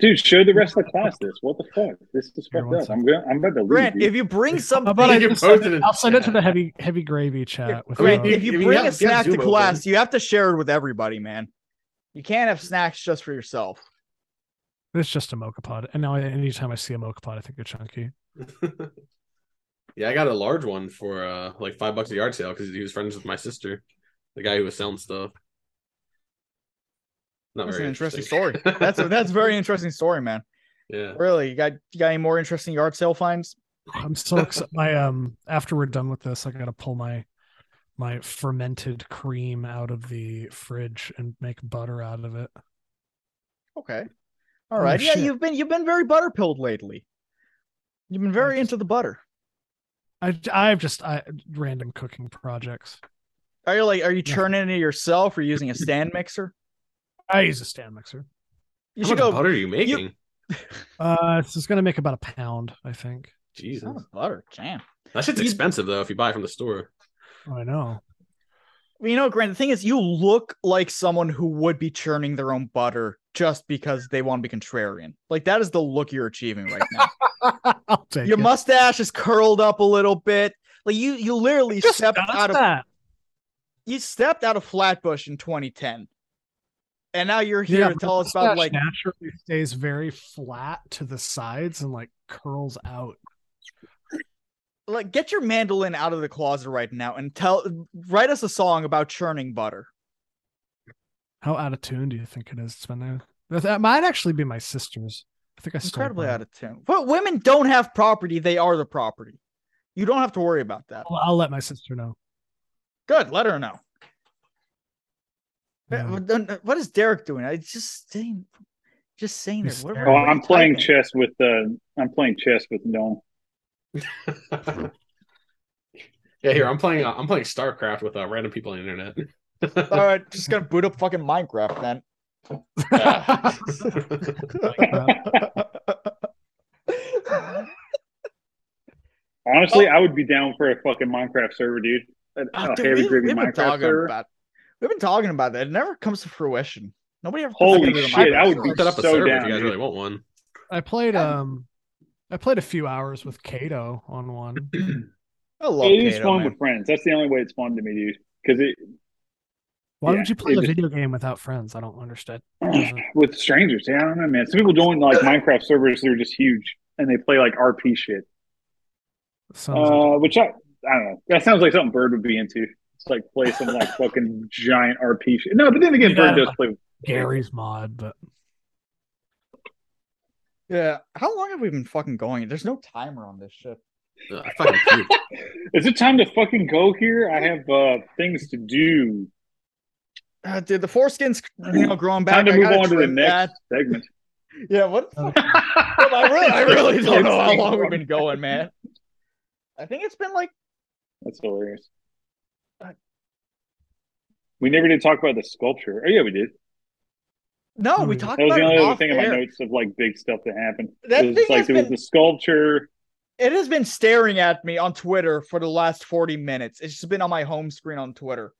Speaker 8: Dude, show the rest of the class this. What the fuck? This is fucked up. I'm going. I'm about to leave.
Speaker 6: Grant,
Speaker 8: dude.
Speaker 6: if you bring something,
Speaker 7: How about I just send it, I'll send it to the heavy heavy gravy chat. With
Speaker 6: Grant,
Speaker 7: uh,
Speaker 6: if you bring a snack to class, you have to share it with everybody, man. You can't have snacks just for yourself.
Speaker 7: it's just a mocha pod. And now, I- anytime I see a mocha pod, I think of Chunky.
Speaker 9: Yeah, I got a large one for uh like five bucks at a yard sale because he was friends with my sister, the guy who was selling stuff. Not
Speaker 6: That's
Speaker 9: very
Speaker 6: an interesting story. That's a, that's a very interesting story, man.
Speaker 9: Yeah.
Speaker 6: Really, you got you got any more interesting yard sale finds?
Speaker 7: I'm so excited. My um, after we're done with this, I gotta pull my my fermented cream out of the fridge and make butter out of it.
Speaker 6: Okay. All
Speaker 7: Oh,
Speaker 6: right. yeah,
Speaker 7: shit.
Speaker 6: you've been you've been very butter pilled lately. You've been very into the butter.
Speaker 7: I I've just I random cooking projects.
Speaker 6: Are you like are you churning it yourself or using a stand mixer?
Speaker 7: I use a stand mixer.
Speaker 6: You
Speaker 9: How
Speaker 6: should
Speaker 9: much
Speaker 6: go
Speaker 9: butter are you making?
Speaker 7: Uh, this is gonna make about a pound, I think.
Speaker 9: Jesus,
Speaker 6: butter, damn.
Speaker 9: that shit's
Speaker 6: You-
Speaker 9: expensive though if Oh. you buy it from the store.
Speaker 7: I know.
Speaker 6: Well, you know, Grant, the thing is you look like someone who would be churning their own butter just because they want to be contrarian. Like that is the look you're achieving right now.
Speaker 7: I'll take
Speaker 6: Your
Speaker 7: it.
Speaker 6: mustache is curled up a little bit. Like you you literally stepped
Speaker 7: does
Speaker 6: out of
Speaker 7: that.
Speaker 6: you stepped out of Flatbush in 2010. And now you're here
Speaker 7: Yeah,
Speaker 6: to
Speaker 7: my
Speaker 6: tell us about
Speaker 7: mustache
Speaker 6: like
Speaker 7: naturally stays very flat to the sides and like curls out.
Speaker 6: like get your mandolin out of the closet right now and tell write us a song about churning butter.
Speaker 7: How out of tune do you think it is? It's been there. That- That might actually be my sister's. I think I stole
Speaker 6: Incredibly
Speaker 7: mine.
Speaker 6: out of tune. But women don't have property, they are the property. You don't have to worry about that.
Speaker 7: I'll, I'll let my sister know.
Speaker 6: Good, let her know.
Speaker 7: Yeah.
Speaker 6: But then, What is Derek doing? I just saying just saying that. What
Speaker 8: Oh,
Speaker 6: are we
Speaker 8: I'm playing
Speaker 6: typing?
Speaker 8: chess with uh, I'm playing chess with Gnome.
Speaker 9: Yeah, here I'm playing. Uh, I'm playing StarCraft with uh, random people on the internet.
Speaker 6: All right, just gonna boot up fucking Minecraft then.
Speaker 7: Uh,
Speaker 8: Honestly, I would be down for a fucking Minecraft server, dude. A,
Speaker 6: Ah,
Speaker 8: a
Speaker 6: Oh. dude,
Speaker 8: Oh, heavy
Speaker 6: we-
Speaker 8: gravy
Speaker 6: we've been
Speaker 8: Minecraft
Speaker 6: talking
Speaker 8: server.
Speaker 6: about we've been talking about that. It never comes to fruition. Nobody ever. puts
Speaker 8: Holy
Speaker 6: together the
Speaker 8: shit, I would
Speaker 6: Minecraft
Speaker 8: be
Speaker 6: server.
Speaker 9: Set up a
Speaker 8: so
Speaker 9: server if
Speaker 8: down.
Speaker 9: you guys
Speaker 8: dude.
Speaker 9: really want one.
Speaker 7: I played um, I played a few hours with Kato on one.
Speaker 6: I love
Speaker 8: It is
Speaker 6: Kato,
Speaker 8: fun
Speaker 6: man.
Speaker 8: with friends. That's the only way it's fun to me, dude. Because it
Speaker 7: Why
Speaker 8: Yeah,
Speaker 7: would you play
Speaker 8: it
Speaker 7: a
Speaker 8: was-
Speaker 7: video game without friends? I don't understand.
Speaker 8: with strangers, yeah, I don't know, man. Some people join like Minecraft servers; they're just huge, and they play like RP shit.
Speaker 7: Sounds like-
Speaker 8: Uh, which I, I don't know. That sounds like something Bird would be into. It's like play some like fucking giant RP shit. No, but then again, Bird
Speaker 7: Yeah.
Speaker 8: does play.
Speaker 7: Gary's mod, but
Speaker 6: Yeah. How long have we been fucking going? There's no timer on this shit.
Speaker 9: Uh, I fucking cute.
Speaker 8: Is it time to fucking go here? I have uh, things to do.
Speaker 6: Uh, dude, the foreskin's you know growing back.
Speaker 8: Time to
Speaker 6: I
Speaker 8: move
Speaker 6: gotta
Speaker 8: on to the
Speaker 6: trim
Speaker 8: next segment.
Speaker 6: that. Yeah. What? the fuck? Well, I really, I really don't know how long we've been going, man. I think it's been like
Speaker 8: That's hilarious. We never did talk about the sculpture. Oh yeah, we did.
Speaker 6: no. We talked
Speaker 8: Hmm. That was
Speaker 6: about it
Speaker 8: the only other
Speaker 6: off
Speaker 8: thing in my
Speaker 6: air.
Speaker 8: notes of like big stuff that happened.
Speaker 6: That
Speaker 8: it was just
Speaker 6: thing
Speaker 8: like
Speaker 6: has
Speaker 8: there was
Speaker 6: been-
Speaker 8: the sculpture.
Speaker 6: It has been staring at me on Twitter for the last 40 minutes. It's just been on my home screen on Twitter.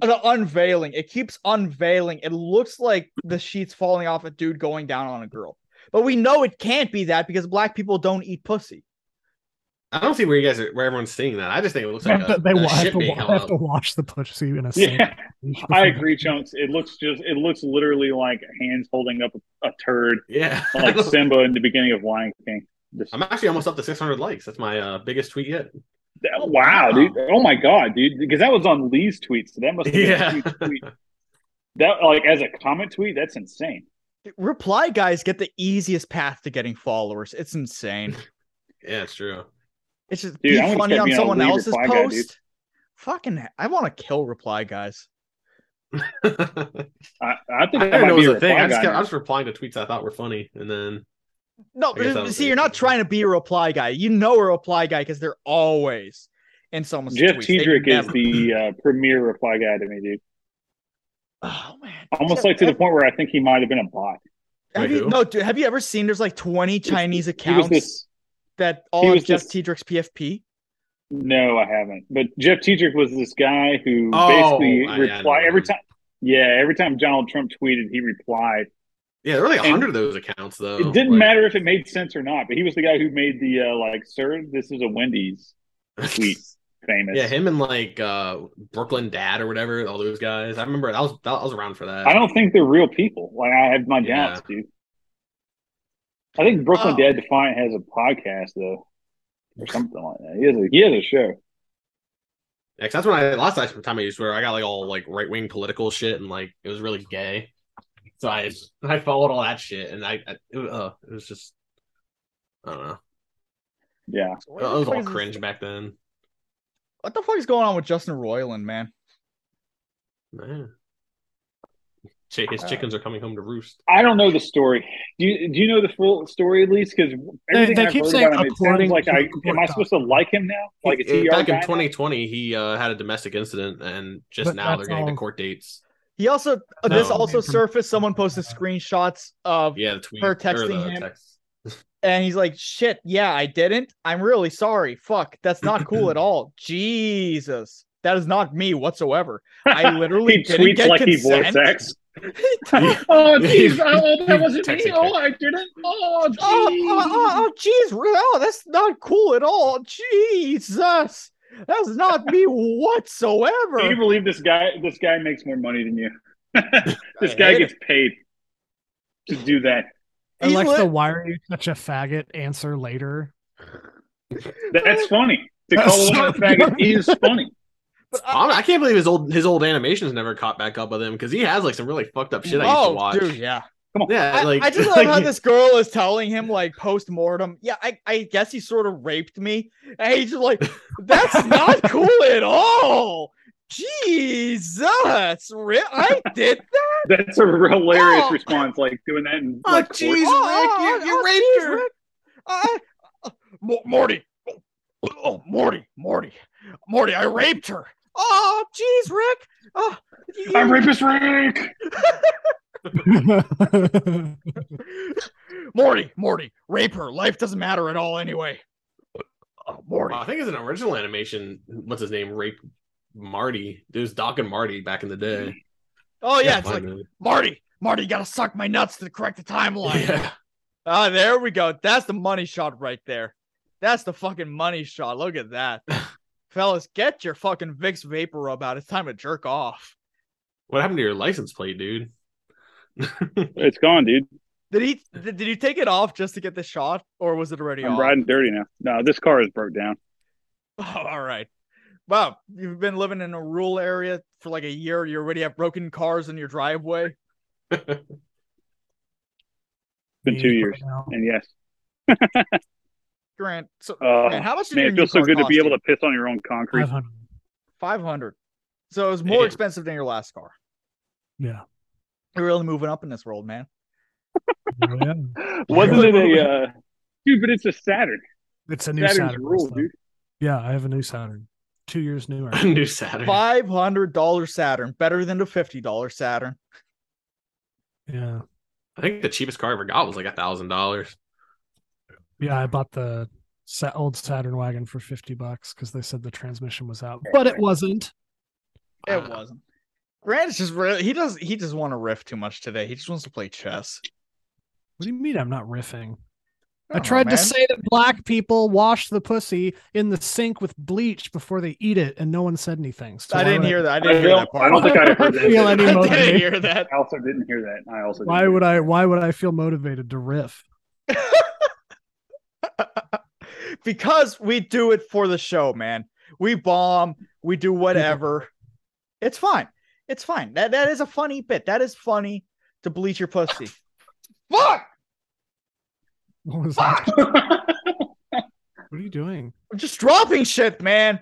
Speaker 6: The unveiling, it keeps unveiling. It looks like the sheets falling off a dude going down on a girl. But we know it can't be that because black people don't eat pussy.
Speaker 9: I don't see where you guys are, where everyone's seeing that. I just think it looks like a,
Speaker 7: they
Speaker 9: a
Speaker 7: wa- have,
Speaker 9: ship
Speaker 7: to,
Speaker 9: being
Speaker 7: wa-
Speaker 9: held
Speaker 7: have
Speaker 9: up.
Speaker 7: to wash the pussy in a sink.
Speaker 8: Yeah, I agree, chunks. It looks just it looks literally like hands holding up a, a turd.
Speaker 9: Yeah.
Speaker 8: like Simba in the beginning of Lion King. Just-
Speaker 9: I'm actually almost up to 600 likes. That's my uh, biggest tweet yet.
Speaker 8: that- wow, dude! Oh my god, dude! Because that was on Lee's tweet, so that must have been
Speaker 9: Yeah.
Speaker 8: a huge tweet. That like as a comment tweet, that's insane.
Speaker 6: Reply guys get the easiest path to getting followers. It's insane.
Speaker 9: Yeah, it's true.
Speaker 6: It's just
Speaker 8: Dude, I
Speaker 6: be funny
Speaker 8: wanna start
Speaker 6: on
Speaker 8: being a
Speaker 6: someone
Speaker 8: lead
Speaker 6: else's
Speaker 8: reply guy,
Speaker 6: post.
Speaker 8: dude.
Speaker 6: Fucking, I want to kill reply guys.
Speaker 8: I, I
Speaker 9: I
Speaker 8: think I,
Speaker 9: didn't
Speaker 8: might
Speaker 9: know it
Speaker 8: be
Speaker 9: was
Speaker 8: a
Speaker 9: a thing.
Speaker 8: reply guy
Speaker 9: I just, kept,
Speaker 8: now.
Speaker 9: I was replying to tweets I thought were funny, and then
Speaker 6: No,
Speaker 9: I guess that
Speaker 6: but
Speaker 9: was
Speaker 6: see, you're not trying to be a reply guy. You know a reply guy because they're always in someone's
Speaker 8: Jeff
Speaker 6: tweets. They
Speaker 8: Tiedrick is
Speaker 6: never-
Speaker 8: the uh, premier reply guy to me, dude.
Speaker 6: Oh man!
Speaker 8: Almost like to the point where I think he might have been a bot.
Speaker 6: Have you, no, dude, have you ever seen there's like 20 Chinese
Speaker 8: he was
Speaker 6: accounts
Speaker 8: this-
Speaker 6: that
Speaker 8: he
Speaker 6: all
Speaker 8: was
Speaker 6: of Jeff
Speaker 8: this-
Speaker 6: Tiedrick's PFP?
Speaker 8: No, I haven't. But Jeff Tiedrick was this guy who
Speaker 6: Oh,
Speaker 8: basically
Speaker 6: I- I know
Speaker 8: replied every time. Yeah, every time Donald Trump tweeted, he replied.
Speaker 9: Yeah, there were like
Speaker 8: And-
Speaker 9: hundred of those accounts though.
Speaker 6: Oh,
Speaker 8: It didn't
Speaker 9: Like,
Speaker 8: matter if it made sense or not, but he was the guy who made the uh, like, "Sir, this is a Wendy's." Tweet famous.
Speaker 9: Yeah, him and like uh Brooklyn Dad or whatever, all those guys. I remember I was I was around for that.
Speaker 8: I don't think they're real people. Like I have my
Speaker 9: Yeah.
Speaker 8: doubts, dude. I think Brooklyn
Speaker 9: Oh.
Speaker 8: Dad Defiant has a podcast though, or something like that. He has a he has a show.
Speaker 9: Yeah, 'cause that's when I last time I used where I got like all like right wing political shit and like it was really gay. So I I followed all that shit and I, I it, was- uh, it was just I don't know.
Speaker 8: Yeah,
Speaker 9: It was all cringe back then.
Speaker 6: What the fuck is going on with Justin Roiland, man?
Speaker 9: Man. Chi-
Speaker 8: Uh,
Speaker 9: His chickens are coming home to roost.
Speaker 8: I don't know the story. Do you do you know the full story at least? Because everything
Speaker 9: they
Speaker 8: I've
Speaker 9: keep
Speaker 8: heard
Speaker 9: saying
Speaker 8: about him, it
Speaker 9: according
Speaker 8: sounds like
Speaker 9: to
Speaker 8: I am I
Speaker 9: court
Speaker 8: supposed to like him now? Like a
Speaker 9: It-
Speaker 8: TR
Speaker 9: back in
Speaker 8: guy now?
Speaker 9: 2020, he uh, had a domestic incident, and just
Speaker 6: But
Speaker 9: now they're
Speaker 6: that's
Speaker 9: getting the
Speaker 6: all-
Speaker 9: court dates.
Speaker 6: He also uh, this
Speaker 9: No.
Speaker 6: also surfaced. Someone posted screenshots of
Speaker 9: Yeah, the tweet
Speaker 6: her
Speaker 9: or
Speaker 6: texting
Speaker 9: the
Speaker 6: him,
Speaker 9: text.
Speaker 6: and he's like, "Shit, yeah, I didn't. I'm really sorry. Fuck, that's not cool at all. Jesus, that is not me whatsoever. I literally
Speaker 8: he
Speaker 6: didn't
Speaker 8: tweets
Speaker 6: get
Speaker 8: like
Speaker 6: consent.
Speaker 8: he voice acts. oh jeez, oh that wasn't
Speaker 6: Text
Speaker 8: me.
Speaker 6: it,
Speaker 8: Oh I didn't. Oh jeez.
Speaker 6: Oh, oh, oh, oh, jeez, oh, that's not cool at all. Jesus, that's not me whatsoever.
Speaker 8: Can you believe this guy? This guy makes more money than you. this
Speaker 6: I
Speaker 8: guy
Speaker 6: hate
Speaker 8: gets paid to do that.
Speaker 15: I like the why are you such a faggot answer later.
Speaker 8: That's funny. To
Speaker 15: That's
Speaker 8: call
Speaker 15: so
Speaker 8: someone a faggot
Speaker 15: funny.
Speaker 8: is funny.
Speaker 9: I, I can't believe his old his old animations never caught back up with him because he has like some really fucked up shit I used to
Speaker 6: Oh,
Speaker 9: watch.
Speaker 6: dude, yeah.
Speaker 8: Come on.
Speaker 9: Yeah,
Speaker 6: I,
Speaker 9: like
Speaker 6: I just love
Speaker 9: like,
Speaker 6: how this girl is telling him like post mortem. Yeah, I, I guess he sort of raped me. And he's just like, that's not cool at all. Jesus, re- I did that.
Speaker 8: That's a hilarious
Speaker 6: Oh.
Speaker 8: response. Like doing that. In,
Speaker 6: Oh,
Speaker 8: like, court.
Speaker 6: jeez,
Speaker 9: Oh,
Speaker 6: Ah, Rick, you, you raped her. I, uh, Mo- Morty, oh Morty, Morty, Morty, I raped her. Oh, jeez, Rick. Oh,
Speaker 8: I'm
Speaker 6: you-
Speaker 8: rapist Rick.
Speaker 6: Morty, Morty, rape her. Life doesn't matter at all anyway. Oh,
Speaker 9: Well, I think it's an original animation. What's his name? Rape Marty. It was Doc and Marty back in the day.
Speaker 6: Oh yeah,
Speaker 9: Yeah,
Speaker 6: it's
Speaker 9: why
Speaker 6: like
Speaker 9: not?
Speaker 6: Marty, Marty, you gotta suck my nuts to correct the timeline.
Speaker 9: Yeah.
Speaker 6: Ah, there we go. That's the money shot right there. That's the fucking money shot. Look at that. Fellas, get your fucking Vicks vapor rub out. It's time to jerk off.
Speaker 9: What happened to your license plate, dude?
Speaker 8: It's gone, dude.
Speaker 6: Did he did, did you take it off just to get the shot or was it already
Speaker 8: I'm
Speaker 6: off?
Speaker 8: riding dirty now. No, this car is broke down.
Speaker 6: Oh, all right. Wow, you've been living in a rural area for like a year. You already have broken cars in your driveway.
Speaker 8: It's been two years. And yes.
Speaker 6: Grant, so
Speaker 8: Uh,
Speaker 6: Grant, how much did
Speaker 8: man,
Speaker 6: your
Speaker 8: it
Speaker 6: new
Speaker 8: feels so
Speaker 6: car
Speaker 8: good to be
Speaker 6: cost
Speaker 8: able
Speaker 6: you?
Speaker 8: to piss on your own concrete.
Speaker 15: 500.
Speaker 6: Five hundred. So it was more expensive than your last car.
Speaker 15: Yeah.
Speaker 6: You're really moving up in this world, man.
Speaker 8: Wasn't it a uh, dude? But it's a Saturn.
Speaker 15: It's a new
Speaker 8: Saturn's
Speaker 15: Saturn,
Speaker 8: rule,
Speaker 15: so-
Speaker 8: dude.
Speaker 15: Yeah, I have a new Saturn. Two years newer.
Speaker 9: new Saturn.
Speaker 6: Five hundred dollar Saturn, better than the fifty dollar Saturn.
Speaker 15: Yeah.
Speaker 9: I think the cheapest car I ever got was like a thousand dollars.
Speaker 15: Yeah, I bought the sa- old Saturn wagon for 50 bucks because they said the transmission was out, but it wasn't.
Speaker 6: It wasn't. Grant is just really he does he does want to riff too much today. He just wants to play chess.
Speaker 15: What do you mean I'm not riffing?
Speaker 6: I
Speaker 15: I
Speaker 8: Oh,
Speaker 6: don't know,
Speaker 15: tried
Speaker 6: man.
Speaker 15: to say that black people wash the pussy in the sink with bleach before they eat it, and no one said anything. So
Speaker 6: I
Speaker 15: why
Speaker 6: didn't
Speaker 15: would
Speaker 6: hear that. I
Speaker 8: I,
Speaker 6: didn't hear
Speaker 8: don't-
Speaker 6: that
Speaker 8: I
Speaker 6: part.
Speaker 8: don't think I
Speaker 15: I
Speaker 8: ever
Speaker 15: don't feel any
Speaker 6: I didn't
Speaker 15: motivation.
Speaker 6: hear that.
Speaker 8: I also didn't hear that. I also
Speaker 15: Why
Speaker 8: didn't
Speaker 15: would I? Why would I feel motivated to riff?
Speaker 6: Because we do it for the show, man. We bomb, we do whatever. It's fine. It's fine. That that is a funny bit. That is funny to bleach your pussy. Fuck!
Speaker 15: What was that? what are you doing?
Speaker 6: I'm just dropping shit, man.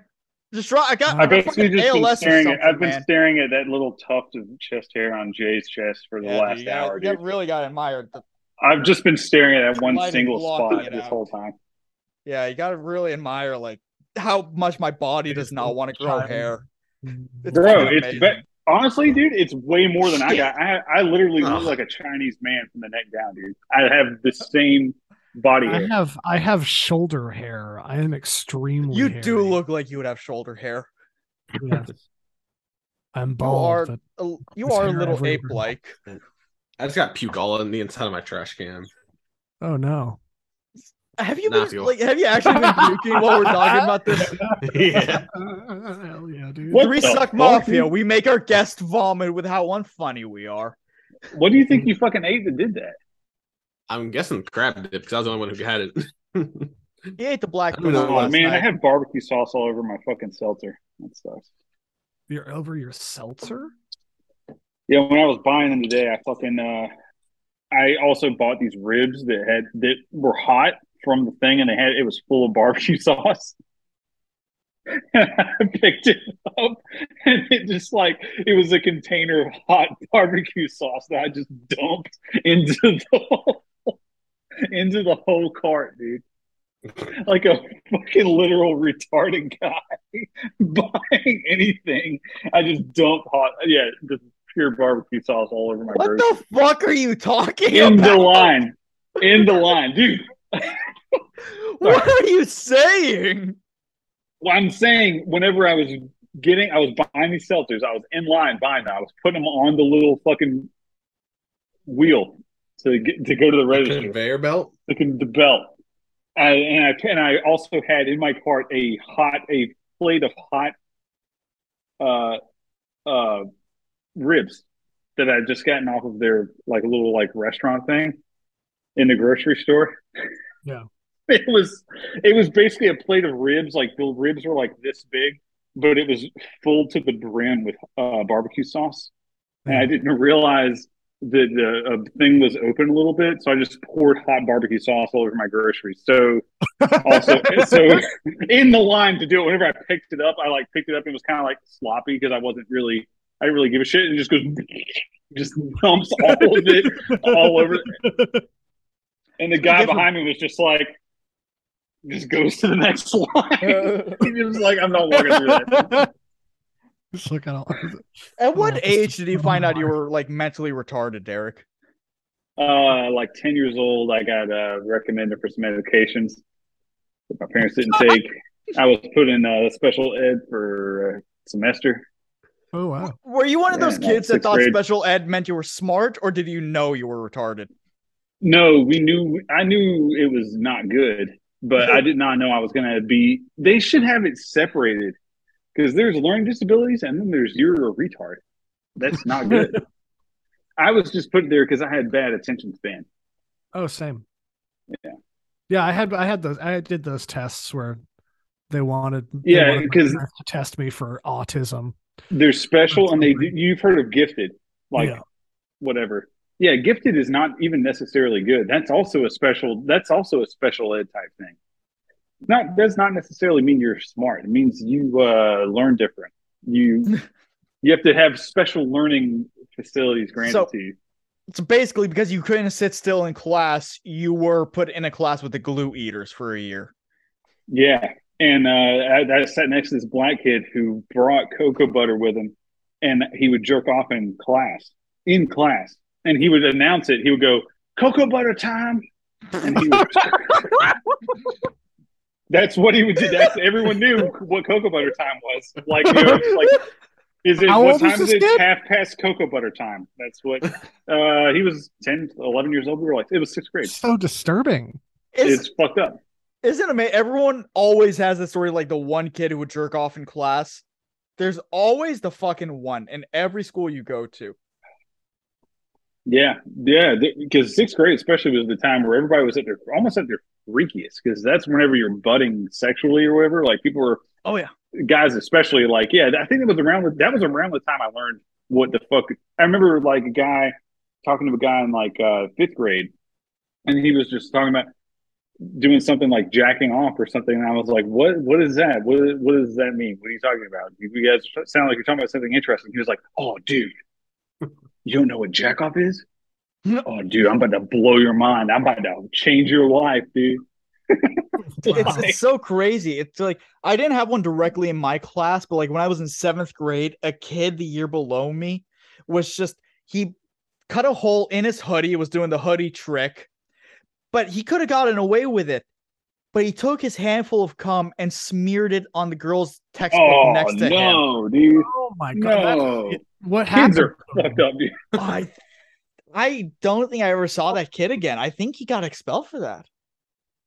Speaker 6: Just drop. I got.
Speaker 8: I
Speaker 6: I got
Speaker 8: basically
Speaker 6: fucking
Speaker 8: just been
Speaker 6: ALS or
Speaker 8: staring.
Speaker 6: something,
Speaker 8: At, I've been
Speaker 6: man.
Speaker 8: staring at that little tuft of chest hair on Jay's chest for the
Speaker 6: Yeah,
Speaker 8: last
Speaker 6: dude, you gotta-
Speaker 8: hour,
Speaker 6: you
Speaker 8: dude.
Speaker 6: really got to admire the
Speaker 8: I've just been staring at that one
Speaker 6: Might have
Speaker 8: single
Speaker 6: blocking
Speaker 8: spot
Speaker 6: it
Speaker 8: this
Speaker 6: out.
Speaker 8: whole time.
Speaker 6: Yeah, you gotta really admire like how much my body does not want to grow hair. It's
Speaker 8: Bro,
Speaker 6: fucking
Speaker 8: it's
Speaker 6: amazing.
Speaker 8: be- honestly, dude, it's way more than I
Speaker 6: Shit.
Speaker 8: got. I I literally
Speaker 6: Ugh.
Speaker 8: look like a Chinese man from the neck down, dude. I have the same body.
Speaker 15: I
Speaker 8: hair.
Speaker 15: have I have shoulder hair. I am extremely.
Speaker 6: You
Speaker 15: hairy.
Speaker 6: do look like you would have shoulder hair.
Speaker 15: Yeah. I'm
Speaker 6: You are
Speaker 15: bald. but
Speaker 6: a- Uh, you
Speaker 15: there's
Speaker 6: are a
Speaker 15: hair
Speaker 6: little
Speaker 15: everywhere.
Speaker 6: ape like.
Speaker 9: I just got puke all on the inside of my trash can.
Speaker 15: Oh no.
Speaker 6: Have you
Speaker 9: Not
Speaker 6: been
Speaker 9: you.
Speaker 6: like have you actually been puking while we're talking about this?
Speaker 9: yeah.
Speaker 15: Uh, Hell yeah, dude.
Speaker 8: What
Speaker 6: Three
Speaker 8: the
Speaker 6: suck
Speaker 8: fuck?
Speaker 6: mafia. We make our guests vomit with how unfunny we are.
Speaker 8: What do you think you fucking ate that did that?
Speaker 9: I'm guessing crab dip because I was the only one who had it.
Speaker 6: He ate the black.
Speaker 9: I don't know
Speaker 8: Oh,
Speaker 9: last
Speaker 8: man, I
Speaker 9: night.
Speaker 8: had barbecue sauce all over my fucking seltzer. That sucks.
Speaker 15: You're over your seltzer?
Speaker 8: Yeah, when I was buying them today, I fucking uh, I also bought these ribs that had that were hot from the thing, and they had it was full of barbecue sauce. And I picked it up, and it just like it was a container of hot barbecue sauce that I just dumped into the whole, into the whole cart, dude. Like a fucking literal retarded guy buying anything, I just dump hot, yeah, just pure barbecue sauce all over my
Speaker 6: What
Speaker 8: groceries
Speaker 6: the fuck are you talking
Speaker 8: in
Speaker 6: about?
Speaker 8: the line, in the line, dude.
Speaker 6: What are you saying?
Speaker 8: Well, I'm saying whenever I was getting, I was buying these seltzers. I was in line buying them. I was putting them on the little fucking wheel to get to go to the register.
Speaker 9: Conveyor belt.
Speaker 8: The, con- the belt. I, and I and I also had in my cart a hot a plate of hot uh uh ribs that I just gotten off of their like little like restaurant thing in the grocery store.
Speaker 15: Yeah.
Speaker 8: It was it was basically a plate of ribs. Like the ribs were like this big, but it was full to the brim with uh, barbecue sauce. And I didn't realize that the uh, thing was open a little bit, so I just poured hot barbecue sauce all over my groceries. So also, so in the line to do it, whenever I picked it up, I like picked it up and it was kind of like sloppy because I wasn't really I didn't really give a shit and it just goes just dumps all of it all over. And the guy behind me was just like, just goes to the next line. he was like, I'm not walking through that.
Speaker 15: Just look at all.
Speaker 6: At what age did you find out you were like mentally retarded, Derek?
Speaker 8: Uh, like 10 years old, I got uh, recommended for some medications that my parents didn't take. I was put in uh, special ed for a semester.
Speaker 15: Oh wow.
Speaker 6: Were you one of
Speaker 8: Yeah,
Speaker 6: those
Speaker 8: no,
Speaker 6: kids that
Speaker 8: sixth
Speaker 6: thought
Speaker 8: grade.
Speaker 6: special ed meant you were smart, or did you know you were retarded?
Speaker 8: No, we knew. I knew it was not good, but I did not know I was going to be. They should have it separated because there's learning disabilities and then there's you're a retard. That's not good. I was just put there because I had bad attention span.
Speaker 15: Oh, same.
Speaker 8: Yeah.
Speaker 15: Yeah, I had I had those I did those tests where they wanted they
Speaker 8: Yeah,
Speaker 15: wanted my
Speaker 8: 'cause-
Speaker 15: parents to test me for autism.
Speaker 8: They're special and they. You've heard of gifted, like
Speaker 15: Yeah.
Speaker 8: whatever. Yeah, gifted is not even necessarily good. That's also a special. That's also a special ed type thing. Not does not necessarily mean you're smart. It means you uh, learn different. You you have to have special learning facilities granted
Speaker 6: So-
Speaker 8: to you.
Speaker 6: So basically, because you couldn't sit still in class, you were put in a class with the glue eaters for a year.
Speaker 8: Yeah, and uh, I, I sat next to this black kid who brought cocoa butter with him, and he would jerk off in class. In class, and he would announce it. He would go, "Cocoa butter time," and he would. That's what he would do. That's everyone knew what cocoa butter time was. Like, you know, it's like is it
Speaker 15: How
Speaker 8: what
Speaker 15: old was
Speaker 8: time is
Speaker 15: this
Speaker 8: it?
Speaker 15: kid?
Speaker 8: Half past cocoa butter time. That's what uh, he was 10, 11 years old. We were like, it was sixth grade.
Speaker 15: So disturbing.
Speaker 6: Is,
Speaker 8: it's fucked up.
Speaker 6: isn't it amazing? Everyone always has the story of, like the one kid who would jerk off in class. There's always the fucking one in every school you go to.
Speaker 8: Yeah, yeah, because sixth grade, especially, was the time where everybody was at their almost at their freakiest, because that's whenever you're budding sexually or whatever. Like people were,
Speaker 6: Oh yeah.
Speaker 8: guys especially, like yeah, I think it was around the, that was around the time I learned what the fuck. I remember like a guy talking to a guy in like uh, fifth grade, and he was just talking about doing something like jacking off or something, and I was like, what What is that? What What does that mean? What are you talking about? You you guys sound like you're talking about something interesting. He was like, oh, dude, you don't know what jack off is? Oh, dude, I'm about to blow your mind. I'm about to change your life, dude.
Speaker 6: it's, it's so crazy. It's like I didn't have one directly in my class, but like when I was in seventh grade, a kid the year below me was just he cut a hole in his hoodie, was doing the hoodie trick, but he could have gotten away with it. But he took his handful of cum and smeared it on the girl's textbook
Speaker 8: Oh,
Speaker 6: next to
Speaker 8: no,
Speaker 6: him.
Speaker 8: dude.
Speaker 6: Oh
Speaker 8: my God. No.
Speaker 6: What
Speaker 8: Kids are fucked up, dude.
Speaker 6: I I don't think I ever saw that kid again. I think he got expelled for that.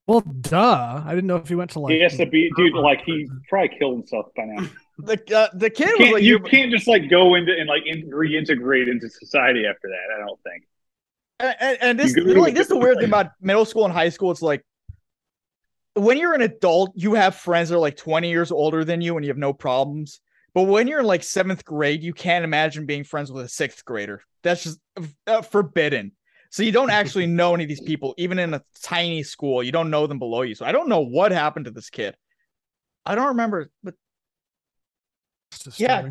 Speaker 15: Well, duh. I didn't know if he went to like.
Speaker 8: he has to be, dude. Like he probably killed himself by now.
Speaker 6: The uh, the kid
Speaker 8: Can't,
Speaker 6: was like
Speaker 8: you can't just like go into and like in, reintegrate into society after that. I don't think.
Speaker 6: and, and, and this
Speaker 8: You
Speaker 6: you
Speaker 8: go
Speaker 6: know, like
Speaker 8: to
Speaker 6: this is the weird thing about middle school and high school. It's like when you're an adult, you have friends that are like 20 years older than you and you have no problems. But when you're in like seventh grade, you can't imagine being friends with a sixth grader. That's just uh, forbidden. So you don't actually know any of these people, even in a tiny school. You don't know them below you. So I don't know what happened to this kid. I don't remember, but yeah,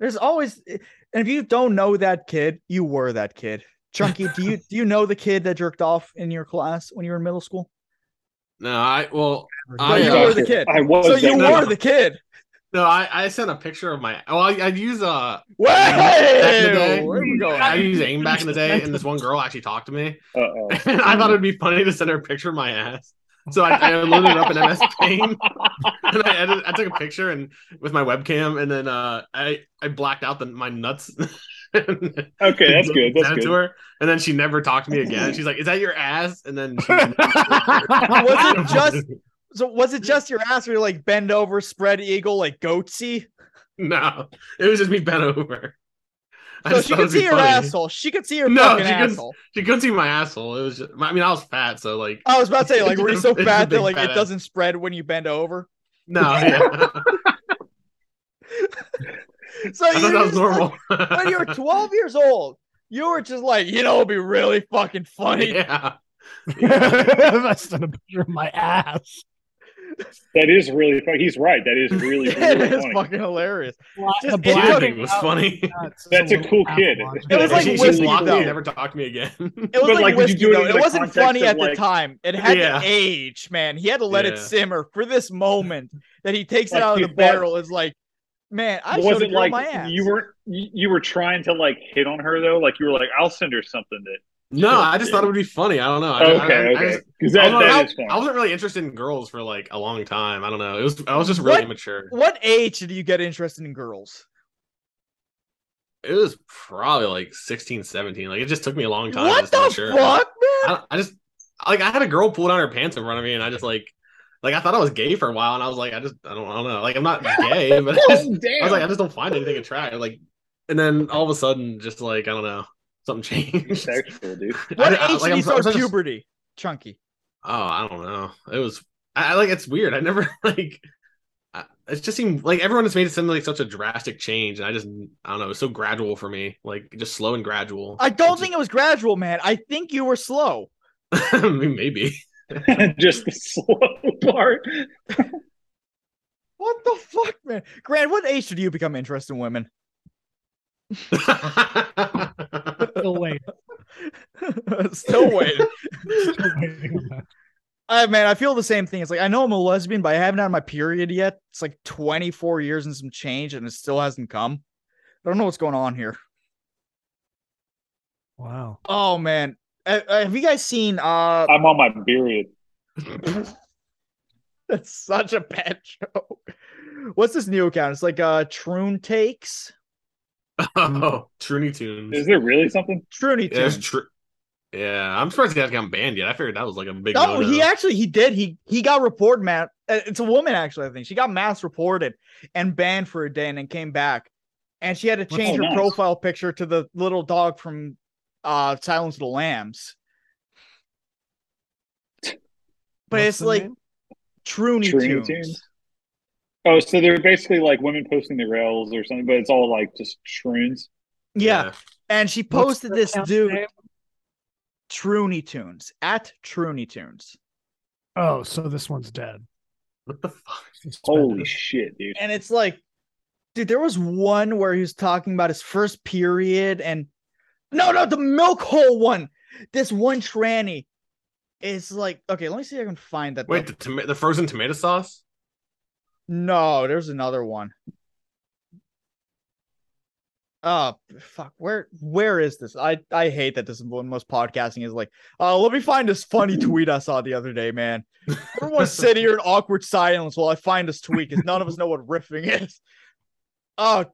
Speaker 6: there's always and if you don't know that kid you were that kid chunky do you do you know the kid that jerked off in your class when you were in middle school
Speaker 9: No, I well,
Speaker 6: So
Speaker 9: I,
Speaker 6: you
Speaker 9: uh,
Speaker 6: were the kid so you
Speaker 9: No,
Speaker 6: were the kid
Speaker 9: No, I, I sent a picture of my. Well, I, I use uh,
Speaker 6: Whoa!
Speaker 9: back in the day.
Speaker 6: Where we going?
Speaker 9: I used AIM back in the day, and this one girl actually talked to me. And I thought it'd be funny to send her a picture of my ass. So I, I loaded it up in MS Paint, and I, edit, I took a picture and with my webcam, and then uh, I I blacked out the, my nuts. okay,
Speaker 8: Okay, that's good, that's
Speaker 9: To
Speaker 8: good.
Speaker 9: her, and then she never talked to me again. She's like, "Is that your ass?" And then she
Speaker 6: was it just so was it just your ass where you like bend over spread eagle like goatsy
Speaker 9: no, it was just me bent over. I
Speaker 6: so
Speaker 9: just
Speaker 6: she
Speaker 9: thought
Speaker 6: could
Speaker 9: it'd be
Speaker 6: see her
Speaker 9: funny.
Speaker 6: asshole she could see her
Speaker 9: No, she
Speaker 6: fucking
Speaker 9: couldn't,
Speaker 6: asshole
Speaker 9: she couldn't see my asshole. It was just, I mean, I was fat, so like,
Speaker 6: I was about to say, like, were you
Speaker 9: It's
Speaker 6: so
Speaker 9: a- it's a
Speaker 6: fat
Speaker 9: big
Speaker 6: that like
Speaker 9: fat
Speaker 6: it
Speaker 9: ass.
Speaker 6: doesn't spread when you bend over?
Speaker 9: no, yeah.
Speaker 6: So
Speaker 9: I thought
Speaker 6: you
Speaker 9: that was
Speaker 6: just, like,
Speaker 9: normal.
Speaker 6: when you were 12 years old, you were just like, you know, it'd be really fucking funny.
Speaker 9: Yeah.
Speaker 15: I sent a picture of my ass.
Speaker 8: That is really funny. He's right. That is really, really
Speaker 6: it is
Speaker 8: funny.
Speaker 6: fucking hilarious. Just-
Speaker 9: the
Speaker 6: it
Speaker 9: black
Speaker 6: took-
Speaker 9: thing was funny.
Speaker 8: That's a cool kid.
Speaker 6: It was like
Speaker 9: she, she
Speaker 6: whiskey,
Speaker 9: blocked me
Speaker 6: though.
Speaker 9: and never talked to me again.
Speaker 6: It was
Speaker 8: But,
Speaker 6: like,
Speaker 8: like, did you
Speaker 6: whiskey,
Speaker 8: do it
Speaker 6: though.
Speaker 8: in
Speaker 6: It
Speaker 8: the
Speaker 6: wasn't
Speaker 8: context
Speaker 6: funny
Speaker 8: of,
Speaker 6: at the
Speaker 8: like-
Speaker 6: time. It had
Speaker 8: Yeah.
Speaker 6: to age, man. He had to let it
Speaker 8: Yeah.
Speaker 6: simmer for this moment that he takes it
Speaker 8: Like,
Speaker 6: out
Speaker 8: you
Speaker 6: of the
Speaker 8: thought-
Speaker 6: barrel. Is like, man, I
Speaker 8: was
Speaker 6: showed a
Speaker 8: it
Speaker 6: girl
Speaker 8: like
Speaker 6: my ass.
Speaker 8: you were you you were trying to like hit on her though? Like you were like, I'll send her something that.
Speaker 9: No, I just thought it would be funny. I don't know. I,
Speaker 8: Okay,
Speaker 9: I, I,
Speaker 8: okay.
Speaker 9: I, just-
Speaker 8: 'Cause that-
Speaker 9: I don't know.
Speaker 8: that is funny.
Speaker 9: I wasn't really interested in girls for like a long time. I don't know. It was I was just really
Speaker 6: What?
Speaker 9: immature.
Speaker 6: What age did you get interested in girls?
Speaker 9: It was probably like 16, 17. Like it just took me a long time.
Speaker 6: What
Speaker 9: just to
Speaker 6: the
Speaker 9: mature.
Speaker 6: fuck,
Speaker 9: I, I just like I had a girl pull down her pants in front of me, and I just like like I thought I was gay for a while, and I was like, I just I don't I don't know. Like I'm not gay, but I,
Speaker 6: Oh,
Speaker 9: just- I was like I just don't find anything attractive. Like, and then all of a sudden, just like I don't know, something changed.
Speaker 8: Sexual, dude.
Speaker 6: What age did
Speaker 9: I'm
Speaker 6: you
Speaker 9: so- I'm
Speaker 6: start
Speaker 9: such a-
Speaker 6: puberty, Chunky?
Speaker 9: Oh, I don't know. It was I I- like it's weird. I never like I, it just seemed like everyone has made it seem like such a drastic change, and I just I don't know. It was so gradual for me, like just slow and gradual.
Speaker 6: I don't think it was gradual, man. I think you were slow.
Speaker 9: I mean, maybe
Speaker 8: just the slow part.
Speaker 6: What the fuck, man? Grant, what age did you become interested in women?
Speaker 15: Still waiting.
Speaker 6: Still waiting.
Speaker 15: Still waiting on that.
Speaker 6: I man, I feel the same thing. It's like I know I'm a lesbian, but I haven't had my period yet. It's like 24 years and some change, and it still hasn't come. I don't know what's going on here.
Speaker 15: Wow.
Speaker 6: Oh man, Uh, uh, have you guys seen? uh
Speaker 8: I'm on my period.
Speaker 6: That's such a bad joke. What's this new account? It's like uh Troon Takes.
Speaker 9: Oh, Truny Tunes.
Speaker 8: Is there really something?
Speaker 6: Truny
Speaker 9: Yeah, it's
Speaker 6: Tunes.
Speaker 9: tru- yeah, I'm surprised he hasn't gotten banned yet. I figured that was like a big.
Speaker 6: No,
Speaker 9: no-no.
Speaker 6: he actually he did. He he got report man. uh, It's a woman actually. I think she got mass reported and banned for a day, and then came back, and she had to
Speaker 8: Oh,
Speaker 6: change her
Speaker 8: nice.
Speaker 6: profile picture to the little dog from uh Silence of the Lambs. But
Speaker 8: What's
Speaker 6: it's
Speaker 8: the
Speaker 6: like
Speaker 8: name?
Speaker 6: Truny
Speaker 8: Truny
Speaker 6: Tunes.
Speaker 8: tunes. Oh, so they're basically like women posting the rails or something, but it's all like just shrooms.
Speaker 6: Yeah. and she
Speaker 8: What's
Speaker 6: posted
Speaker 8: the
Speaker 6: this
Speaker 8: account
Speaker 6: dude. Truny Tunes at Truny Tunes.
Speaker 15: Oh, so this one's dead.
Speaker 9: What the fuck?
Speaker 8: Holy shit, dude.
Speaker 6: and it's like dude there was one where he was talking about his first period and No, no, the milk hole one. This one tranny is like okay. Let me see if I can find that.
Speaker 9: Wait, the, toma- the frozen tomato sauce?
Speaker 6: No, there's another one. Uh fuck, where where is this? I I hate that this is when most podcasting is like, uh, let me find this funny tweet I saw the other day, man. Everyone sit here in awkward silence while I find this tweet because none of us know what riffing is. Oh,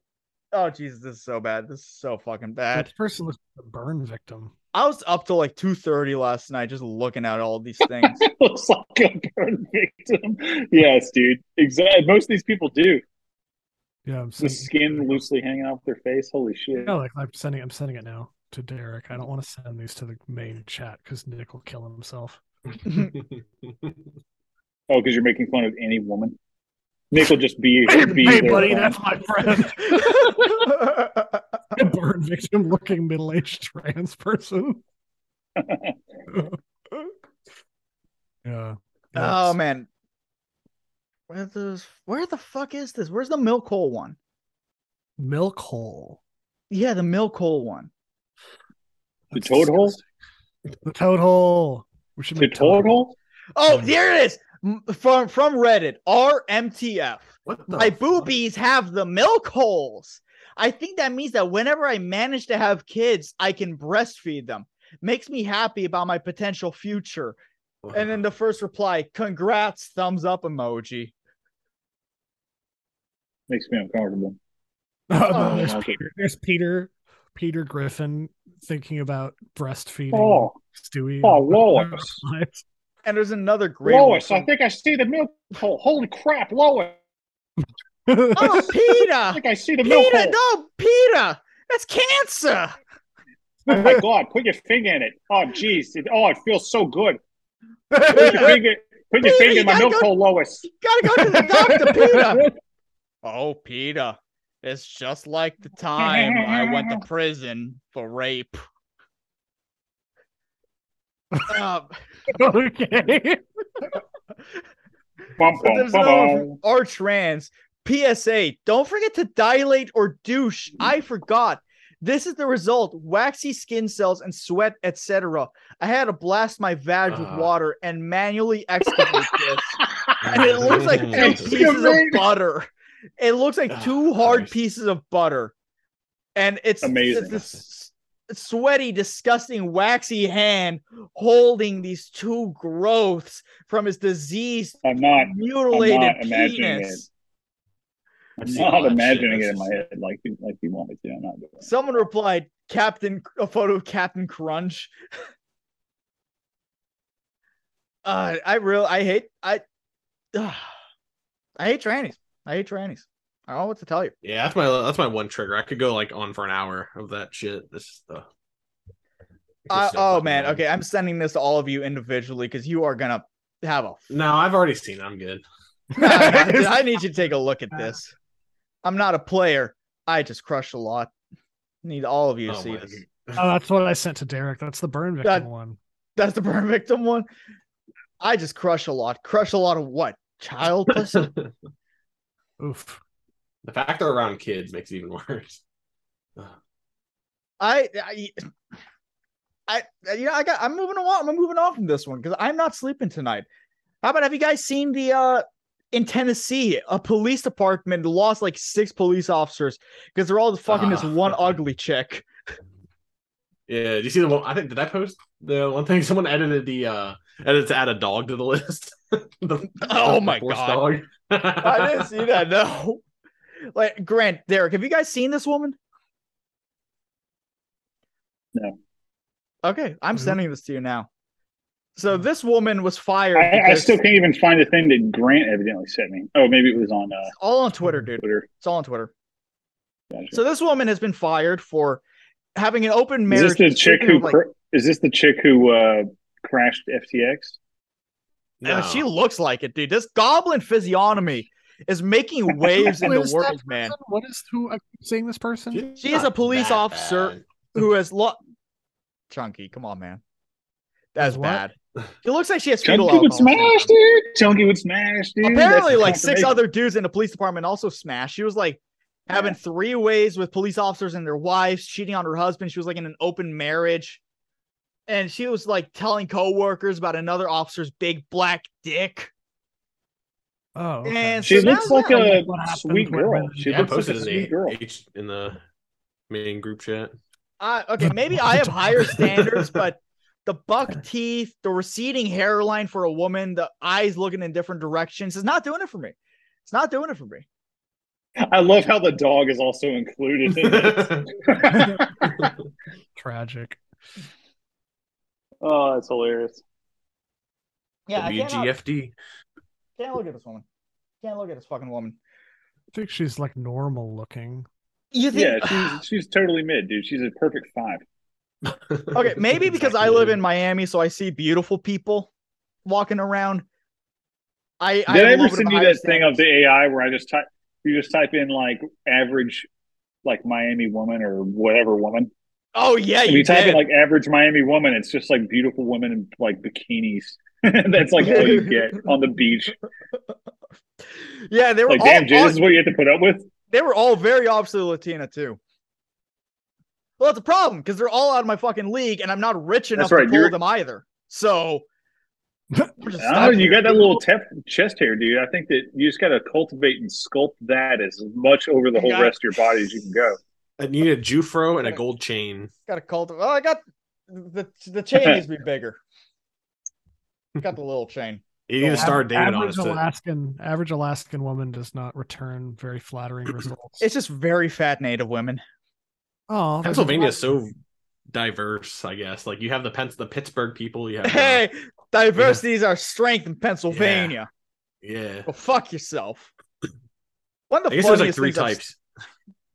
Speaker 6: oh Jesus, this is so bad. This is so fucking bad.
Speaker 15: That person looks like a burn victim.
Speaker 6: I was up till like two thirty last night just looking at all these things.
Speaker 8: Looks like a burn victim. Yes, dude. Exactly. Most of these people do.
Speaker 15: Yeah, I'm
Speaker 8: The
Speaker 15: sending,
Speaker 8: skin loosely hanging off their face. Holy shit.
Speaker 15: yeah, like I'm sending I'm sending it now to Derek. I don't want to send these to the main chat because Nick will kill himself.
Speaker 8: Oh, because you're making fun of any woman. Nick will just be. be
Speaker 15: hey,
Speaker 8: their
Speaker 15: buddy,
Speaker 8: friend.
Speaker 15: that's my friend. a burn victim looking middle aged trans person. yeah.
Speaker 6: Oh man. Where the where the fuck is this? Where's the milk hole one?
Speaker 15: Milk hole.
Speaker 6: Yeah, the milk hole one.
Speaker 8: The toad hole?
Speaker 15: The toad hole. We should
Speaker 8: The
Speaker 15: make toad
Speaker 8: toad hole?
Speaker 6: Oh, there it is. M- From from Reddit, RMTF.
Speaker 9: What
Speaker 6: My boobies have the milk holes. I think that means that whenever I manage to have kids, I can breastfeed them. Makes me happy about my potential future. And then the first reply, congrats, thumbs up emoji.
Speaker 8: Makes me uncomfortable.
Speaker 15: Oh,
Speaker 8: Oh,
Speaker 15: there's,
Speaker 8: okay.
Speaker 15: Peter, there's Peter Peter Griffin thinking about breastfeeding
Speaker 8: Oh.
Speaker 15: Stewie.
Speaker 8: Oh, Lois.
Speaker 6: And there's another great one
Speaker 8: Lois, I
Speaker 6: from-
Speaker 8: think I see the milk hole. Holy crap, Lois.
Speaker 6: Oh, Peter! I
Speaker 8: think I see the milk
Speaker 6: Peter,
Speaker 8: hole.
Speaker 6: no, Peter, that's cancer.
Speaker 8: Oh my god, put your finger in it. Oh jeez. It- Oh, it feels so good. Put your finger, put your
Speaker 6: Peter,
Speaker 8: finger
Speaker 6: you
Speaker 8: in my
Speaker 6: gotta
Speaker 8: milk
Speaker 6: go-
Speaker 8: hole, Lois.
Speaker 6: Gotta go to the doctor, Peter. Oh, Peter, it's just like the time I went to prison for rape. Um,
Speaker 15: okay.
Speaker 6: so
Speaker 8: Bum, bum,
Speaker 6: there's
Speaker 8: bum,
Speaker 6: another one
Speaker 8: bum.
Speaker 6: from R Trans. PSA: Don't forget to dilate or douche. I forgot. This is the result: waxy skin cells and sweat, etc. I had to blast my vag with
Speaker 9: Ah.
Speaker 6: water and manually excavate this, and it looks like
Speaker 9: Oh,
Speaker 6: two pieces of
Speaker 8: Excavate.
Speaker 6: butter. It looks like two hard pieces of butter, and it's
Speaker 8: Amazing.
Speaker 6: It's this sweaty, disgusting, waxy hand holding these two growths from his diseased,
Speaker 8: I'm not
Speaker 6: mutilated
Speaker 8: not imagining
Speaker 6: penis.
Speaker 8: I'm
Speaker 9: I've seen a lot
Speaker 8: not
Speaker 9: of
Speaker 8: imagining
Speaker 9: shit.
Speaker 8: it in my head like you like you wanted to. I'm not doing it.
Speaker 6: Someone replied, "Captain, a photo of Captain Crunch." uh, I real, I hate, I, ugh. I hate trannies. I hate trannies. I don't know what to tell you.
Speaker 9: Yeah, that's my that's my one trigger. I could go like on for an hour of that shit. This is the
Speaker 6: Uh, oh man, okay, I'm sending this to all of you individually because you are gonna have a.
Speaker 9: No, I've already seen it. I'm good.
Speaker 6: I need you to take a look at this. I'm not a player. I just crush a lot. Need all of you to
Speaker 9: Oh,
Speaker 6: see
Speaker 9: my
Speaker 6: this.
Speaker 15: Oh, that's what I sent to Derek. That's the burn victim
Speaker 6: That-
Speaker 15: one.
Speaker 6: That's the burn victim one. I just crush a lot. Crush a lot of what? Child pussy?
Speaker 15: Oof.
Speaker 9: The fact they're around kids makes it even worse.
Speaker 6: I, I, I, you know, I got. I'm moving on. I'm moving on from this one because I'm not sleeping tonight. How about have you guys seen the? uh In Tennessee, a police department lost like six police officers because they're all fucking this
Speaker 9: Ah,
Speaker 6: one ugly chick.
Speaker 9: Yeah, do you see the one? I think did I post the one thing? Someone edited the uh edited to add a dog to the list. the,
Speaker 6: Oh
Speaker 9: the
Speaker 6: my
Speaker 9: fourth
Speaker 6: God.
Speaker 9: dog.
Speaker 6: I didn't see that. No. Like Grant, Derek, have you guys seen this woman?
Speaker 8: No.
Speaker 6: Okay, I'm sending this to you now. So this woman was fired.
Speaker 8: I, I
Speaker 6: because-
Speaker 8: still can't even find the thing that Grant evidently sent me. Oh, maybe it was on uh,
Speaker 6: all on Twitter, dude.
Speaker 8: Twitter.
Speaker 6: It's all on Twitter.
Speaker 8: Gotcha.
Speaker 6: So this woman has been fired for having an open
Speaker 8: Is
Speaker 6: marriage.
Speaker 8: this the
Speaker 6: and
Speaker 8: chick
Speaker 6: sleeping
Speaker 8: who?
Speaker 6: with, like-
Speaker 8: cr- is this the chick who uh, crashed FTX?
Speaker 6: Uh, she looks like it, dude. This goblin physiognomy is making waves in
Speaker 15: Who
Speaker 6: the
Speaker 15: is that
Speaker 6: world, man.
Speaker 15: person? What is who I'm seeing this person?
Speaker 6: She is a police
Speaker 9: that
Speaker 6: officer who has lo- chunky. Come on, man. That's
Speaker 15: what?
Speaker 6: bad. It looks like she has fetal
Speaker 8: Chunky would
Speaker 6: alcohol. syndrome.
Speaker 8: smash, dude. Chunky would smash, dude. That's
Speaker 6: Apparently,
Speaker 8: the
Speaker 6: like six
Speaker 8: confirmation.
Speaker 6: other dudes in the police department also smashed. She was like, having three ways with police officers and their wives, cheating on her husband. She was like in an open marriage. And she was like telling coworkers about another officer's big black dick.
Speaker 15: Oh,
Speaker 6: and
Speaker 8: She
Speaker 6: so
Speaker 8: looks
Speaker 6: now-
Speaker 8: like
Speaker 6: now-
Speaker 8: a sweet girl. She
Speaker 9: yeah,
Speaker 8: looks like
Speaker 9: posted
Speaker 8: a
Speaker 9: in
Speaker 8: sweet
Speaker 9: the
Speaker 8: girl.
Speaker 9: H- in the main group chat.
Speaker 6: I okay, maybe I have higher standards, but the buck teeth, the receding hairline for a woman, the eyes looking in different directions is not doing it for me. It's not doing it for me.
Speaker 8: I love how the dog is also included. In this.
Speaker 15: Tragic.
Speaker 8: oh, that's hilarious.
Speaker 6: Yeah, I cannot-
Speaker 9: WGFD.
Speaker 6: Can't look at this woman. Can't look at this fucking woman.
Speaker 15: I think she's like normal looking.
Speaker 6: You think-
Speaker 8: Yeah, she's she's totally mid, dude. She's a perfect five.
Speaker 6: Okay, maybe because I live in Miami, so I see beautiful people walking around. I I
Speaker 8: Did
Speaker 6: have
Speaker 8: I
Speaker 6: a
Speaker 8: ever
Speaker 6: little bit
Speaker 8: send
Speaker 6: of
Speaker 8: you
Speaker 6: higher
Speaker 8: that
Speaker 6: standards.
Speaker 8: thing of the AI where I just type you just type in like average like Miami woman or whatever woman?
Speaker 6: Oh yeah,
Speaker 8: If
Speaker 6: you
Speaker 8: you type in
Speaker 6: did.
Speaker 8: like average Miami woman, it's just like beautiful women in like bikinis. That's like all you get on the beach.
Speaker 6: Yeah, they were
Speaker 8: Like,
Speaker 6: all,
Speaker 8: damn, Jay,
Speaker 6: all-
Speaker 8: this is what you have to put up with.
Speaker 6: they were all very obviously Latina too. Well, that's a problem because they're all out of my fucking league, and I'm not rich enough
Speaker 8: That's
Speaker 6: to
Speaker 8: right,
Speaker 6: pull
Speaker 8: you're-
Speaker 6: them either. So
Speaker 8: Oh, you got that little tef- chest hair, dude. I think that you just got to cultivate and sculpt that as much over the whole
Speaker 6: Yeah.
Speaker 8: rest of your body as you can go.
Speaker 9: I need a Jufro and a gold chain.
Speaker 6: got to call. Oh, I got the the chain needs to be bigger. Got the little chain.
Speaker 9: You need to start David on
Speaker 15: average
Speaker 9: us. to-
Speaker 15: Alaskan average Alaskan woman does not return very flattering results.
Speaker 6: It's just very fat native women.
Speaker 15: Oh,
Speaker 9: Pennsylvania is so diverse, I guess. Like you have the Pens- the Pittsburgh people. You have the-
Speaker 6: Hey, diversity is our strength in Pennsylvania.
Speaker 9: yeah.
Speaker 6: Well, fuck yourself. One of
Speaker 9: I
Speaker 6: the funniest
Speaker 9: guess there's like three
Speaker 6: things I've-
Speaker 9: types.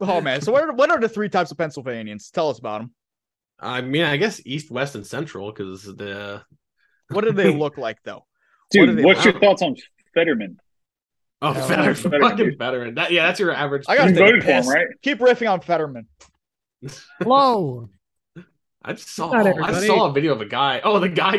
Speaker 6: Oh man, so what are, what are the three types of Pennsylvanians? Tell us about them.
Speaker 9: I mean, I guess East, West, and Central because the
Speaker 6: What do they look like though?
Speaker 9: What do
Speaker 8: Dude,
Speaker 9: they
Speaker 8: what's your
Speaker 9: want?
Speaker 8: thoughts on Fetterman?
Speaker 9: oh
Speaker 8: Yeah,
Speaker 9: veteran,
Speaker 8: veteran,
Speaker 9: fucking
Speaker 8: dude.
Speaker 9: veteran. That, yeah, that's your average.
Speaker 6: I got
Speaker 9: You
Speaker 6: to
Speaker 9: voted for him, right?
Speaker 6: Keep riffing on Fetterman.
Speaker 15: Hello.
Speaker 9: I just saw
Speaker 6: Not
Speaker 9: I
Speaker 6: everybody.
Speaker 9: saw a video of a guy. Oh, the guy,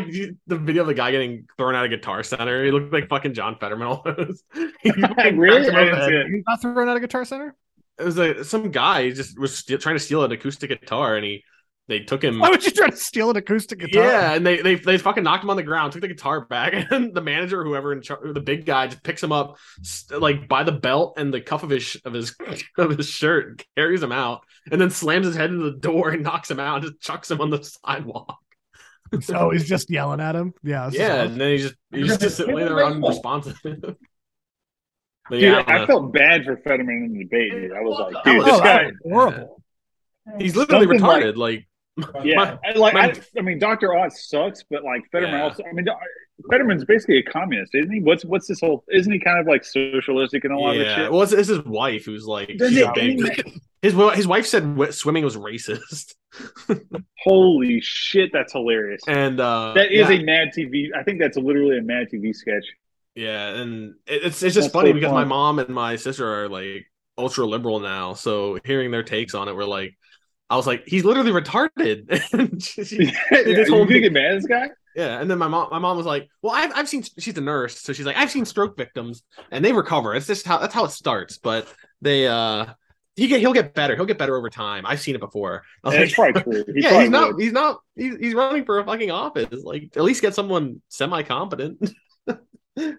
Speaker 9: the video of the guy getting thrown out of Guitar Center. He looked like fucking John Fetterman almost. He fucking
Speaker 8: Really?
Speaker 9: cracked him
Speaker 8: I
Speaker 9: over the
Speaker 8: didn't see
Speaker 9: head.
Speaker 8: it.
Speaker 15: You got thrown out of Guitar Center?
Speaker 9: It was like some guy he just was steal, trying to steal an acoustic guitar, and he they took him.
Speaker 15: Why would you try to steal an acoustic guitar?
Speaker 9: Mm. Yeah, and they, they they fucking knocked him on the ground, took the guitar back, and the manager, or whoever in charge, the big guy, just picks him up s- like by the belt and the cuff of his sh- of his of his shirt, carries him out, and then slams his head into the door and knocks him out, and just chucks him on the sidewalk.
Speaker 15: So he's just yelling at him. Yeah. this is
Speaker 9: yeah,
Speaker 15: awesome.
Speaker 9: and then he just he just sits there later unresponsive. But
Speaker 8: Dude,
Speaker 9: yeah,
Speaker 8: I
Speaker 9: uh,
Speaker 8: felt bad for Fetterman in the debate. Dude. I was like,
Speaker 9: That
Speaker 8: dude,
Speaker 9: was-
Speaker 8: this
Speaker 9: oh,
Speaker 8: guy.
Speaker 9: that was horrible. he's literally
Speaker 8: Something like-
Speaker 9: retarded. Like,
Speaker 8: Yeah, I like I, I mean, Doctor Ott sucks, but like Fetterman
Speaker 9: Yeah.
Speaker 8: also. I mean, Doc- Fetterman's basically a communist, isn't he? What's what's this whole? Isn't he kind of like socialistic and a lot of this
Speaker 9: yeah,
Speaker 8: shit?
Speaker 9: well, it's, it's his wife who's like
Speaker 8: Does
Speaker 9: she's
Speaker 8: it-
Speaker 9: big. His wa- his wife said wi- swimming was racist.
Speaker 8: Holy shit, that's hilarious.
Speaker 9: And uh,
Speaker 8: that is
Speaker 9: yeah.
Speaker 8: a Mad TV. I think that's literally a Mad TV sketch.
Speaker 9: Yeah, and it- it's it's just
Speaker 8: That's
Speaker 9: funny
Speaker 8: so
Speaker 9: because
Speaker 8: fun.
Speaker 9: my mom and my sister are like ultra liberal now, so hearing their takes on it, we're like, I was like, he's literally retarded. And she- she- this whole
Speaker 8: you gonna get mad at this guy?
Speaker 9: yeah, and then my mom, my mom was like, "Well, I've I've seen she's a nurse, so she's like, I've seen stroke victims, and they recover. It's just how that's how it starts. But they, uh, he get he'll get better. He'll get better over time. I've seen it before. I was
Speaker 8: That's
Speaker 9: like,
Speaker 8: probably true. He
Speaker 9: Uh, yeah,
Speaker 8: probably
Speaker 9: he's not,
Speaker 8: would.
Speaker 9: he's not, he's he's running for a fucking office. Like, at least get someone semi competent.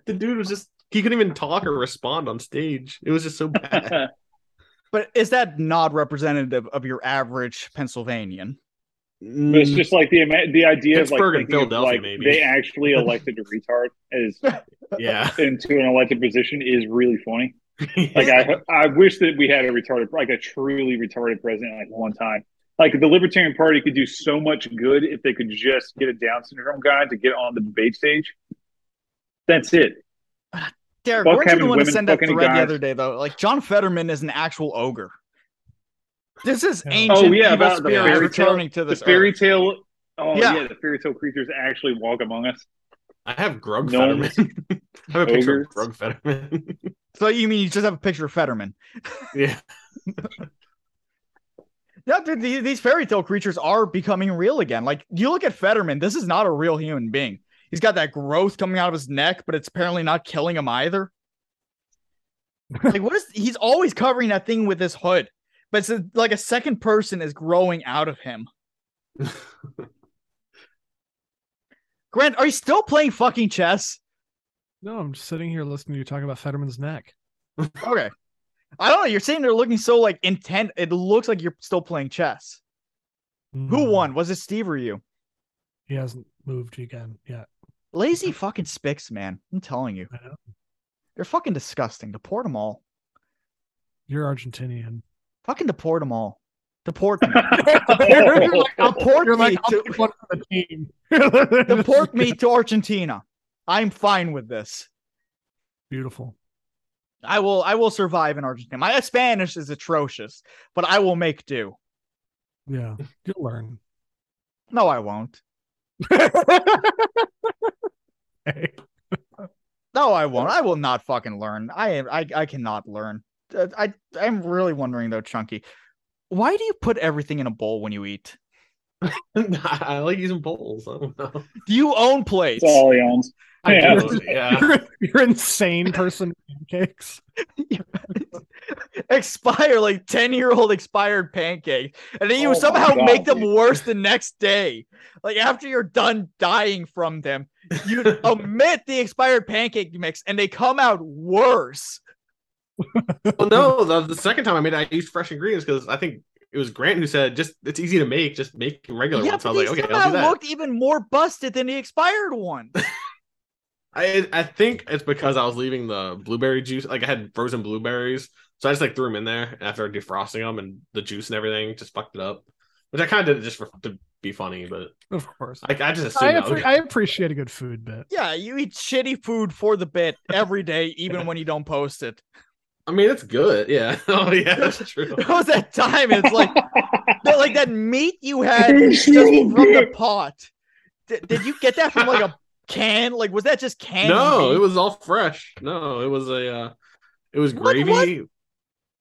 Speaker 9: the dude was just he couldn't even talk or respond on stage. It was just so bad.
Speaker 6: But is that not representative of your average Pennsylvanian?
Speaker 8: But it's just like the ima- the idea of like,
Speaker 6: Pittsburgh and
Speaker 8: thinking of,
Speaker 6: Philadelphia,
Speaker 8: like,
Speaker 6: maybe.
Speaker 8: they actually elected a retard as
Speaker 9: yeah
Speaker 8: into an elected position is really funny. Like I I wish that we had a retarded like a truly retarded president like one time. Like the Libertarian Party could do so much good if they could just get a Down syndrome guy to get on the debate stage. That's it.
Speaker 6: Derek,
Speaker 8: Fuck
Speaker 6: weren't you the
Speaker 8: having
Speaker 6: one to
Speaker 8: women
Speaker 6: send that
Speaker 8: fuck any
Speaker 6: thread the
Speaker 8: guys.
Speaker 6: other day though? Like John Fetterman is an actual ogre. This is ancient
Speaker 8: Oh yeah,
Speaker 6: evil
Speaker 8: about the
Speaker 6: spirit
Speaker 8: fairy tale.
Speaker 6: returning to this
Speaker 8: the fairy
Speaker 6: earth.
Speaker 8: tale. Oh
Speaker 6: Yeah.
Speaker 8: yeah. the fairy tale creatures actually walk among us.
Speaker 9: I have Grug
Speaker 8: Gnomes.
Speaker 9: Fetterman. I have a picture
Speaker 8: Ogres.
Speaker 9: of Grug Fetterman.
Speaker 6: So you mean you just have a picture of Fetterman?
Speaker 9: yeah.
Speaker 6: No, dude, the- these fairy tale creatures are becoming real again. Like you look at Fetterman, this is not a real human being. He's got that growth coming out of his neck, but it's apparently not killing him either. like what is he's always covering that thing with his hood, but it's a- like a second person is growing out of him. Grant, are you still playing fucking chess?
Speaker 7: No, I'm just sitting here listening to you talk about Fetterman's neck.
Speaker 6: Okay. I don't know. You're sitting there looking so like intent. It looks like you're still playing chess.
Speaker 7: Hmm.
Speaker 15: Mm-hmm.
Speaker 6: Who won? Was it Steve or you?
Speaker 7: He hasn't moved again yet.
Speaker 6: Lazy fucking spics, man. I'm telling you. They're fucking disgusting. Deport them all.
Speaker 7: You're Argentinian.
Speaker 6: Fucking deport them all. Deport me. deport
Speaker 7: You're
Speaker 6: me
Speaker 7: like,
Speaker 6: to deport me to Argentina. I'm fine with this.
Speaker 7: Beautiful.
Speaker 6: I will I will survive in Argentina. My Spanish is atrocious, but I will make do.
Speaker 7: Yeah, you'll learn.
Speaker 6: No, I won't. No, I won't. I will not fucking learn. I am. I. I cannot learn. Uh, I. I'm really wondering though, Chunky, why do you put everything in a bowl when you eat?
Speaker 9: I like using bowls. I don't know.
Speaker 6: Do you own plates?
Speaker 8: That's all he owns.
Speaker 9: I
Speaker 7: Yeah.
Speaker 9: do, yeah.
Speaker 7: You're, you're insane person pancakes.
Speaker 6: Expire like ten year old expired pancake, and then you
Speaker 7: Oh my
Speaker 6: somehow
Speaker 7: God,
Speaker 6: make them worse the next day. Like after you're done dying from them, you omit the expired pancake mix, and they come out worse.
Speaker 9: well, no, the, the second time I made it, I used fresh ingredients because I think it was Grant who said, just it's easy to make, just make regular
Speaker 6: yeah,
Speaker 9: ones. So I
Speaker 6: but
Speaker 9: was
Speaker 6: these
Speaker 9: like, okay, I'll do
Speaker 6: somehow
Speaker 9: that.
Speaker 6: looked even more busted than the expired one.
Speaker 9: I, I think it's because I was leaving the blueberry juice, like I had frozen blueberries. So I just like threw them in there after defrosting them and the juice and everything just fucked it up, which I kind of did just for, to be funny, but
Speaker 7: Of course.
Speaker 9: I, I just
Speaker 7: I,
Speaker 9: assumed that
Speaker 7: appre-
Speaker 9: was-
Speaker 7: I appreciate a good food bit.
Speaker 6: Yeah, you eat shitty food for the bit every day, even when you don't post it.
Speaker 9: I mean, it's good. Yeah. Oh, yeah, that's true.
Speaker 6: There was that time, and it's like, that, like that meat you had just from the pot. Did, did you get that from like a can? Like, was that just canned?
Speaker 9: no,
Speaker 6: meat?
Speaker 9: it was all fresh. No, it was a, uh, it was
Speaker 6: What-
Speaker 9: gravy.
Speaker 6: what?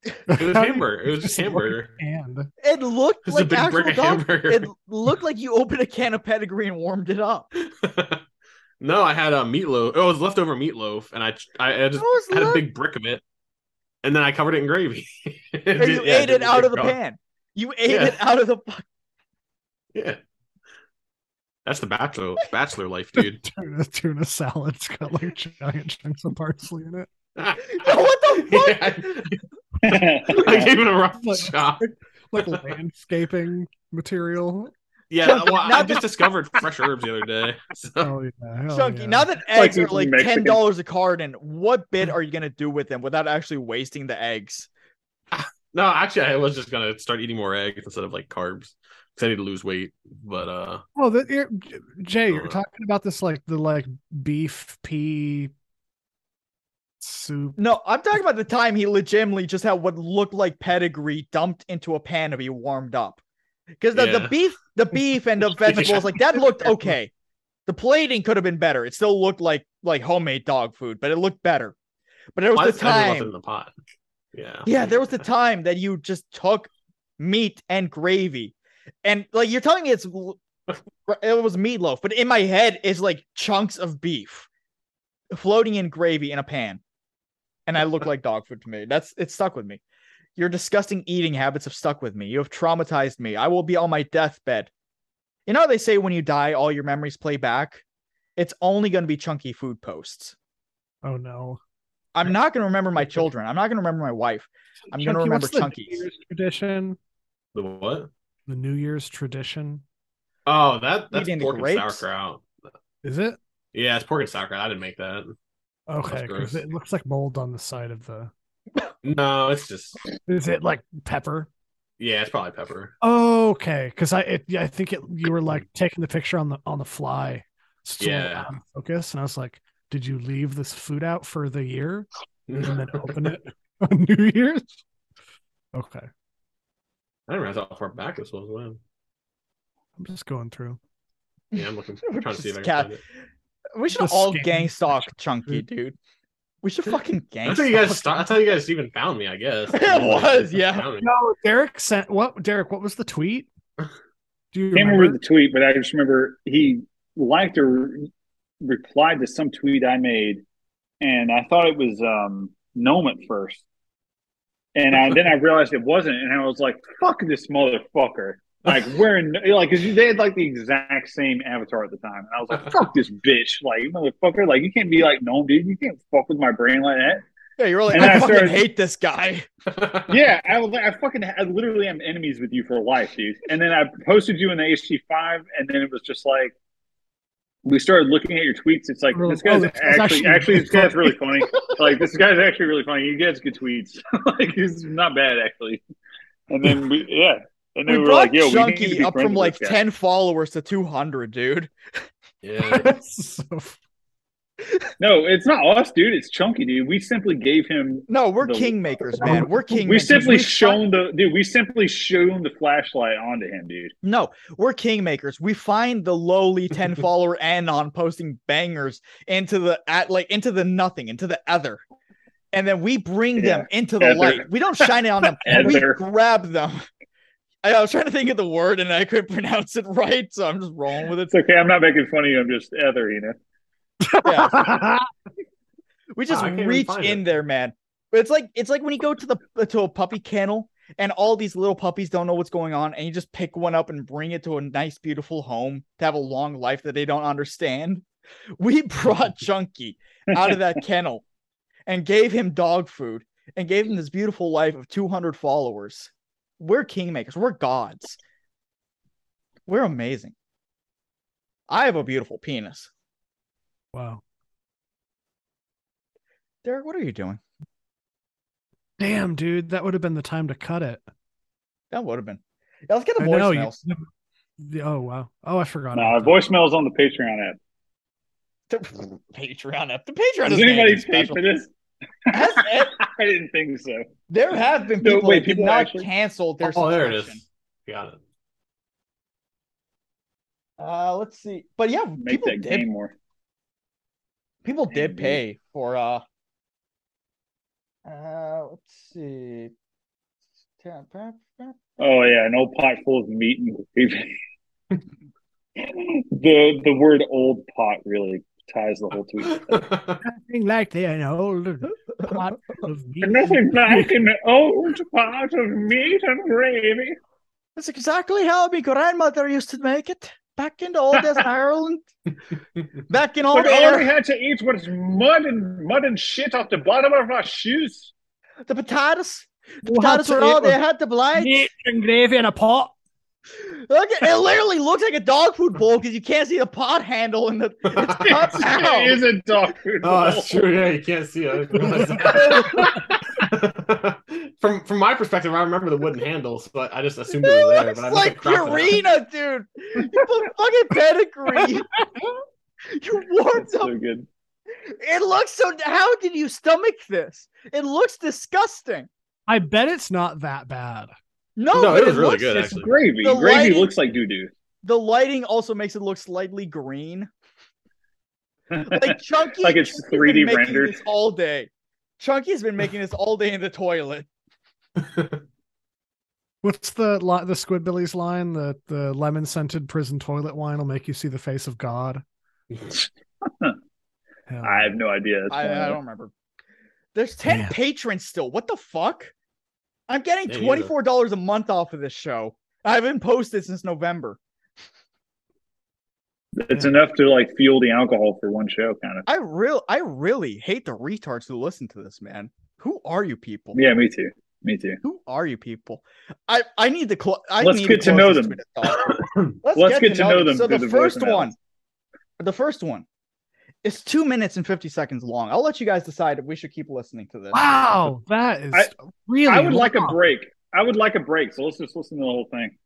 Speaker 9: It was hamburger. It was just hamburger.
Speaker 7: And
Speaker 6: It looked
Speaker 9: It was a
Speaker 6: like
Speaker 9: big
Speaker 6: actual
Speaker 9: brick of
Speaker 6: dog.
Speaker 9: hamburger.
Speaker 6: It looked like you opened a can of pedigree and warmed it up.
Speaker 9: No, I had a meatloaf. It was leftover meatloaf, and I I, I just
Speaker 6: was
Speaker 9: had a
Speaker 6: left-
Speaker 9: big brick of it, and then I covered it in gravy. It
Speaker 6: And you
Speaker 9: did- yeah,
Speaker 6: ate it
Speaker 9: didn't
Speaker 6: out of the
Speaker 9: take long.
Speaker 6: pan. You ate
Speaker 9: Yeah.
Speaker 6: it out of the. fu-
Speaker 9: Yeah, that's the bachelor bachelor life, dude.
Speaker 7: Tuna, tuna salad's got like giant chunks of parsley in it.
Speaker 6: No, Oh, what the fuck?
Speaker 9: I gave it a rough shot.
Speaker 7: Like landscaping material.
Speaker 9: Yeah,
Speaker 6: Chunky,
Speaker 9: well, I
Speaker 6: now
Speaker 9: just discovered fresh herbs the other day. So.
Speaker 7: Oh yeah. hell
Speaker 6: Chunky,
Speaker 7: yeah.
Speaker 6: now that
Speaker 9: Like
Speaker 6: eggs are
Speaker 9: eating
Speaker 6: like ten
Speaker 9: Mexican.
Speaker 6: dollars a carton, what bit are you gonna do with them without actually wasting the eggs?
Speaker 9: No, actually, I was just gonna start eating more eggs instead of like carbs because I need to lose weight. But uh,
Speaker 7: Well, that you're, Jay, you're talking about this like the like beef pea soup.
Speaker 6: No, I'm talking about the time he legitimately just had what looked like pedigree dumped into a pan to be warmed up. Because the,
Speaker 9: Yeah.
Speaker 6: the beef, the beef and the vegetables, like that looked okay. The plating could have been better. It still looked like like homemade dog food, but it looked better. But there was
Speaker 9: why
Speaker 6: the
Speaker 9: is everyone left it
Speaker 6: time.
Speaker 9: in the pot? Yeah,
Speaker 6: Yeah, there was the time that you just took meat and gravy, and like you're telling me it's l- it was meatloaf, but in my head is like chunks of beef floating in gravy in a pan, and I look like dog food to me. That's it stuck with me. Your disgusting eating habits have stuck with me. You have traumatized me. I will be on my deathbed. You know how they say when you die, all your memories play back. It's only going to be chunky food posts.
Speaker 7: Oh no.
Speaker 6: I'm not going to remember my children. I'm not going to remember my wife. I'm going
Speaker 7: Chunky,
Speaker 6: to remember
Speaker 7: what's the
Speaker 6: Chunky.
Speaker 7: New Year's tradition.
Speaker 9: The what?
Speaker 7: The New Year's tradition.
Speaker 9: Oh, that that's
Speaker 6: Eating the
Speaker 9: pork and
Speaker 6: grapes?
Speaker 9: sauerkraut.
Speaker 7: Is it?
Speaker 9: Yeah, it's pork and sauerkraut. I didn't make that.
Speaker 7: Okay, 'cause
Speaker 9: gross.
Speaker 7: it looks like mold on the side of the.
Speaker 9: No, it's just
Speaker 7: Is it like pepper?
Speaker 9: yeah, it's probably pepper.
Speaker 7: Okay, because I it, yeah, I think it you were like taking the picture on the on the fly, so
Speaker 9: Yeah.
Speaker 7: out of focus, and I was like, did you leave this food out for the year and
Speaker 6: Mm-hmm.
Speaker 7: then open it on New Year's? Okay,
Speaker 9: I didn't realize how far back this was. Wow.
Speaker 7: I'm just going through.
Speaker 9: Yeah, I'm looking. I'm trying to see if I
Speaker 6: Just
Speaker 9: can
Speaker 6: cat-
Speaker 9: find it.
Speaker 6: We should
Speaker 7: Just
Speaker 6: all
Speaker 7: scan
Speaker 6: gang stalk Chunky, dude. We should fucking gang.
Speaker 9: That's how you guys.
Speaker 6: stalk
Speaker 9: Start, that's how you guys even found me. I guess
Speaker 6: It was, yeah.
Speaker 9: Found me.
Speaker 7: No, Derek sent what? Derek, what was the tweet? Do you
Speaker 8: I can't remember
Speaker 7: remember?
Speaker 8: the tweet, but I just remember he liked or replied to some tweet I made, and I thought it was um, gnome at first, and I, then I realized it wasn't, and I was like, "Fuck this motherfucker!" Like wearing like 'cause they had like the exact same avatar at the time, and I was like, "Fuck this bitch!" Like you motherfucker, like you can't be like gnome dude. You can't fuck with my brain like that.
Speaker 6: Yeah, you're like,
Speaker 8: And
Speaker 6: I,
Speaker 8: I
Speaker 6: fucking
Speaker 8: started-
Speaker 6: hate this guy.
Speaker 8: yeah, I, was like, I fucking I literally am enemies with you for life, dude. And then I posted you in the HT5, and then it was just like we started looking at your tweets. It's like this guy's
Speaker 3: oh, it's
Speaker 8: actually
Speaker 3: actually-
Speaker 8: actually this guy's really funny. like this guy's actually really funny. You guys get tweets. like he's not bad actually. And then we yeah, and
Speaker 6: We
Speaker 8: then we,
Speaker 6: brought
Speaker 8: were like, yo, we need to
Speaker 6: Chunky
Speaker 8: be
Speaker 6: up
Speaker 8: friends
Speaker 6: from
Speaker 8: with
Speaker 6: like
Speaker 8: this guy.
Speaker 6: ten followers to two hundred, dude.
Speaker 9: Yeah.
Speaker 8: No, it's not us, dude. It's Chunky, dude. We simply gave him.
Speaker 6: No, we're
Speaker 8: the-
Speaker 6: kingmakers, man. We're kingmakers.
Speaker 8: We simply
Speaker 6: We
Speaker 8: shown the dude. We simply shown the flashlight onto him, dude.
Speaker 6: No, we're kingmakers. We find the lowly 10 follower and on posting bangers into the at like into the nothing, into the other. And then we bring them
Speaker 3: Yeah.
Speaker 6: into the
Speaker 3: Ether.
Speaker 6: light. We don't shine it on them. we
Speaker 3: Ether.
Speaker 6: grab them. I, I was trying to think of the word and I couldn't pronounce it right, so I'm just rolling with it.
Speaker 8: It's okay. I'm not making fun of you. I'm just ether, you know.
Speaker 6: We just
Speaker 8: Ah, I can't even
Speaker 6: reach
Speaker 8: find
Speaker 6: in there, man. But it's like it's like when you go to the to a puppy kennel and all these little puppies don't know what's going on, and you just pick one up and bring it to a nice, beautiful home to have a long life that they don't understand. We brought Chunky out of that kennel and gave him dog food and gave him this beautiful life of 200 followers. We're kingmakers. We're gods. We're amazing. I have a beautiful penis.
Speaker 15: Wow.
Speaker 6: Derek, what are you doing?
Speaker 15: Damn, dude, that would have been the time to cut it.
Speaker 6: That would have been. Yeah, let's get the
Speaker 15: I know, you-
Speaker 6: voicemails.
Speaker 15: the- Oh wow. Oh, I forgot.
Speaker 8: No,
Speaker 15: about
Speaker 8: our
Speaker 15: that.
Speaker 8: voicemail's on the Patreon app.
Speaker 6: The Patreon up. The Patreon
Speaker 8: Does
Speaker 6: is
Speaker 8: anybody
Speaker 6: anybody
Speaker 8: pay for this? I didn't think so.
Speaker 6: eh, There have been
Speaker 8: No,
Speaker 6: people
Speaker 8: wait,
Speaker 6: that did
Speaker 8: people
Speaker 6: not
Speaker 8: actually-
Speaker 6: cancel their
Speaker 9: Oh, there it
Speaker 6: subscription.
Speaker 9: is. Got it.
Speaker 6: Uh, let's see. But yeah,
Speaker 8: Make
Speaker 6: people
Speaker 8: that
Speaker 6: did.
Speaker 8: game more.
Speaker 6: People did pay for. uh Uh, let's see.
Speaker 8: Oh yeah, an old pot full of meat and the the word old pot really ties the whole tweet.
Speaker 12: Nothing like the an old pot of meat.
Speaker 8: Nothing like an old pot of meat and gravy.
Speaker 6: That's exactly how my grandmother used to make it back in the old days in Ireland. Back in old
Speaker 8: But all we
Speaker 6: Ireland,
Speaker 8: had to eat was mud and mud and shit off the bottom of our shoes.
Speaker 6: the potatoes. The
Speaker 8: We'll have
Speaker 6: potatoes
Speaker 8: to
Speaker 6: were all
Speaker 8: eat
Speaker 6: they
Speaker 8: with
Speaker 6: had to blight.
Speaker 12: Meat and gravy in a pot.
Speaker 6: Look, at- it literally looks like a dog food bowl because you can't see the pot handle in the. It's cut out.
Speaker 8: It is a dog food.
Speaker 9: Oh, that's
Speaker 8: bowl.
Speaker 9: true. Yeah, you can't see it. I didn't realize that. from from my perspective, I remember the wooden handles, but I just assumed it was there.
Speaker 6: It's
Speaker 9: But I must have
Speaker 6: like
Speaker 9: cropped it out.
Speaker 6: Purina, dude. You put fucking pedigree. you warmed up.
Speaker 8: So good.
Speaker 6: It looks so. How did you stomach this? It looks disgusting.
Speaker 15: I bet it's not that bad.
Speaker 6: No,
Speaker 15: No,
Speaker 6: but
Speaker 15: it was really
Speaker 6: looks-
Speaker 15: good,
Speaker 8: It's
Speaker 15: actually.
Speaker 8: gravy.
Speaker 6: The
Speaker 8: gravy
Speaker 6: lighting-
Speaker 8: looks like doo doo.
Speaker 6: The lighting also makes it look slightly green. Like Chunky,
Speaker 8: Like it's
Speaker 6: Chunky's been
Speaker 8: 3D
Speaker 6: making
Speaker 8: rendered.
Speaker 6: this all day. Chunky's been making this all day in the toilet.
Speaker 15: What's the li- the Squidbillies line? The the lemon scented prison toilet wine will make you see the face of God.
Speaker 8: I have no idea. uh, That's
Speaker 6: I,
Speaker 8: one
Speaker 6: I
Speaker 8: of them.
Speaker 6: don't remember. There's ten patrons still. What the fuck? I'm getting
Speaker 8: Yeah,
Speaker 6: twenty
Speaker 8: you
Speaker 6: four dollars a month off of this show. I haven't posted since November.
Speaker 8: It's enough to like fuel the alcohol for one show, kind of.
Speaker 6: I real I really hate the retards who listen to this, man. Who are you people?
Speaker 8: Yeah, me too. Me too.
Speaker 6: Who are you people? I I need to close. I
Speaker 8: Let's
Speaker 6: need
Speaker 8: get to
Speaker 6: close
Speaker 8: know
Speaker 6: this
Speaker 8: them.
Speaker 6: Twitter talk. Let's,
Speaker 8: Let's, get, to know them.
Speaker 6: So the
Speaker 8: through
Speaker 6: first
Speaker 8: voicemails.
Speaker 6: one, the first one, is two minutes and fifty seconds long. I'll let you guys decide if we should keep listening to this.
Speaker 15: Wow, that is
Speaker 8: I-
Speaker 15: really.
Speaker 8: I would like a
Speaker 15: long.
Speaker 8: break. I would like a break. So let's just listen to the whole thing.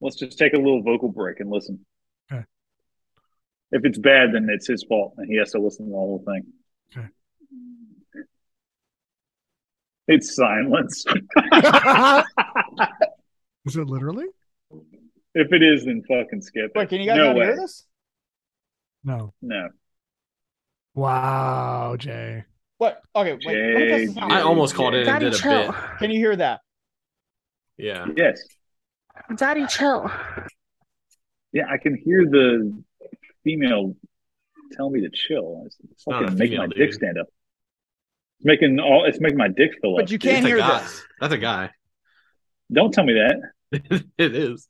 Speaker 8: Let's just take a little vocal break and listen.
Speaker 15: Okay.
Speaker 8: If it's bad, then it's his fault, and he has to listen to the whole thing.
Speaker 15: Okay.
Speaker 8: It's silence.
Speaker 15: Is it literally?
Speaker 8: if it is, then fucking skip.
Speaker 6: Wait,
Speaker 8: it.
Speaker 6: can you guys
Speaker 8: no
Speaker 6: not
Speaker 8: way.
Speaker 6: hear this?
Speaker 15: No.
Speaker 8: No.
Speaker 15: Wow, Jay.
Speaker 6: What? Okay, wait. let me test this out.
Speaker 9: I almost called in and
Speaker 6: Daddy,
Speaker 9: did a
Speaker 6: chill.
Speaker 9: bit.
Speaker 6: Can you hear that?
Speaker 9: Yeah.
Speaker 8: Yes.
Speaker 5: Daddy, chill.
Speaker 8: Yeah, I can hear the female tell me to chill. It's
Speaker 9: not
Speaker 8: fucking
Speaker 9: a
Speaker 8: make
Speaker 9: female,
Speaker 8: my
Speaker 9: dude.
Speaker 8: dick stand up. It's making all it's making my dick fill up.
Speaker 6: But you can't
Speaker 8: dude.
Speaker 6: hear
Speaker 9: guy.
Speaker 6: this.
Speaker 9: That's a guy.
Speaker 8: Don't tell me that.
Speaker 9: it is.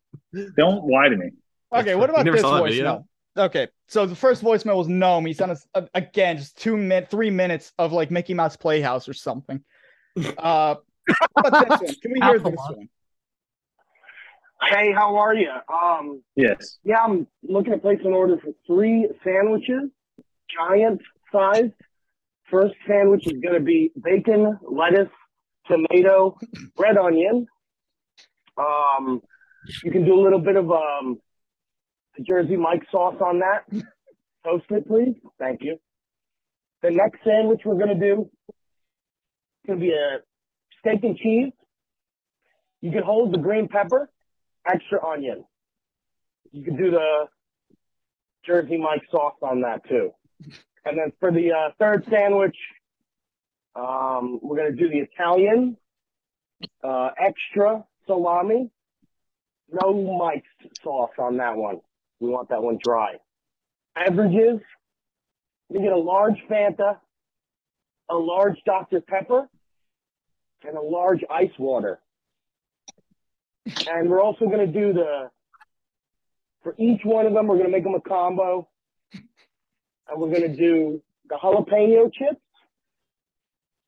Speaker 8: Don't lie to me.
Speaker 6: Okay, what
Speaker 8: You
Speaker 6: about
Speaker 8: never
Speaker 6: this
Speaker 8: saw that video?
Speaker 6: voicemail? Okay, so the first voicemail was Gnome. He sent us uh, again just two minutes, three minutes of like Mickey Mouse Playhouse or something. Uh, how about this one? Can we hear this one?
Speaker 14: Hey, how are you? Um,
Speaker 8: Yes.
Speaker 14: yeah, I'm looking to place an order for three sandwiches, giant size. First sandwich is going to be bacon, lettuce, tomato, red onion. Um, you can do a little bit of um, Jersey Mike sauce on that. Toast it, please. Thank you. The next sandwich we're going to do is going to be a steak and cheese. You can hold the green pepper extra onion. You can do the Jersey Mike sauce on that too. And then for the uh, third sandwich, um, we're going to do the Italian, uh, extra salami, no Mike's sauce on that one. We want that one dry. Beverages, we get a large Fanta, a large Dr. Pepper, and a large ice water. And we're also going to do the, for each one of them, we're going to make them a combo. And we're going to do the jalapeno chips,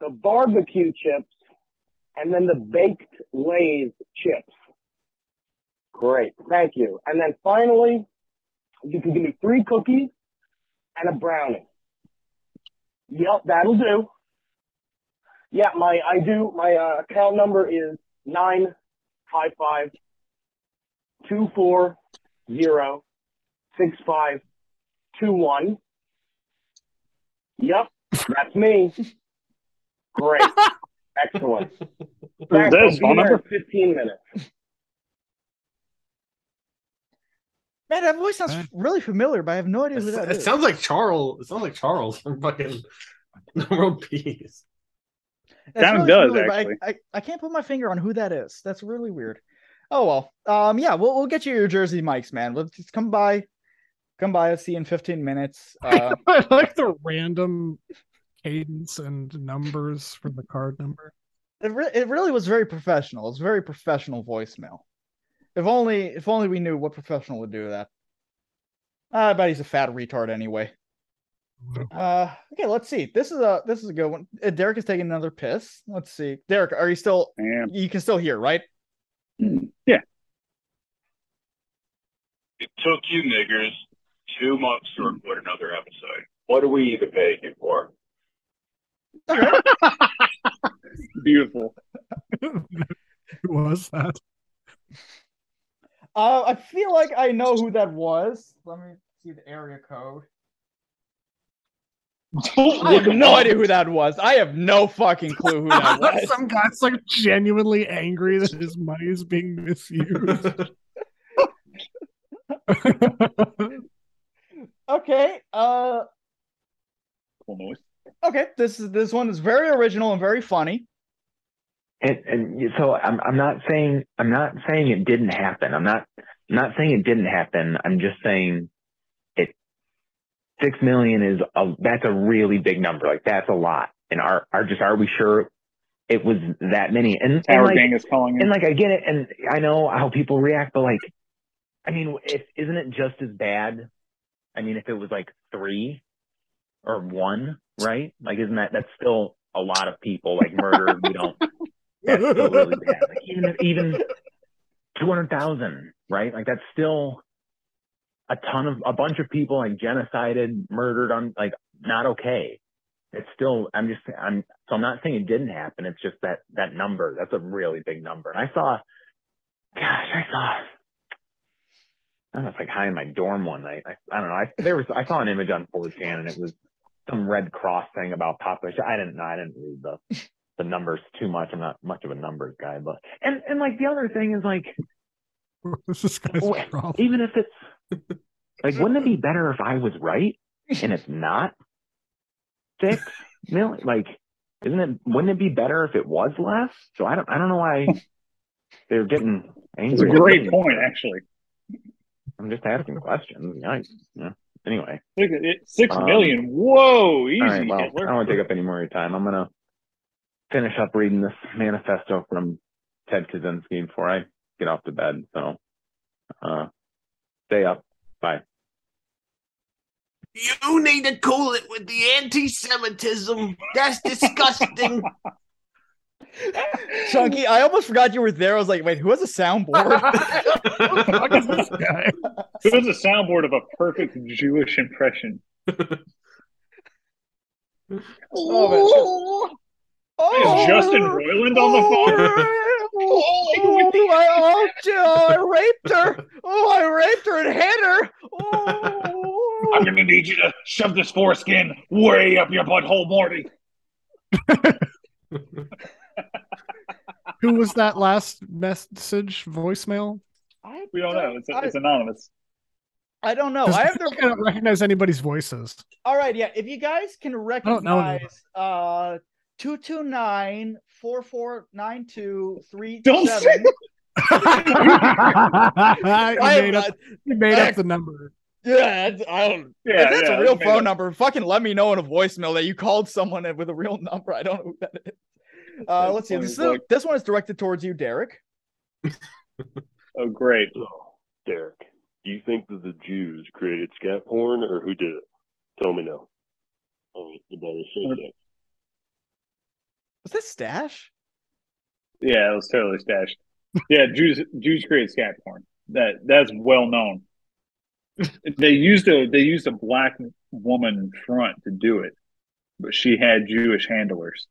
Speaker 14: the barbecue chips, and then the baked Lay's chips. Great. Thank you. And then finally, you can give me three cookies and a brownie. Yep, that'll do. Yeah, my I do my uh, account number is nine five five two four zero six five two one. Yep, that's me. Great, excellent.
Speaker 8: that
Speaker 14: Thanks, I'll
Speaker 8: his
Speaker 14: be
Speaker 8: phone
Speaker 14: there in
Speaker 8: number?
Speaker 14: Fifteen minutes.
Speaker 6: Man, that voice sounds really familiar, but I have no idea who that
Speaker 9: It
Speaker 6: is.
Speaker 9: sounds like Charles. It sounds like Charles from fucking World Peace.
Speaker 6: It's
Speaker 9: Sound does,
Speaker 6: familiar, but I-
Speaker 9: actually.
Speaker 6: I, I, can't put my finger on who that is. That's really weird. Oh well. Um, yeah, we'll we'll get you your Jersey Mike's, man. Let's just come by, come by. I'll see you in fifteen minutes. Uh,
Speaker 7: I like the random cadence and numbers for the card number.
Speaker 6: it, re- it really was very professional. It's very professional voicemail. If only if only we knew what professional would do that. Ah, I bet he's a fat retard anyway.
Speaker 9: Mm-hmm.
Speaker 6: Uh, okay, let's see. This is a this is a good one. Uh, Derek is taking another piss. Let's see. Derek, are you still? You can still hear, right?
Speaker 8: Yeah.
Speaker 16: It took you niggers two months to record another episode. What are we even paying you for?
Speaker 8: Beautiful.
Speaker 7: Who was that?
Speaker 6: Uh, I feel like I know who that was. Let me see the area code. I have
Speaker 7: Look
Speaker 6: no
Speaker 7: up.
Speaker 6: idea who that was. I have no fucking clue who that was.
Speaker 7: Some guy's like genuinely angry that his money is being misused.
Speaker 6: okay. Uh.
Speaker 8: Cool noise.
Speaker 6: Okay. This is this one is very original and very funny.
Speaker 17: And, and you- so I'm, I'm not saying I'm not saying it didn't happen. I'm not I'm not saying it didn't happen. I'm just saying it. Six million is a that's a really big number. Like that's a lot. And are are just are we sure it was that many? And, and
Speaker 8: Tower
Speaker 17: like,
Speaker 8: gang is calling.
Speaker 17: and like I get it, and I know how people react, but like, I mean, it, isn't it just as bad? I mean, if it was like three or one, right? Like, isn't that that's still a lot of people like murder? we don't. That's still really bad. Like, even if- even two hundred thousand, right? Like that's still a ton of a bunch of people like genocided, murdered on like not okay. It's still I'm just I'm so I'm not saying it didn't happen. It's just that that number that's a really big number. And I saw, gosh, I saw. I was like high in my dorm one night. I, I don't know. I there was I saw an image on 4chan and it was some Red Cross thing about population. I didn't know. I didn't read the the numbers too much. I'm not much of a numbers guy, but and and like the other thing is like
Speaker 7: this guy's
Speaker 17: Wait,
Speaker 7: problem.
Speaker 17: even if it's like, wouldn't it be better if I was right and it's not six million? Like, isn't it? Wouldn't it be better if it was less? So I don't. I don't know why they're getting angry.
Speaker 8: It's a
Speaker 17: at
Speaker 8: great
Speaker 17: me.
Speaker 8: point, actually.
Speaker 17: I'm just asking questions. Yikes. Yeah. Anyway,
Speaker 8: Look at it, Six
Speaker 17: Um,
Speaker 8: million. Whoa, easy.
Speaker 17: all right. Well, I
Speaker 8: Hitler.
Speaker 17: don't want to take up any more of your time. I'm gonna finish up reading this manifesto from Ted Kaczynski before I get off to bed. So uh, stay up. Bye.
Speaker 18: You need to cool it with the anti Semitism. That's disgusting.
Speaker 6: Chunky, I almost forgot you were there. I was like, wait, who has a soundboard?
Speaker 8: It was a soundboard of a perfect Jewish impression.
Speaker 18: Oh,
Speaker 6: Oh,
Speaker 8: Is Justin Roiland on the phone?
Speaker 18: oh,
Speaker 6: I, oh, I raped her. Oh, I raped her and hit her. Oh.
Speaker 16: I'm gonna need you to shove this foreskin way up your butthole, Morty.
Speaker 7: Who was that last message voicemail?
Speaker 8: We don't know. It's, it's anonymous.
Speaker 6: I don't know.
Speaker 7: Does
Speaker 6: I have
Speaker 7: I don't recognize anybody's voices.
Speaker 6: All right, yeah. If you guys can
Speaker 7: don't know
Speaker 6: recognize uh 229 4492
Speaker 7: Don't say-
Speaker 6: I-
Speaker 7: you, made up,
Speaker 6: I-
Speaker 7: you made up the number.
Speaker 6: Yeah, that's, I don't.
Speaker 7: Yeah,
Speaker 6: if that's
Speaker 7: yeah,
Speaker 6: a real
Speaker 7: okay.
Speaker 6: phone number, fucking let me know in a voicemail that you called someone with a real number. I don't know who that is. Uh,
Speaker 8: That's
Speaker 6: let's see.
Speaker 8: funny
Speaker 6: This,
Speaker 8: as
Speaker 6: is- this one is directed towards you, Derek.
Speaker 8: Oh, great.
Speaker 19: Derek, do you think that the Jews created scat porn or who did it? Tell me now. Oh, you better say that.
Speaker 6: Was that Stash?
Speaker 8: Yeah, it was totally stashed. Yeah, Jews Jews create scat porn. That that's well known. They used a they used a black woman front to do it, but she had Jewish handlers,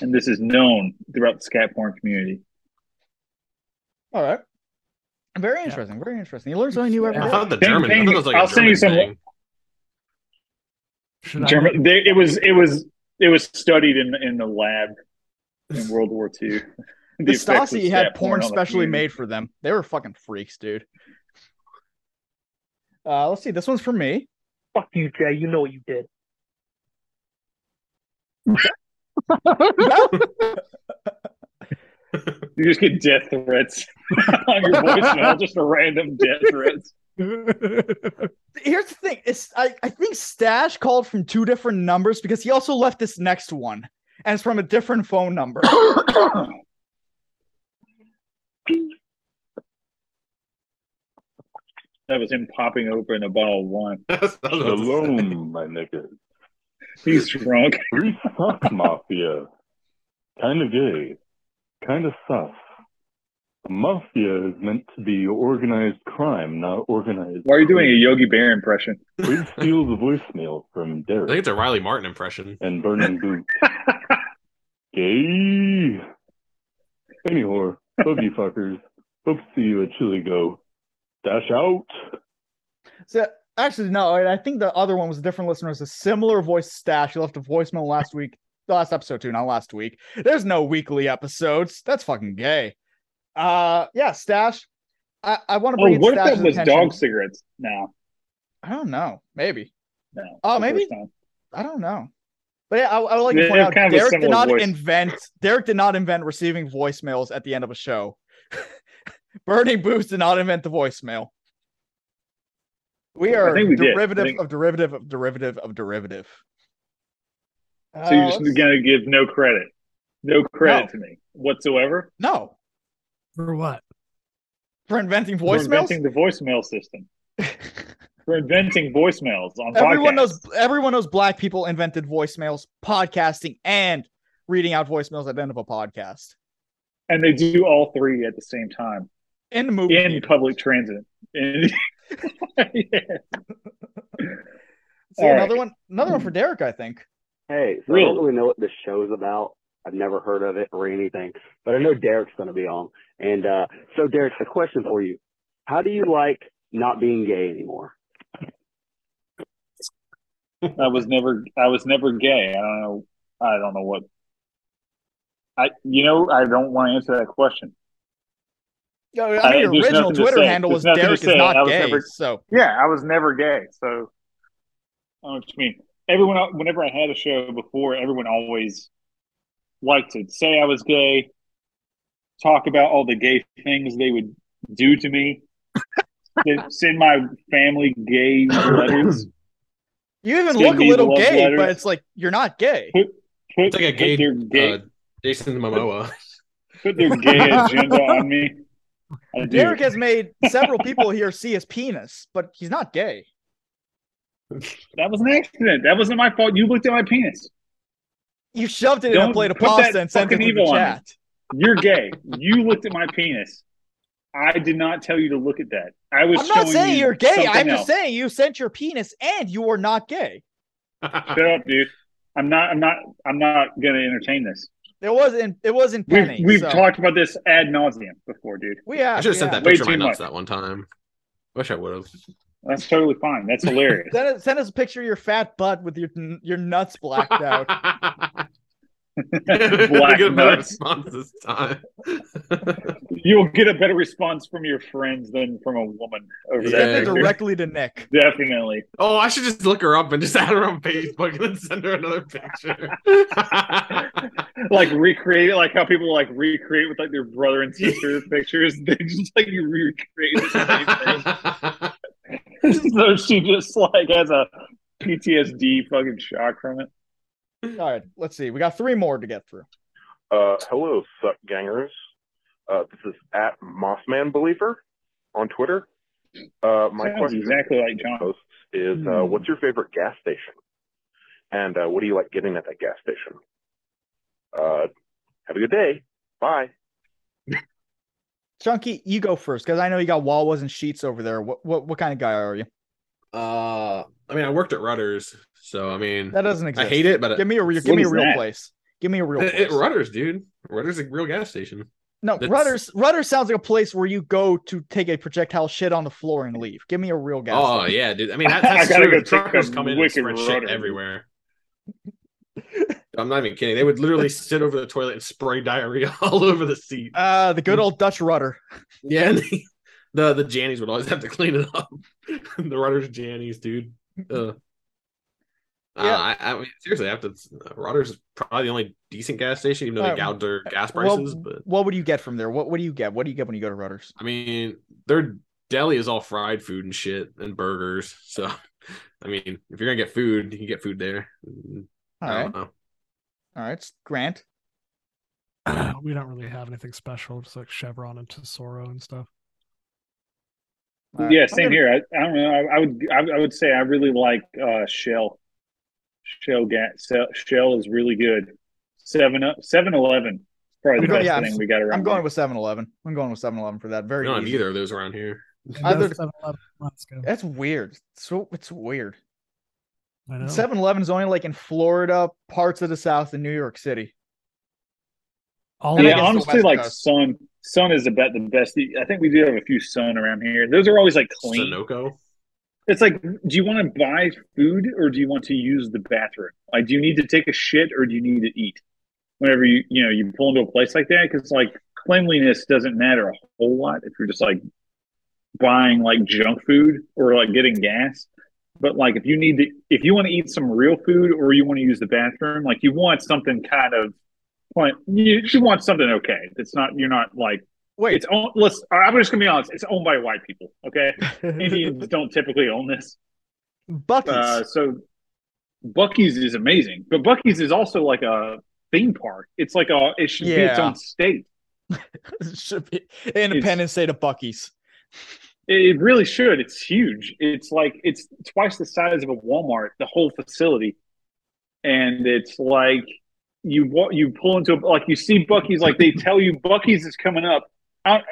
Speaker 8: and this is known throughout the scat porn community.
Speaker 6: All right. Very interesting. Very interesting. You learn something new every day.
Speaker 9: I thought the German. I thought it was like a
Speaker 8: I'll send you
Speaker 9: German
Speaker 8: some-
Speaker 9: thing.
Speaker 7: Should
Speaker 8: German, they, it was it was it was studied in in the lab in World War II.
Speaker 6: The
Speaker 8: effects of
Speaker 6: Stasi had
Speaker 8: scat
Speaker 6: porn
Speaker 8: on the
Speaker 6: specially
Speaker 8: community.
Speaker 6: made for them. They were fucking freaks, dude. Uh, let's see. This one's for me.
Speaker 17: Fuck you, Jay. You know what you did.
Speaker 8: You just get death threats on your voicemail, just a random death threats.
Speaker 6: Here's the thing. It's, I, I think Stash called from two different numbers because he also left this next one. And it's from a different phone number.
Speaker 8: That was him popping open a bottle of wine.
Speaker 19: Shalom, my nigga.
Speaker 8: He's drunk.
Speaker 19: Free suck mafia. Kind of gay. Kind of sus. Mafia is meant to be organized crime, not organized.
Speaker 8: Why are you doing a Yogi Bear impression?
Speaker 19: We steal the voicemail from
Speaker 9: I think
Speaker 19: Derek
Speaker 9: it's a Riley Martin impression.
Speaker 19: and Burning Boot. gay. Anyhow, love you fuckers. Hope to see you at Chili Go. Dash out.
Speaker 6: So actually, no. I I think the other one was a different listener. It's a similar voice stash. He left a voicemail last week, the last episode too, not last week. There's no weekly episodes. That's fucking gay. Uh, yeah, stash. I, I want to
Speaker 8: Oh,
Speaker 6: bring it
Speaker 8: what if that
Speaker 6: stash's
Speaker 8: was
Speaker 6: attention.
Speaker 8: dog cigarettes? No,
Speaker 6: I don't know. Maybe.
Speaker 8: no.
Speaker 6: Oh,
Speaker 8: the
Speaker 6: maybe?
Speaker 8: first time.
Speaker 6: I don't know. But yeah, I, I would like to
Speaker 8: They
Speaker 6: point
Speaker 8: have
Speaker 6: out
Speaker 8: kind of a
Speaker 6: Derek did
Speaker 8: similar
Speaker 6: not
Speaker 8: voice.
Speaker 6: invent Derek did not invent receiving voicemails at the end of a show. Bernie Booth did not invent the voicemail. We
Speaker 8: I
Speaker 6: are
Speaker 8: think we did. I
Speaker 6: derivative
Speaker 8: think-
Speaker 6: of derivative of derivative of derivative.
Speaker 8: So you're
Speaker 6: Uh,
Speaker 8: just
Speaker 6: let's-
Speaker 8: gonna give no credit, no credit
Speaker 6: No.
Speaker 8: to me whatsoever
Speaker 6: no
Speaker 7: for what
Speaker 6: for inventing
Speaker 8: for
Speaker 6: voicemails.
Speaker 8: inventing the voicemail system. for inventing voicemails on
Speaker 6: Everyone
Speaker 8: podcasts.
Speaker 6: knows everyone knows black people invented voicemails, podcasting, and reading out voicemails at the end of a podcast.
Speaker 8: and they do all three at the same time
Speaker 6: in movie
Speaker 8: in public transit. In- yeah.
Speaker 6: See,
Speaker 20: All right.
Speaker 6: another one another one for Derek, I think.
Speaker 20: Hey, so I don't really know what this show's about. I've never heard of it or anything, but I know Derek's going to be on. And uh, so, Derek, a question for you: How do you like not being gay anymore?
Speaker 8: I was never I was never gay. I don't know I don't know what I you know I don't want to answer that question.
Speaker 6: Yeah, I mean,
Speaker 8: I-
Speaker 6: your
Speaker 8: there's
Speaker 6: original
Speaker 8: nothing to
Speaker 6: Twitter
Speaker 8: say.
Speaker 6: handle was
Speaker 8: There's nothing to
Speaker 6: Derek is
Speaker 8: say. I
Speaker 6: not
Speaker 8: was
Speaker 6: gay.
Speaker 8: never-
Speaker 6: So
Speaker 8: Yeah, I was never gay, so I don't know what you mean. Oh, Everyone al- whenever I had a show before, everyone always liked to say I was gay, talk about all the gay things they would do to me. send- Send my family gay letters.
Speaker 6: you even
Speaker 8: Send
Speaker 6: look a
Speaker 8: me
Speaker 6: little
Speaker 8: love
Speaker 6: gay,
Speaker 8: letters.
Speaker 6: but it's like you're not gay.
Speaker 8: Put, put,
Speaker 9: It's like a gay,
Speaker 8: their gay
Speaker 9: uh, Jason Momoa.
Speaker 8: Put their gay agenda on me. I do.
Speaker 6: Derek has made several people here see his penis, but he's not gay.
Speaker 8: That was an accident. That wasn't my fault. You looked at my penis.
Speaker 6: You shoved it in a plate of
Speaker 8: put
Speaker 6: pasta
Speaker 8: that
Speaker 6: and sent it
Speaker 8: fucking
Speaker 6: to the
Speaker 8: evil on me.
Speaker 6: chat.
Speaker 8: You're gay. you looked at my penis. I did not tell you to look at that. I was.
Speaker 6: I'm not
Speaker 8: showing
Speaker 6: saying
Speaker 8: you
Speaker 6: you're gay.
Speaker 8: something
Speaker 6: I'm
Speaker 8: else.
Speaker 6: just saying you sent your penis and you are not gay.
Speaker 8: Shut up, dude. I'm not. I'm not. I'm not gonna entertain this.
Speaker 6: It wasn't. It wasn't Penny.
Speaker 8: we've we've
Speaker 6: so-
Speaker 8: talked about this ad nauseum before, dude.
Speaker 6: We have.
Speaker 9: I should have sent
Speaker 6: yeah.
Speaker 9: that picture of
Speaker 8: Way
Speaker 9: my
Speaker 8: too
Speaker 9: nuts
Speaker 8: much.
Speaker 9: that one time. Wish I would have.
Speaker 8: That's totally fine. That's hilarious.
Speaker 6: Send us, send us a picture of your fat butt with your your nuts blacked out.
Speaker 8: Black
Speaker 9: get a better
Speaker 8: nuts.
Speaker 9: response this time.
Speaker 8: You'll get a better response from your friends than from a woman over
Speaker 6: Send
Speaker 8: that
Speaker 6: it
Speaker 8: picture.
Speaker 6: directly to Nick.
Speaker 8: Definitely.
Speaker 9: Oh, I should just look her up and just add her on Facebook and then send her another picture.
Speaker 8: Like recreate it, like how people like recreate with like their brother and sister pictures. They just like recreate the same thing. so she just like has a PTSD fucking shock from it.
Speaker 6: All right, let's see. We got three more to get through.
Speaker 21: Uh, hello, suck gangers. Uh, this is at Mossman Believer on Twitter. Uh, my
Speaker 8: Sounds
Speaker 21: question
Speaker 8: exactly like John.
Speaker 21: Posts is uh, what's your favorite gas station, and uh, what do you like getting at that gas station? Uh, have a good day. Bye.
Speaker 6: Chunky, you go first because I know you got Wawas and Sheets over there. What what what kind of guy are you?
Speaker 9: Uh, I mean, I worked at Rudders, so I mean,
Speaker 6: That doesn't exist.
Speaker 9: I hate it, but
Speaker 6: give me a real, give me a real place. Give me a real.
Speaker 9: It,
Speaker 6: Place.
Speaker 9: it Rudders, dude. Rudders is a real gas station.
Speaker 6: No,
Speaker 9: That's-
Speaker 6: Rutter's Rutter sounds like a place where you go to take a projectile shit on the floor and leave. Give me a real gas.
Speaker 9: Oh
Speaker 6: station.
Speaker 9: yeah, dude. I mean, that,
Speaker 8: I
Speaker 9: that's
Speaker 8: gotta
Speaker 9: true.
Speaker 8: go
Speaker 9: The
Speaker 8: take
Speaker 9: truckers
Speaker 8: a
Speaker 9: come in and
Speaker 8: wicked
Speaker 9: spread shit
Speaker 8: Rutter.
Speaker 9: everywhere. I'm not even kidding. They would literally sit over the toilet and spray diarrhea all over the seat.
Speaker 6: Uh, the good old Dutch rudder.
Speaker 9: Yeah, and the, the the Jannies would always have to clean it up. the Rudders Jannies, dude.
Speaker 6: Mm-hmm.
Speaker 9: Uh, yeah. I, I mean, seriously, I have to. Rudders is probably the only decent gas station, even though
Speaker 6: Uh,
Speaker 9: they gouged their gas
Speaker 6: Well,
Speaker 9: prices. but
Speaker 6: what would you get from there? What what do you get? What do you get when you go to Rudders?
Speaker 9: I mean, their deli is all fried food and shit and burgers. So, I mean, if you're gonna get food, you can get food there. Mm,
Speaker 6: All
Speaker 9: I
Speaker 6: right,
Speaker 9: don't know.
Speaker 6: all right, Grant.
Speaker 15: we don't really have anything special, just like Chevron and Tesoro and stuff.
Speaker 8: yeah,
Speaker 6: Uh,
Speaker 15: I'm
Speaker 8: same
Speaker 15: gonna-
Speaker 8: here. I, I don't know. I, I would. I, I would say I really like uh, Shell. Shell gas. Shell is really good. Seven up. Seven Eleven. Probably the
Speaker 6: I'm
Speaker 8: best
Speaker 6: go- yeah, I'm-
Speaker 8: thing we got around.
Speaker 6: I'm going with 7-Eleven. I'm going with 7-Eleven for that.
Speaker 9: We
Speaker 6: Very
Speaker 9: don't have
Speaker 6: easy.
Speaker 9: either of those around here.
Speaker 6: Other-
Speaker 15: Let's go.
Speaker 6: That's weird. So it's weird.
Speaker 15: I know.
Speaker 6: 7-Eleven is only like in Florida, parts of the South, and New York City.
Speaker 15: All
Speaker 6: And I
Speaker 8: yeah,
Speaker 6: guess the
Speaker 8: honestly,
Speaker 6: West
Speaker 8: like
Speaker 6: Coast.
Speaker 8: Sun. Sun is about the best. I think we do have a few Sun around here. Those are always like clean.
Speaker 9: Sunoco.
Speaker 8: It's like, do you want to buy food or do you want to use the bathroom? Like, do you need to take a shit or do you need to eat? Whenever you you know you pull into a place like that, because like cleanliness doesn't matter a whole lot if you're just like buying like junk food or like getting gas. But like, if you need to, if you want to eat some real food or you want to use the bathroom, like you want something kind of, like, you, you want something okay. It's not you're not like
Speaker 6: wait.
Speaker 8: It's own. Let's. I'm just gonna be honest. It's owned by white people. Okay, Indians don't typically own this.
Speaker 6: Bucky's.
Speaker 8: Uh, so Bucky's is amazing, but Bucky's is also like a theme park. It's like a it should be its
Speaker 6: Yeah.
Speaker 8: own state.
Speaker 6: It should be independent state of Bucky's.
Speaker 8: It really should. It's huge. It's like it's twice the size of a Walmart. The whole facility, and it's like you wa- you pull into a, like you see Bucky's like they tell you Bucky's is coming up. I,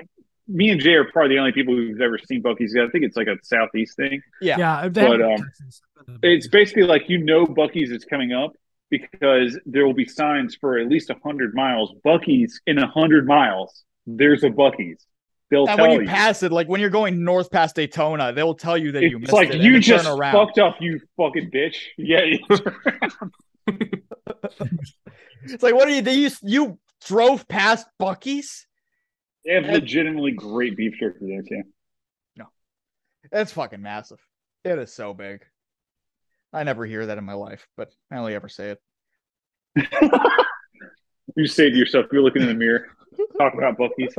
Speaker 8: me and Jay are probably the only people who've ever seen Bucky's. I think it's like a southeast thing.
Speaker 6: Yeah.
Speaker 15: Yeah. they
Speaker 8: But
Speaker 15: have-
Speaker 8: um, it's basically like you know Bucky's is coming up because there will be signs for at least hundred miles. Bucky's in hundred miles, there's a Bucky's. They'll
Speaker 6: And
Speaker 8: tell
Speaker 6: when you
Speaker 8: you.
Speaker 6: pass it, like when you're going north past Daytona, they'll tell you that you
Speaker 8: it's
Speaker 6: missed
Speaker 8: like
Speaker 6: it. and
Speaker 8: you
Speaker 6: then
Speaker 8: just
Speaker 6: turn around.
Speaker 8: fucked up, you fucking bitch. Yeah, you-
Speaker 6: It's like, what are you? They you you drove past Bucky's?
Speaker 8: they have legitimately great beef jerky there too.
Speaker 6: That's fucking massive. It is so big. I never hear that in my life, but I only ever say it.
Speaker 8: You say to yourself, you're looking in the mirror, talk about Bucky's.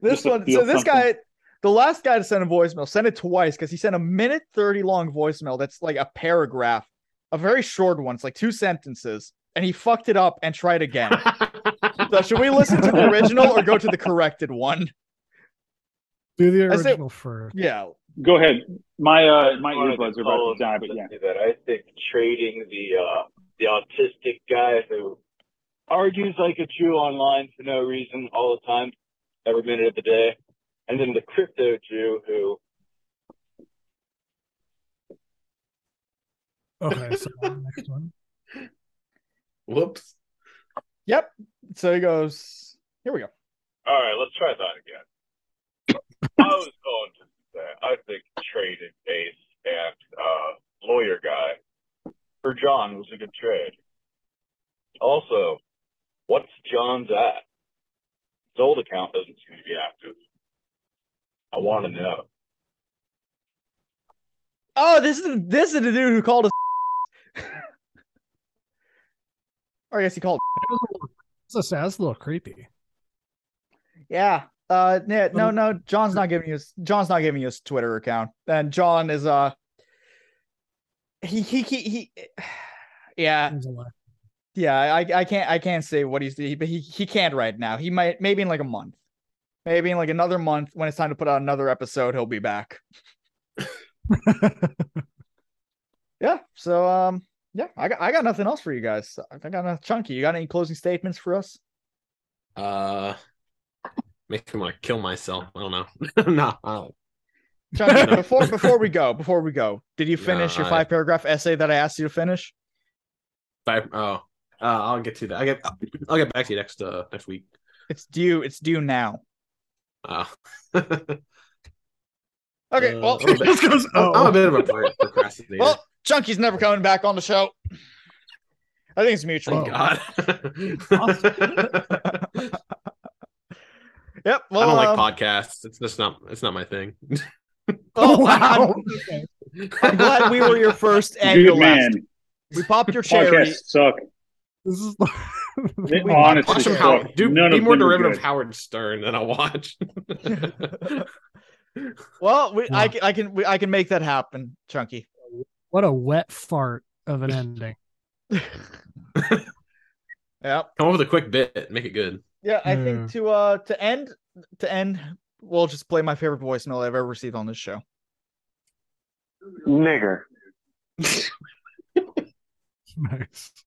Speaker 6: This
Speaker 8: Just to
Speaker 6: one, so
Speaker 8: feel
Speaker 6: this
Speaker 8: something.
Speaker 6: guy, the last guy to send a voicemail, sent it twice because he sent a minute 30 long voicemail that's like a paragraph, a very short one. It's like two sentences. and he fucked it up and tried again. so should we listen to the original or go to the corrected one?
Speaker 7: Do the
Speaker 6: I say-
Speaker 7: original first.
Speaker 6: Yeah.
Speaker 8: Go ahead. My uh, my
Speaker 19: Wanted
Speaker 8: earbuds
Speaker 19: to
Speaker 8: are about
Speaker 19: call
Speaker 8: to die,
Speaker 19: and
Speaker 8: but yeah.
Speaker 19: say That I think trading the uh, the autistic guy who argues like a Jew online for no reason all the time, every minute of the day, and then the crypto Jew who
Speaker 7: Okay, so next one.
Speaker 9: Whoops.
Speaker 6: Yep. So he goes, here we go.
Speaker 19: All right, let's try that again. I was going to say, I think trading Ace and uh, lawyer guy for John was a good trade. Also, what's John's at? His old account doesn't seem to be active. I want to know.
Speaker 6: Oh, this is this is the dude who called us. or I guess he called.
Speaker 7: So sad. That's a little creepy.
Speaker 6: Yeah. Uh yeah, no no John's not giving you his John's not giving you his Twitter account. And John is uh he he he, he yeah. Yeah, I I can't I can't say what he's he, but he he can't right now. He might maybe in like a month. Maybe in like another month when it's time to put out another episode, he'll be back. yeah. So um yeah, I got I got nothing else for you guys. I got nothing chunky. You got any closing statements for us?
Speaker 9: Uh, makes me want to kill myself. I don't know. nah, I don't.
Speaker 6: Chunky, before before we go, before we go, did you finish your
Speaker 9: I-
Speaker 6: five paragraph essay that I asked you to finish?
Speaker 9: Bye. Oh, uh, I'll get to that. I get. I'll get back to you next uh next week.
Speaker 6: It's due. It's due now.
Speaker 9: Uh,
Speaker 6: Okay.
Speaker 9: Uh,
Speaker 6: well, oh.
Speaker 9: I'm, a bit, I'm- I'm a bit of a pro- procrastinator.
Speaker 6: well, Chunky's never coming back on the show. I think it's mutual.
Speaker 9: Thank God.
Speaker 6: yep. Well,
Speaker 9: I don't like
Speaker 6: um,
Speaker 9: podcasts. It's just not. It's not my thing.
Speaker 6: well, I'm, I'm glad we were your first and
Speaker 9: Good
Speaker 6: your last.
Speaker 9: man.
Speaker 6: We popped your cherry.
Speaker 8: Podcasts suck.
Speaker 7: This is
Speaker 8: They honestly
Speaker 9: watch some
Speaker 8: suck.
Speaker 9: Howard. Do,
Speaker 8: None
Speaker 9: be
Speaker 8: of
Speaker 9: more
Speaker 8: them are
Speaker 9: derivative
Speaker 8: good.
Speaker 9: Howard Stern than I'll watch.
Speaker 6: Well, we, I can I can we, I can make that happen, Chunky.
Speaker 7: What a wet fart of an ending.
Speaker 6: Yep.
Speaker 9: Come up with a quick bit. Make it good.
Speaker 6: Yeah, I
Speaker 9: Yeah.
Speaker 6: think to uh to end to end, we'll just play my favorite voicemail I've ever received on this show.
Speaker 22: Nigger.
Speaker 7: nice.